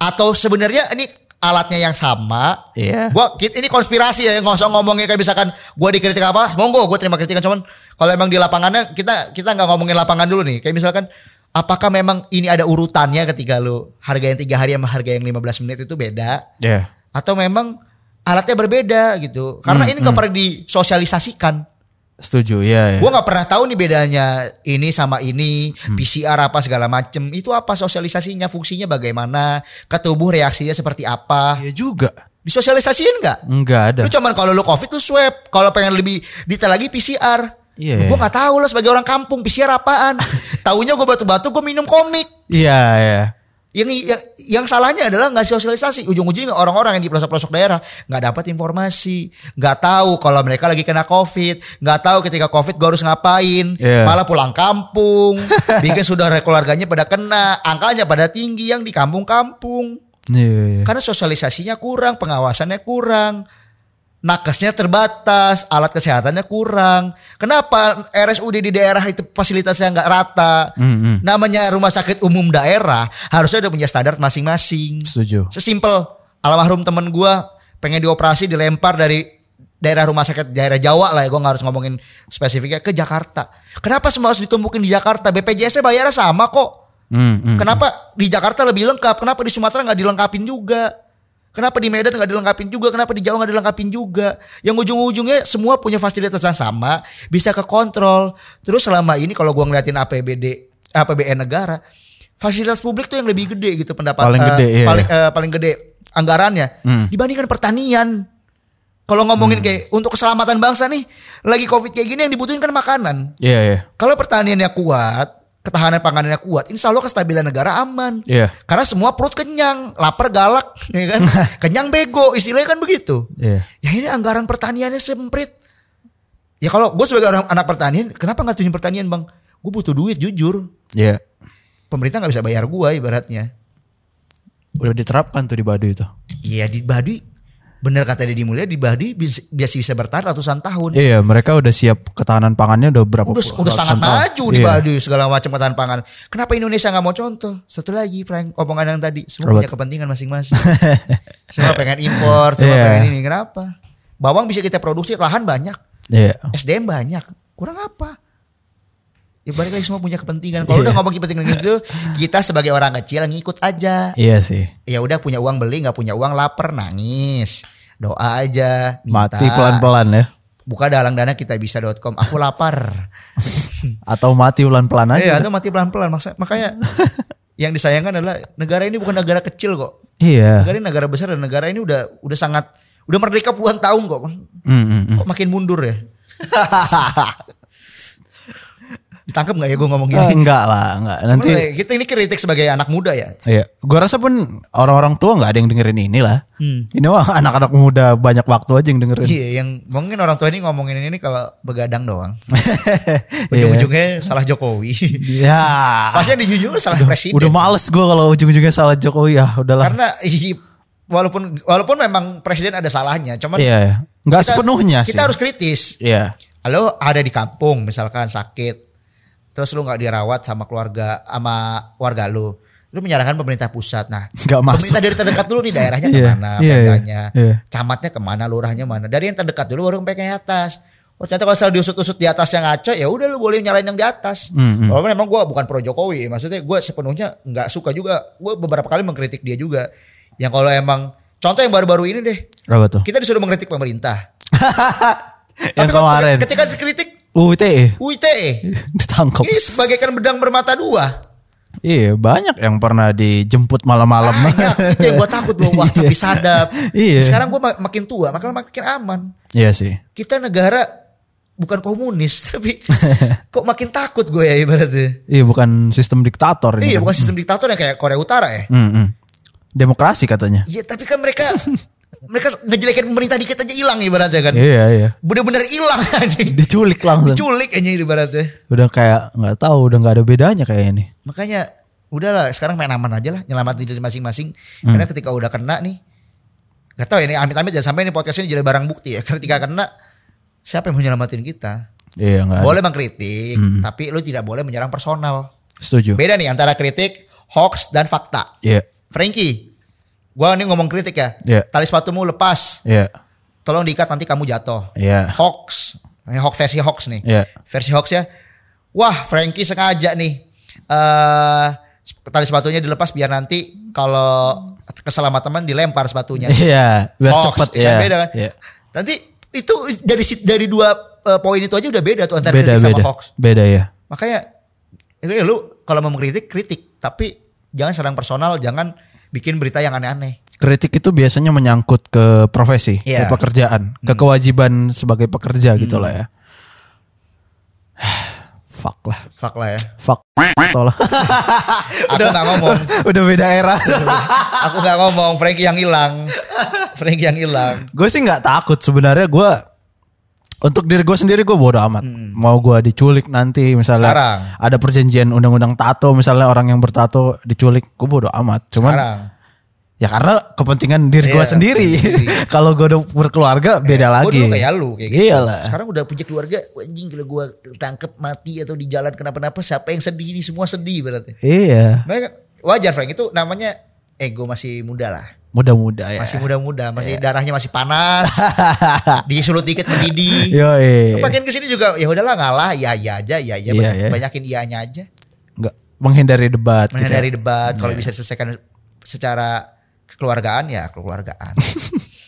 [SPEAKER 1] atau sebenarnya ini alatnya yang sama
[SPEAKER 2] Iya.
[SPEAKER 1] gua kit- ini konspirasi ya nggak usah ngomongin kayak misalkan gua dikritik apa monggo gua terima kritikan cuman kalau emang di lapangannya kita kita nggak ngomongin lapangan dulu nih kayak misalkan apakah memang ini ada urutannya ketika lu harga yang tiga hari sama harga yang 15 menit itu beda
[SPEAKER 2] Iya.
[SPEAKER 1] atau memang alatnya berbeda gitu karena ini nggak pernah disosialisasikan
[SPEAKER 2] Setuju, ya. ya.
[SPEAKER 1] Gua nggak pernah tahu nih bedanya ini sama ini PCR apa segala macem itu apa sosialisasinya fungsinya bagaimana ke tubuh reaksinya seperti apa
[SPEAKER 2] Iya juga.
[SPEAKER 1] disosialisasiin nggak
[SPEAKER 2] Enggak ada.
[SPEAKER 1] lu cuman kalau lu covid lu swab kalau pengen lebih detail lagi PCR
[SPEAKER 2] Iya.
[SPEAKER 1] Gua nggak tahu lah sebagai orang kampung PCR apaan taunya gua batu-batu gua minum komik
[SPEAKER 2] Iya, iya.
[SPEAKER 1] yang, yang yang salahnya adalah nggak sosialisasi ujung-ujungnya orang-orang yang di pelosok-pelosok daerah nggak dapat informasi nggak tahu kalau mereka lagi kena covid nggak tahu ketika covid gue harus ngapain
[SPEAKER 2] Iya.
[SPEAKER 1] malah pulang kampung bikin sudah keluarganya pada kena angkanya pada tinggi yang di kampung-kampung
[SPEAKER 2] Iya, iya, iya.
[SPEAKER 1] karena sosialisasinya kurang pengawasannya kurang nakesnya terbatas alat kesehatannya kurang kenapa RSUD di daerah itu fasilitasnya nggak rata namanya rumah sakit umum daerah harusnya udah punya standar masing-masing
[SPEAKER 2] Setuju.
[SPEAKER 1] sesimpel almarhum temen gua pengen dioperasi dilempar dari daerah rumah sakit daerah Jawa lah ya gue harus ngomongin spesifiknya ke Jakarta kenapa semua harus ditumpukin di Jakarta BPJS nya bayarnya sama kok
[SPEAKER 2] Hmm, hmm.
[SPEAKER 1] Kenapa di Jakarta lebih lengkap? Kenapa di Sumatera nggak dilengkapin juga? Kenapa di Medan nggak dilengkapin juga? Kenapa di Jawa nggak dilengkapin juga? Yang ujung-ujungnya semua punya fasilitas yang sama, bisa ke kontrol. Terus selama ini kalau gua ngeliatin APBD, APBN E negara, fasilitas publik tuh yang lebih gede gitu pendapatan
[SPEAKER 2] Paling gede, iya, Mm.
[SPEAKER 1] paling, eh, paling gede anggarannya dibandingkan pertanian. Kalau ngomongin kayak untuk keselamatan bangsa nih, lagi Covid kayak gini yang dibutuhin kan makanan.
[SPEAKER 2] Iya, iya.
[SPEAKER 1] Kalau pertaniannya kuat, ketahanan panganannya kuat, insya Allah kestabilan negara aman.
[SPEAKER 2] Iya.
[SPEAKER 1] Karena semua perut kenyang, lapar galak, ya kan? kenyang bego, istilahnya kan begitu.
[SPEAKER 2] Iya.
[SPEAKER 1] Ya ini anggaran pertaniannya semprit. Ya kalau gue sebagai orang anak pertanian, kenapa nggak tunjuk pertanian bang? Gue butuh duit jujur.
[SPEAKER 2] Iya.
[SPEAKER 1] Pemerintah nggak bisa bayar gue ibaratnya.
[SPEAKER 2] Udah diterapkan tuh di Baduy itu.
[SPEAKER 1] Iya di Baduy, bener kata Deddy Mulia di Baduy bis- biasa bisa bertahan ratusan tahun.
[SPEAKER 2] Iya, mereka udah siap ketahanan pangannya udah berapa
[SPEAKER 1] udah
[SPEAKER 2] puluh-
[SPEAKER 1] udah
[SPEAKER 2] ratusan
[SPEAKER 1] sangat
[SPEAKER 2] tahun.
[SPEAKER 1] maju di
[SPEAKER 2] Iya.
[SPEAKER 1] Baduy segala macam ketahanan pangan. Kenapa Indonesia nggak mau contoh? Satu lagi Frank omongan yang tadi semua
[SPEAKER 2] Robert.
[SPEAKER 1] punya kepentingan masing-masing. semua pengen impor, semua
[SPEAKER 2] Iya.
[SPEAKER 1] pengen ini kenapa? Bawang bisa kita produksi, lahan banyak,
[SPEAKER 2] Iya.
[SPEAKER 1] SDM banyak, kurang apa? Ya balik lagi semua punya kepentingan. Kalau
[SPEAKER 2] Iya.
[SPEAKER 1] udah ngomong kepentingan gitu, kita sebagai orang kecil ngikut aja.
[SPEAKER 2] Iya sih.
[SPEAKER 1] Ya udah punya uang beli, nggak punya uang lapar nangis. Doa aja, minta. Hmm.
[SPEAKER 2] Mati pelan-pelan ya.
[SPEAKER 1] Buka dalang dana kita bisa.com. Aku lapar.
[SPEAKER 2] Atau mati pelan-pelan aja.
[SPEAKER 1] Iya, atau mati pelan-pelan. Maksa- Makanya yang disayangkan adalah negara ini bukan negara kecil kok.
[SPEAKER 2] Iya.
[SPEAKER 1] Negara ini negara besar dan negara ini udah udah sangat udah merdeka puluhan tahun kok.
[SPEAKER 2] Mm, mm, mm.
[SPEAKER 1] Kok makin mundur ya? Ditangkap nggak ya gue ngomong
[SPEAKER 2] Eh,
[SPEAKER 1] gini?
[SPEAKER 2] enggak lah, enggak. Nanti
[SPEAKER 1] Cuman, kita ini kritik sebagai anak muda ya.
[SPEAKER 2] Iya, gua rasa pun orang-orang tua nggak ada yang dengerin ini lah.
[SPEAKER 1] Hmm.
[SPEAKER 2] Ini mah anak-anak muda banyak waktu aja yang dengerin.
[SPEAKER 1] Iya, yang mungkin orang tua ini ngomongin ini kalau begadang doang.
[SPEAKER 2] Iya.
[SPEAKER 1] Ujung-ujungnya salah Jokowi.
[SPEAKER 2] Ya.
[SPEAKER 1] Iya. Pasti yang dijunjung salah presiden.
[SPEAKER 2] Udah males gua kalau ujung-ujungnya salah Jokowi ya, udahlah.
[SPEAKER 1] Karena i- walaupun walaupun memang presiden ada salahnya, cuman
[SPEAKER 2] Iya, iya.
[SPEAKER 1] Kita-
[SPEAKER 2] Enggak sepenuhnya
[SPEAKER 1] kita
[SPEAKER 2] sih.
[SPEAKER 1] harus kritis
[SPEAKER 2] Iya.
[SPEAKER 1] lo ada di kampung misalkan sakit terus lu nggak dirawat sama keluarga sama warga lu lu menyalahkan pemerintah pusat nah
[SPEAKER 2] Nggak masuk.
[SPEAKER 1] pemerintah dari terdekat dulu nih daerahnya
[SPEAKER 2] Iya,
[SPEAKER 1] kemana
[SPEAKER 2] iya, iya,
[SPEAKER 1] pemdanya
[SPEAKER 2] iya.
[SPEAKER 1] camatnya kemana lurahnya mana dari yang terdekat dulu baru sampai ke yang atas Oh ternyata kalau selalu diusut-usut di atas yang ngaco ya udah lu boleh nyalain yang di atas. Walaupun memang gue bukan pro Jokowi, maksudnya gue sepenuhnya nggak suka juga. Gue beberapa kali mengkritik dia juga. Yang kalau emang contoh yang baru-baru ini deh,
[SPEAKER 2] Apa tuh?
[SPEAKER 1] kita disuruh mengkritik pemerintah.
[SPEAKER 2] yang
[SPEAKER 1] kalau
[SPEAKER 2] kemarin.
[SPEAKER 1] Ketika dikritik
[SPEAKER 2] UITE
[SPEAKER 1] UITE.
[SPEAKER 2] ditangkap.
[SPEAKER 1] Ini sebagaikan bedang bermata dua.
[SPEAKER 2] Iya, banyak yang pernah dijemput malam-malam.
[SPEAKER 1] Banyak. Ah, iya. Itu yang gue takut loh. Wah tapi sadap.
[SPEAKER 2] Iya.
[SPEAKER 1] Sekarang gue makin tua. Makin makin aman.
[SPEAKER 2] Iya sih.
[SPEAKER 1] Kita negara bukan komunis. Tapi kok makin takut gue ya ibaratnya.
[SPEAKER 2] Iya, bukan sistem diktator ini.
[SPEAKER 1] Iya
[SPEAKER 2] kan.
[SPEAKER 1] bukan sistem diktator yang kayak Korea Utara ya.
[SPEAKER 2] Mm, mm. Demokrasi katanya.
[SPEAKER 1] Iya tapi kan mereka. mereka ngejelekin pemerintah dikit aja hilang ibaratnya kan.
[SPEAKER 2] Iya, iya.
[SPEAKER 1] Bener-bener hilang anjing.
[SPEAKER 2] Diculik langsung.
[SPEAKER 1] Diculik anjing ibaratnya.
[SPEAKER 2] udah kayak nggak tahu udah nggak ada bedanya kayak ini
[SPEAKER 1] Makanya udahlah sekarang main aman aja lah nyelamatin diri masing-masing. Karena ketika udah kena nih Gak tau ya ini amit-amit jangan sampai ini podcast ini jadi barang bukti ya. Karena ketika kena siapa yang mau nyelamatin kita?
[SPEAKER 2] iya nggak ada.
[SPEAKER 1] Boleh mengkritik, tapi lu tidak boleh menyerang personal.
[SPEAKER 2] setuju
[SPEAKER 1] Beda nih antara kritik hoax dan fakta.
[SPEAKER 2] Iya.
[SPEAKER 1] Frankie, gua ini ngomong kritik ya.
[SPEAKER 2] Iya.
[SPEAKER 1] Tali sepatumu lepas.
[SPEAKER 2] Iya.
[SPEAKER 1] Tolong diikat nanti kamu jatuh.
[SPEAKER 2] Iya.
[SPEAKER 1] Hoax. Ini hoax versi hoax nih.
[SPEAKER 2] Iya.
[SPEAKER 1] Versi hoax ya. Wah, Frankie sengaja nih. Eh tali sepatunya dilepas biar nanti kalau keselamatan teman dilempar sepatunya.
[SPEAKER 2] Iya, biar
[SPEAKER 1] Hoax,
[SPEAKER 2] cepet
[SPEAKER 1] ya
[SPEAKER 2] ya.
[SPEAKER 1] kan beda kan.
[SPEAKER 2] Iya.
[SPEAKER 1] Nanti itu dari si- dari dua eh, poin itu aja udah beda tuh antara
[SPEAKER 2] Beda
[SPEAKER 1] kritik sama
[SPEAKER 2] beda.
[SPEAKER 1] hoax.
[SPEAKER 2] Beda ya.
[SPEAKER 1] Makanya ini lu kalau mau mengkritik kritik, tapi jangan serang personal, jangan bikin berita yang aneh-aneh.
[SPEAKER 2] Kritik itu biasanya menyangkut ke profesi,
[SPEAKER 1] Iya. Hmm.
[SPEAKER 2] ke pekerjaan, ke kewajiban sebagai pekerja gitu lah ya. Fuck lah.
[SPEAKER 1] Fuck lah ya.
[SPEAKER 2] Fuck. Tolong.
[SPEAKER 1] Aku nggak ngomong,
[SPEAKER 2] Udah beda era.
[SPEAKER 1] aku nggak ngomong Frankie yang hilang. Frankie yang hilang.
[SPEAKER 2] gue sih nggak takut sebenarnya gue untuk diri gue sendiri gue bodo amat mau gue diculik nanti misalnya
[SPEAKER 1] Hmm. Sekarang.
[SPEAKER 2] ada perjanjian undang-undang tato misalnya orang yang bertato diculik gue bodo amat cuman
[SPEAKER 1] Sekarang.
[SPEAKER 2] ya karena kepentingan diri gue
[SPEAKER 1] Iya,
[SPEAKER 2] sendiri kalau gue udah berkeluarga beda
[SPEAKER 1] Gua
[SPEAKER 2] lagi
[SPEAKER 1] dulu kayak lu kayak gitu.
[SPEAKER 2] Iyalah.
[SPEAKER 1] Sekarang udah punya keluarga, "Wah, anjing gila gua tangkep mati atau di jalan kenapa-napa, siapa yang sedih ini semua sedih berarti.
[SPEAKER 2] iya
[SPEAKER 1] Makanya wajar Frank itu namanya ego masih muda lah. Iya.
[SPEAKER 2] muda-muda ya
[SPEAKER 1] Masih muda-muda, masih darahnya masih panas. disulut dikit mendidih.
[SPEAKER 2] yo
[SPEAKER 1] Makin kesini juga ya udahlah ngalah, ya ya aja, ya ya,
[SPEAKER 2] Iya,
[SPEAKER 1] banyak,
[SPEAKER 2] iya.
[SPEAKER 1] banyakin iyanya aja.
[SPEAKER 2] nggak menghindari debat gitu ya.
[SPEAKER 1] Menghindari debat, kalau bisa diselesaikan secara kekeluargaan ya kekeluargaan.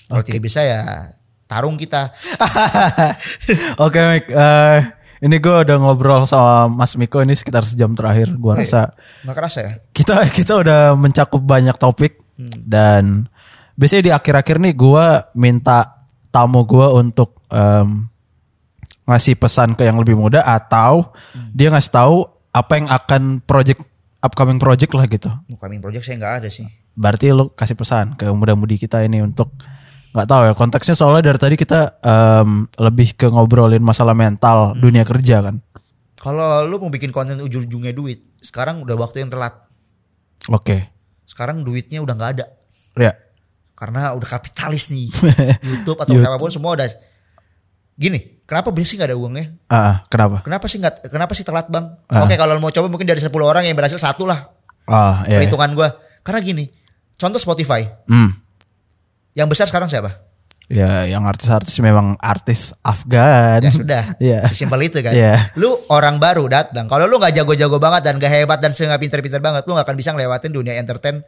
[SPEAKER 1] kalau tidak bisa ya tarung kita.
[SPEAKER 2] Oke Mik, Eh, ini gue udah ngobrol sama Mas Miko ini sekitar sejam
[SPEAKER 1] Oh,
[SPEAKER 2] terakhir.
[SPEAKER 1] iya.
[SPEAKER 2] Gue rasa
[SPEAKER 1] Nggak kerasa ya?
[SPEAKER 2] kita kita udah mencakup banyak topik dan biasanya di akhir-akhir nih gue minta tamu gue untuk em, ngasih pesan ke yang lebih muda atau dia ngasih tahu apa yang akan project upcoming project lah gitu.
[SPEAKER 1] Mukaming Project saya nggak ada sih.
[SPEAKER 2] Berarti lo kasih pesan ke muda-mudi kita ini untuk nggak tahu ya konteksnya soalnya dari tadi kita em, lebih ke ngobrolin masalah mental dunia kerja kan.
[SPEAKER 1] Kalau lu mau bikin konten ujung-ujungnya duit, sekarang udah waktu yang telat.
[SPEAKER 2] Oke.
[SPEAKER 1] Sekarang duitnya udah nggak ada.
[SPEAKER 2] Ya.
[SPEAKER 1] karena udah kapitalis nih YouTube atau apapun semua udah gini kenapa beli sih nggak ada uangnya
[SPEAKER 2] Ah, kenapa?
[SPEAKER 1] kenapa sih nggak kenapa sih telat bang oke kalau mau coba mungkin dari 10 orang yang berhasil satu lah
[SPEAKER 2] Ah, ya. ya.
[SPEAKER 1] perhitungan gua karena gini contoh Spotify
[SPEAKER 2] Hmm.
[SPEAKER 1] yang besar sekarang siapa
[SPEAKER 2] Ya, yang artis-artis memang artis Afgan.
[SPEAKER 1] ya sudah
[SPEAKER 2] Iya.
[SPEAKER 1] sesimpel itu kan
[SPEAKER 2] Iya.
[SPEAKER 1] lu orang baru datang kalau lu nggak jago-jago banget dan gak hebat dan nggak pinter-pinter banget lu nggak akan bisa ngelewatin dunia entertain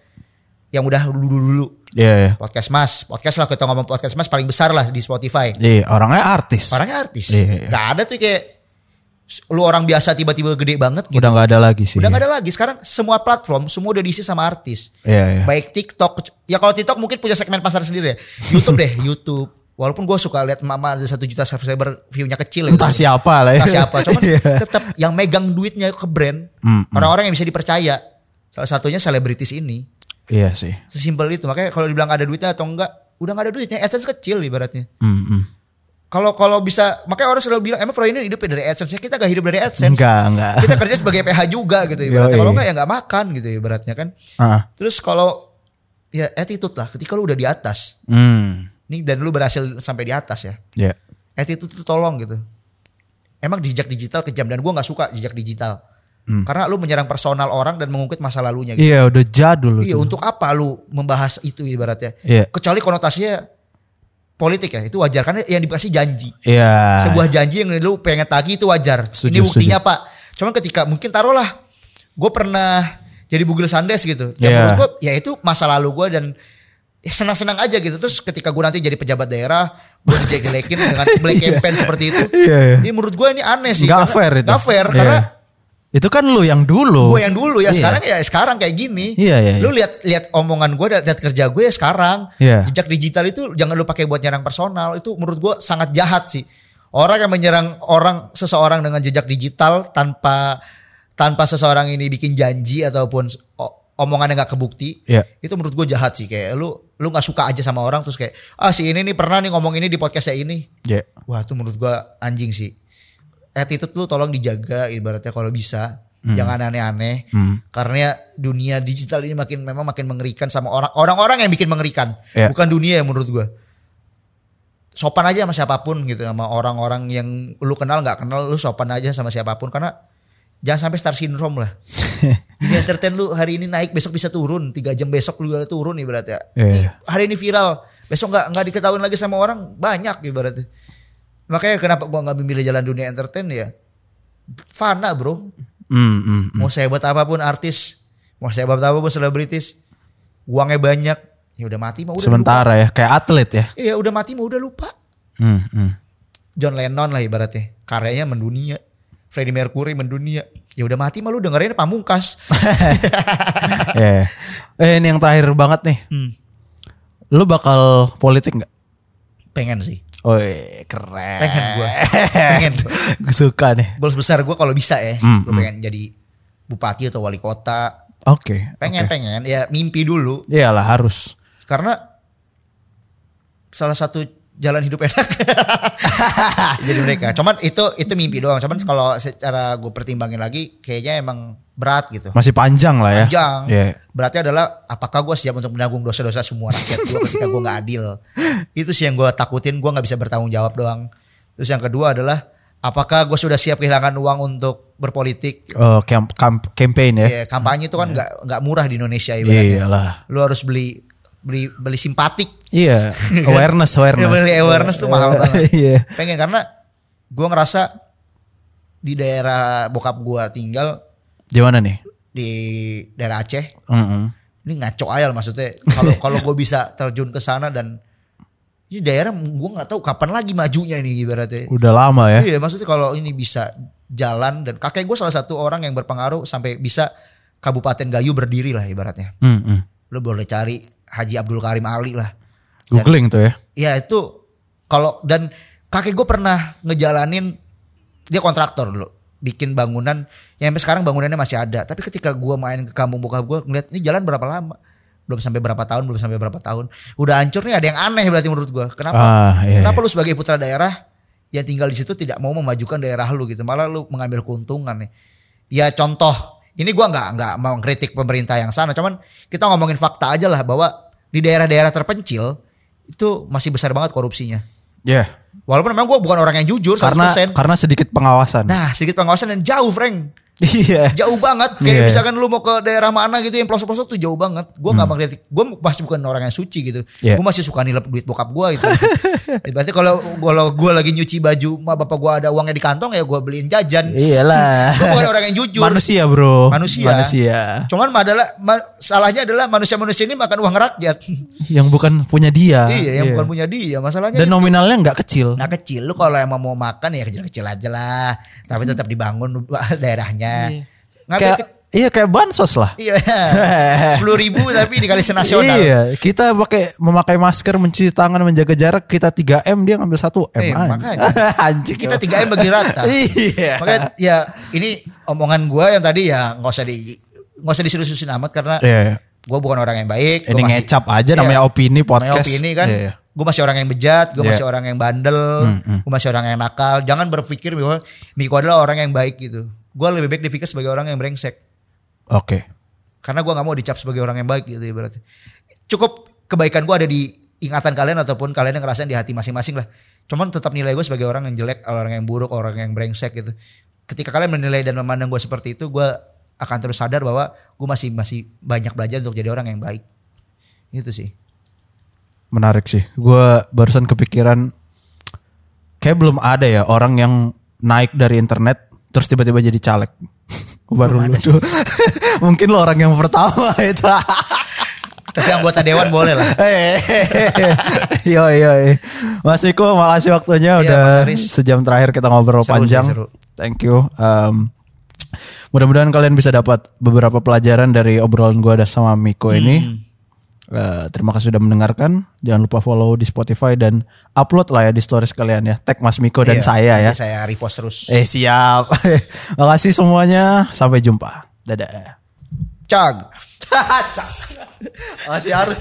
[SPEAKER 1] yang udah dulu-dulu
[SPEAKER 2] Iya, iya.
[SPEAKER 1] podcast mas podcast lah kita ngomong podcast mas paling besar lah di Spotify
[SPEAKER 2] Iya, orangnya artis.
[SPEAKER 1] Orangnya artis.
[SPEAKER 2] Iya, iya.
[SPEAKER 1] Gak ada tuh kayak lu orang biasa tiba-tiba gede banget gitu.
[SPEAKER 2] Udah iya. nggak ada lagi sih.
[SPEAKER 1] Udah gak ada lagi. Sekarang semua platform semua udah diisi sama artis.
[SPEAKER 2] Iya, iya.
[SPEAKER 1] Baik TikTok. Ya kalau TikTok mungkin punya segmen pasar sendiri ya. YouTube deh, YouTube. Walaupun gue suka lihat mama ada satu juta subscriber view-nya kecil. gitu.
[SPEAKER 2] Entah siapa lah ya.
[SPEAKER 1] Entah siapa. Cuman
[SPEAKER 2] Iya.
[SPEAKER 1] tetap yang megang duitnya ke brand. Orang-orang yang bisa dipercaya. Salah satunya selebritis ini.
[SPEAKER 2] Iya sih.
[SPEAKER 1] Sesimpel itu. Makanya kalau dibilang ada duitnya atau enggak. Udah gak ada duitnya. AdSense kecil ibaratnya
[SPEAKER 2] Mm, mm.
[SPEAKER 1] kalau kalau bisa makanya orang selalu bilang emang Freud ini hidupnya dari AdSense Ya, kita gak hidup dari AdSense
[SPEAKER 2] Enggak, enggak.
[SPEAKER 1] kita kerja sebagai PH juga gitu ibaratnya
[SPEAKER 2] Yoi.
[SPEAKER 1] kalau enggak ya nggak makan gitu ibaratnya kan
[SPEAKER 2] Ah.
[SPEAKER 1] terus kalau ya attitude lah ketika lu udah di atas
[SPEAKER 2] Hmm.
[SPEAKER 1] nih dan lu berhasil sampai di atas ya
[SPEAKER 2] Ya.
[SPEAKER 1] attitude tuh tolong gitu emang jejak digital kejam dan gua nggak suka jejak digital karena lu menyerang personal orang dan mengungkit masa lalunya gitu.
[SPEAKER 2] Iya, udah jadul
[SPEAKER 1] Iya
[SPEAKER 2] itu.
[SPEAKER 1] untuk apa lu membahas itu ibaratnya
[SPEAKER 2] Iya.
[SPEAKER 1] kecuali konotasinya politik ya itu wajar karena yang dikasih janji
[SPEAKER 2] Iya.
[SPEAKER 1] sebuah janji yang lu pengen tagih itu wajar.
[SPEAKER 2] Setuju,
[SPEAKER 1] ini buktinya pak. Cuman ketika mungkin taruhlah, gue pernah jadi bugil sandes gitu. Yang
[SPEAKER 2] Iya.
[SPEAKER 1] menurut gue ya itu masa lalu gue dan ya senang-senang aja gitu. Terus ketika gue nanti jadi pejabat daerah, gue dijelekin dengan black campaign seperti itu.
[SPEAKER 2] Iya, iya.
[SPEAKER 1] Ini menurut gue ini aneh sih.
[SPEAKER 2] Nggak
[SPEAKER 1] Karena-
[SPEAKER 2] fair itu.
[SPEAKER 1] nggak fair
[SPEAKER 2] Iya.
[SPEAKER 1] karena
[SPEAKER 2] itu kan lu yang dulu.
[SPEAKER 1] gue yang dulu ya
[SPEAKER 2] Iya.
[SPEAKER 1] sekarang ya sekarang kayak gini
[SPEAKER 2] Iya, iya, iya.
[SPEAKER 1] lu lihat lihat omongan gue lihat lihat kerja gue ya sekarang
[SPEAKER 2] Iya.
[SPEAKER 1] jejak digital itu jangan lu pakai buat nyerang personal itu menurut gue sangat jahat sih orang yang menyerang orang seseorang dengan jejak digital tanpa tanpa seseorang ini bikin janji ataupun s- o- omongan yang gak kebukti
[SPEAKER 2] Iya.
[SPEAKER 1] itu menurut gue jahat sih kayak lu lu nggak suka aja sama orang terus kayak ah si ini nih pernah nih ngomong ini di podcastnya ini
[SPEAKER 2] Iya.
[SPEAKER 1] Wah itu menurut gua anjing sih. Attitude lu tolong dijaga ibaratnya kalau bisa. Jangan aneh-aneh. Karena dunia digital ini makin memang makin mengerikan sama orang orang-orang yang bikin mengerikan.
[SPEAKER 2] Iya.
[SPEAKER 1] Bukan dunia ya menurut gua. Sopan aja sama siapapun gitu sama orang-orang yang lu kenal nggak kenal lu sopan aja sama siapapun karena jangan sampai star syndrome lah. Jadi entertain lu hari ini naik besok bisa turun tiga jam besok lu udah turun ibaratnya.
[SPEAKER 2] Iya.
[SPEAKER 1] Nih, hari ini viral besok nggak nggak diketahui lagi sama orang banyak ibaratnya. Makanya kenapa gua nggak memilih jalan dunia entertain ya? Fana bro,
[SPEAKER 2] Hmm, hmm, hmm.
[SPEAKER 1] mau sehebat apapun artis, mau sehebat apapun selebritis, uangnya banyak, ya udah mati mah udah
[SPEAKER 2] Sementara ya kayak atlet ya.
[SPEAKER 1] lupa. Iya udah mati mah udah lupa.
[SPEAKER 2] Hmm, hmm.
[SPEAKER 1] John Lennon lah ibaratnya karyanya mendunia Freddie Mercury mendunia ya udah mati mah lu dengerin pamungkas
[SPEAKER 2] Iya. Eh ini yang terakhir banget nih.
[SPEAKER 1] Hmm.
[SPEAKER 2] Lu bakal politik nggak?
[SPEAKER 1] pengen sih
[SPEAKER 2] Oh
[SPEAKER 1] iya,
[SPEAKER 2] keren.
[SPEAKER 1] pengen gue pengen
[SPEAKER 2] Gua Suka nih.
[SPEAKER 1] goals besar gue kalau bisa ya
[SPEAKER 2] Hmm,
[SPEAKER 1] gue pengen jadi bupati atau wali kota
[SPEAKER 2] Oke.
[SPEAKER 1] pengen pengen ya mimpi dulu
[SPEAKER 2] Iyalah harus.
[SPEAKER 1] karena salah satu jalan hidup enak jadi mereka cuman itu itu mimpi doang cuman kalau secara gue pertimbangin lagi kayaknya emang berat gitu
[SPEAKER 2] Masih panjang lah ya.
[SPEAKER 1] panjang.
[SPEAKER 2] Iya.
[SPEAKER 1] Berarti adalah apakah gue siap untuk menanggung dosa-dosa semua rakyat gue ketika gue nggak adil. Itu sih yang gue takutin gue nggak bisa bertanggung jawab doang. Terus yang kedua adalah apakah gue sudah siap kehilangan uang untuk berpolitik?
[SPEAKER 2] Eh, camp, camp- campaign ya.
[SPEAKER 1] Ya, Iya, kampanye itu kan nggak nggak murah di Indonesia ibaratnya.
[SPEAKER 2] Iyalah.
[SPEAKER 1] Lu harus beli beli beli simpatik.
[SPEAKER 2] Iya. Awareness, awareness.
[SPEAKER 1] Ya, beli awareness tuh mahal banget.
[SPEAKER 2] Iya.
[SPEAKER 1] Pengen karena gue ngerasa di daerah bokap gue tinggal
[SPEAKER 2] Gimana nih?
[SPEAKER 1] di daerah Aceh
[SPEAKER 2] Mm-mm.
[SPEAKER 1] ini ngaco aja lah maksudnya kalau kalau gue bisa terjun ke sana dan ini daerah gue nggak tahu kapan lagi majunya ini ibaratnya
[SPEAKER 2] Udah lama ya.
[SPEAKER 1] iya maksudnya kalau ini bisa jalan dan kakek gue salah satu orang yang berpengaruh sampai bisa kabupaten Gayo berdiri lah ibaratnya
[SPEAKER 2] Mm-mm.
[SPEAKER 1] lo boleh cari Haji Abdul Karim Ali lah
[SPEAKER 2] Googling tuh ya.
[SPEAKER 1] ya itu kalau dan kakek gue pernah ngejalanin dia kontraktor dulu bikin bangunan yang sampai sekarang bangunannya masih ada tapi ketika gue main ke kampung bokap gue ngeliat ini jalan berapa lama belum sampai berapa tahun belum sampai berapa tahun udah hancur nih ada yang aneh berarti menurut gue kenapa
[SPEAKER 2] Ah, iya.
[SPEAKER 1] kenapa lu sebagai putra daerah yang tinggal di situ tidak mau memajukan daerah lu gitu malah lu mengambil keuntungan nih ya contoh ini gua nggak nggak mau kritik pemerintah yang sana cuman kita ngomongin fakta aja lah bahwa di daerah-daerah terpencil itu masih besar banget korupsinya
[SPEAKER 2] Iya.
[SPEAKER 1] walaupun memang gua bukan orang yang jujur
[SPEAKER 2] Karena
[SPEAKER 1] 100%.
[SPEAKER 2] karena sedikit pengawasan.
[SPEAKER 1] nah sedikit pengawasan dan jauh Frank
[SPEAKER 2] Iya.
[SPEAKER 1] jauh banget kayak
[SPEAKER 2] Iya.
[SPEAKER 1] misalkan lu mau ke daerah mana gitu yang pelosok-pelosok tuh jauh banget gue nggak mengkritik gue masih bukan orang yang suci gitu
[SPEAKER 2] Hmm. Iya.
[SPEAKER 1] gue masih suka nilep duit bokap gue gitu berarti kalau kalau gue lagi nyuci baju ma bapak gue ada uangnya di kantong ya gue beliin jajan
[SPEAKER 2] Iyalah.
[SPEAKER 1] gue bukan orang yang jujur
[SPEAKER 2] Iya. Manusia, Bro.
[SPEAKER 1] manusia
[SPEAKER 2] Manusia.
[SPEAKER 1] cuman adalah ma- salahnya adalah manusia-manusia ini makan uang rakyat
[SPEAKER 2] Yang bukan punya dia.
[SPEAKER 1] iya yang bukan punya dia masalahnya
[SPEAKER 2] Ah, Dan nominalnya nggak kecil.
[SPEAKER 1] Nah kecil lu kalau emang mau makan ya kecil-kecil aja lah tapi tetap dibangun daerahnya Ngambil
[SPEAKER 2] Kayak
[SPEAKER 1] ke-
[SPEAKER 2] iya kayak bansos lah.
[SPEAKER 1] Iya, sepuluh ribu tapi dikali senasional.
[SPEAKER 2] Iya, kita pakai memakai masker, mencuci tangan, menjaga jarak, kita 3M dia ngambil 1M.
[SPEAKER 1] Eh,
[SPEAKER 2] anjing.
[SPEAKER 1] makanya.
[SPEAKER 2] Anjing.
[SPEAKER 1] Kita 3 m bagi rata.
[SPEAKER 2] Iya.
[SPEAKER 1] Makanya ya ini omongan gue yang tadi ya nggak usah di nggak usah diseriusin amat karena
[SPEAKER 2] Iya.
[SPEAKER 1] gue bukan orang yang baik.
[SPEAKER 2] Ini ngecap aja namanya opini podcast.
[SPEAKER 1] ini Iya. kan.
[SPEAKER 2] Iya.
[SPEAKER 1] Gue masih orang yang bejat, gue
[SPEAKER 2] Iya. Hmm,
[SPEAKER 1] masih orang yang bandel, gue masih orang yang nakal. Jangan berpikir bahwa Miko adalah orang yang baik gitu. Gue lebih baik dipikir sebagai orang yang brengsek.
[SPEAKER 2] Oke.
[SPEAKER 1] karena gua nggak mau dicap sebagai orang yang baik gitu ibaratnya cukup kebaikan gua ada di ingatan kalian ataupun kalian yang ngerasain di hati masing-masing lah cuman tetap nilai gue sebagai orang yang jelek orang yang buruk orang yang brengsek gitu ketika kalian menilai dan memandang gue seperti itu gua akan terus sadar bahwa gue masih masih banyak belajar untuk jadi orang yang baik itu sih
[SPEAKER 2] Menarik sih. Gue barusan kepikiran kayak belum ada ya orang yang naik dari internet terus tiba-tiba jadi caleg. Baru lucu. Mungkin lo orang yang pertama itu.
[SPEAKER 1] tapi anggota dewan boleh lah
[SPEAKER 2] Hehehe. yo yo. yo. Mas Iko makasih
[SPEAKER 1] Iya,
[SPEAKER 2] waktunya udah
[SPEAKER 1] Mas Aris.
[SPEAKER 2] sejam terakhir kita
[SPEAKER 1] Seru
[SPEAKER 2] ngobrol
[SPEAKER 1] sih,
[SPEAKER 2] panjang.
[SPEAKER 1] seru.
[SPEAKER 2] Thank you. Um, mudah-mudahan kalian bisa dapat beberapa pelajaran dari obrolan gua ada sama Miko
[SPEAKER 1] Hmm.
[SPEAKER 2] ini. Eh, terima kasih sudah mendengarkan. Jangan lupa follow di Spotify dan upload lah ya di stories kalian ya. Tag Mas Miko dan
[SPEAKER 1] Iya,
[SPEAKER 2] saya ya.
[SPEAKER 1] nanti saya repost terus
[SPEAKER 2] Eh siap. makasih semuanya. Sampai jumpa. Dadah.
[SPEAKER 1] cag
[SPEAKER 2] Masih harus.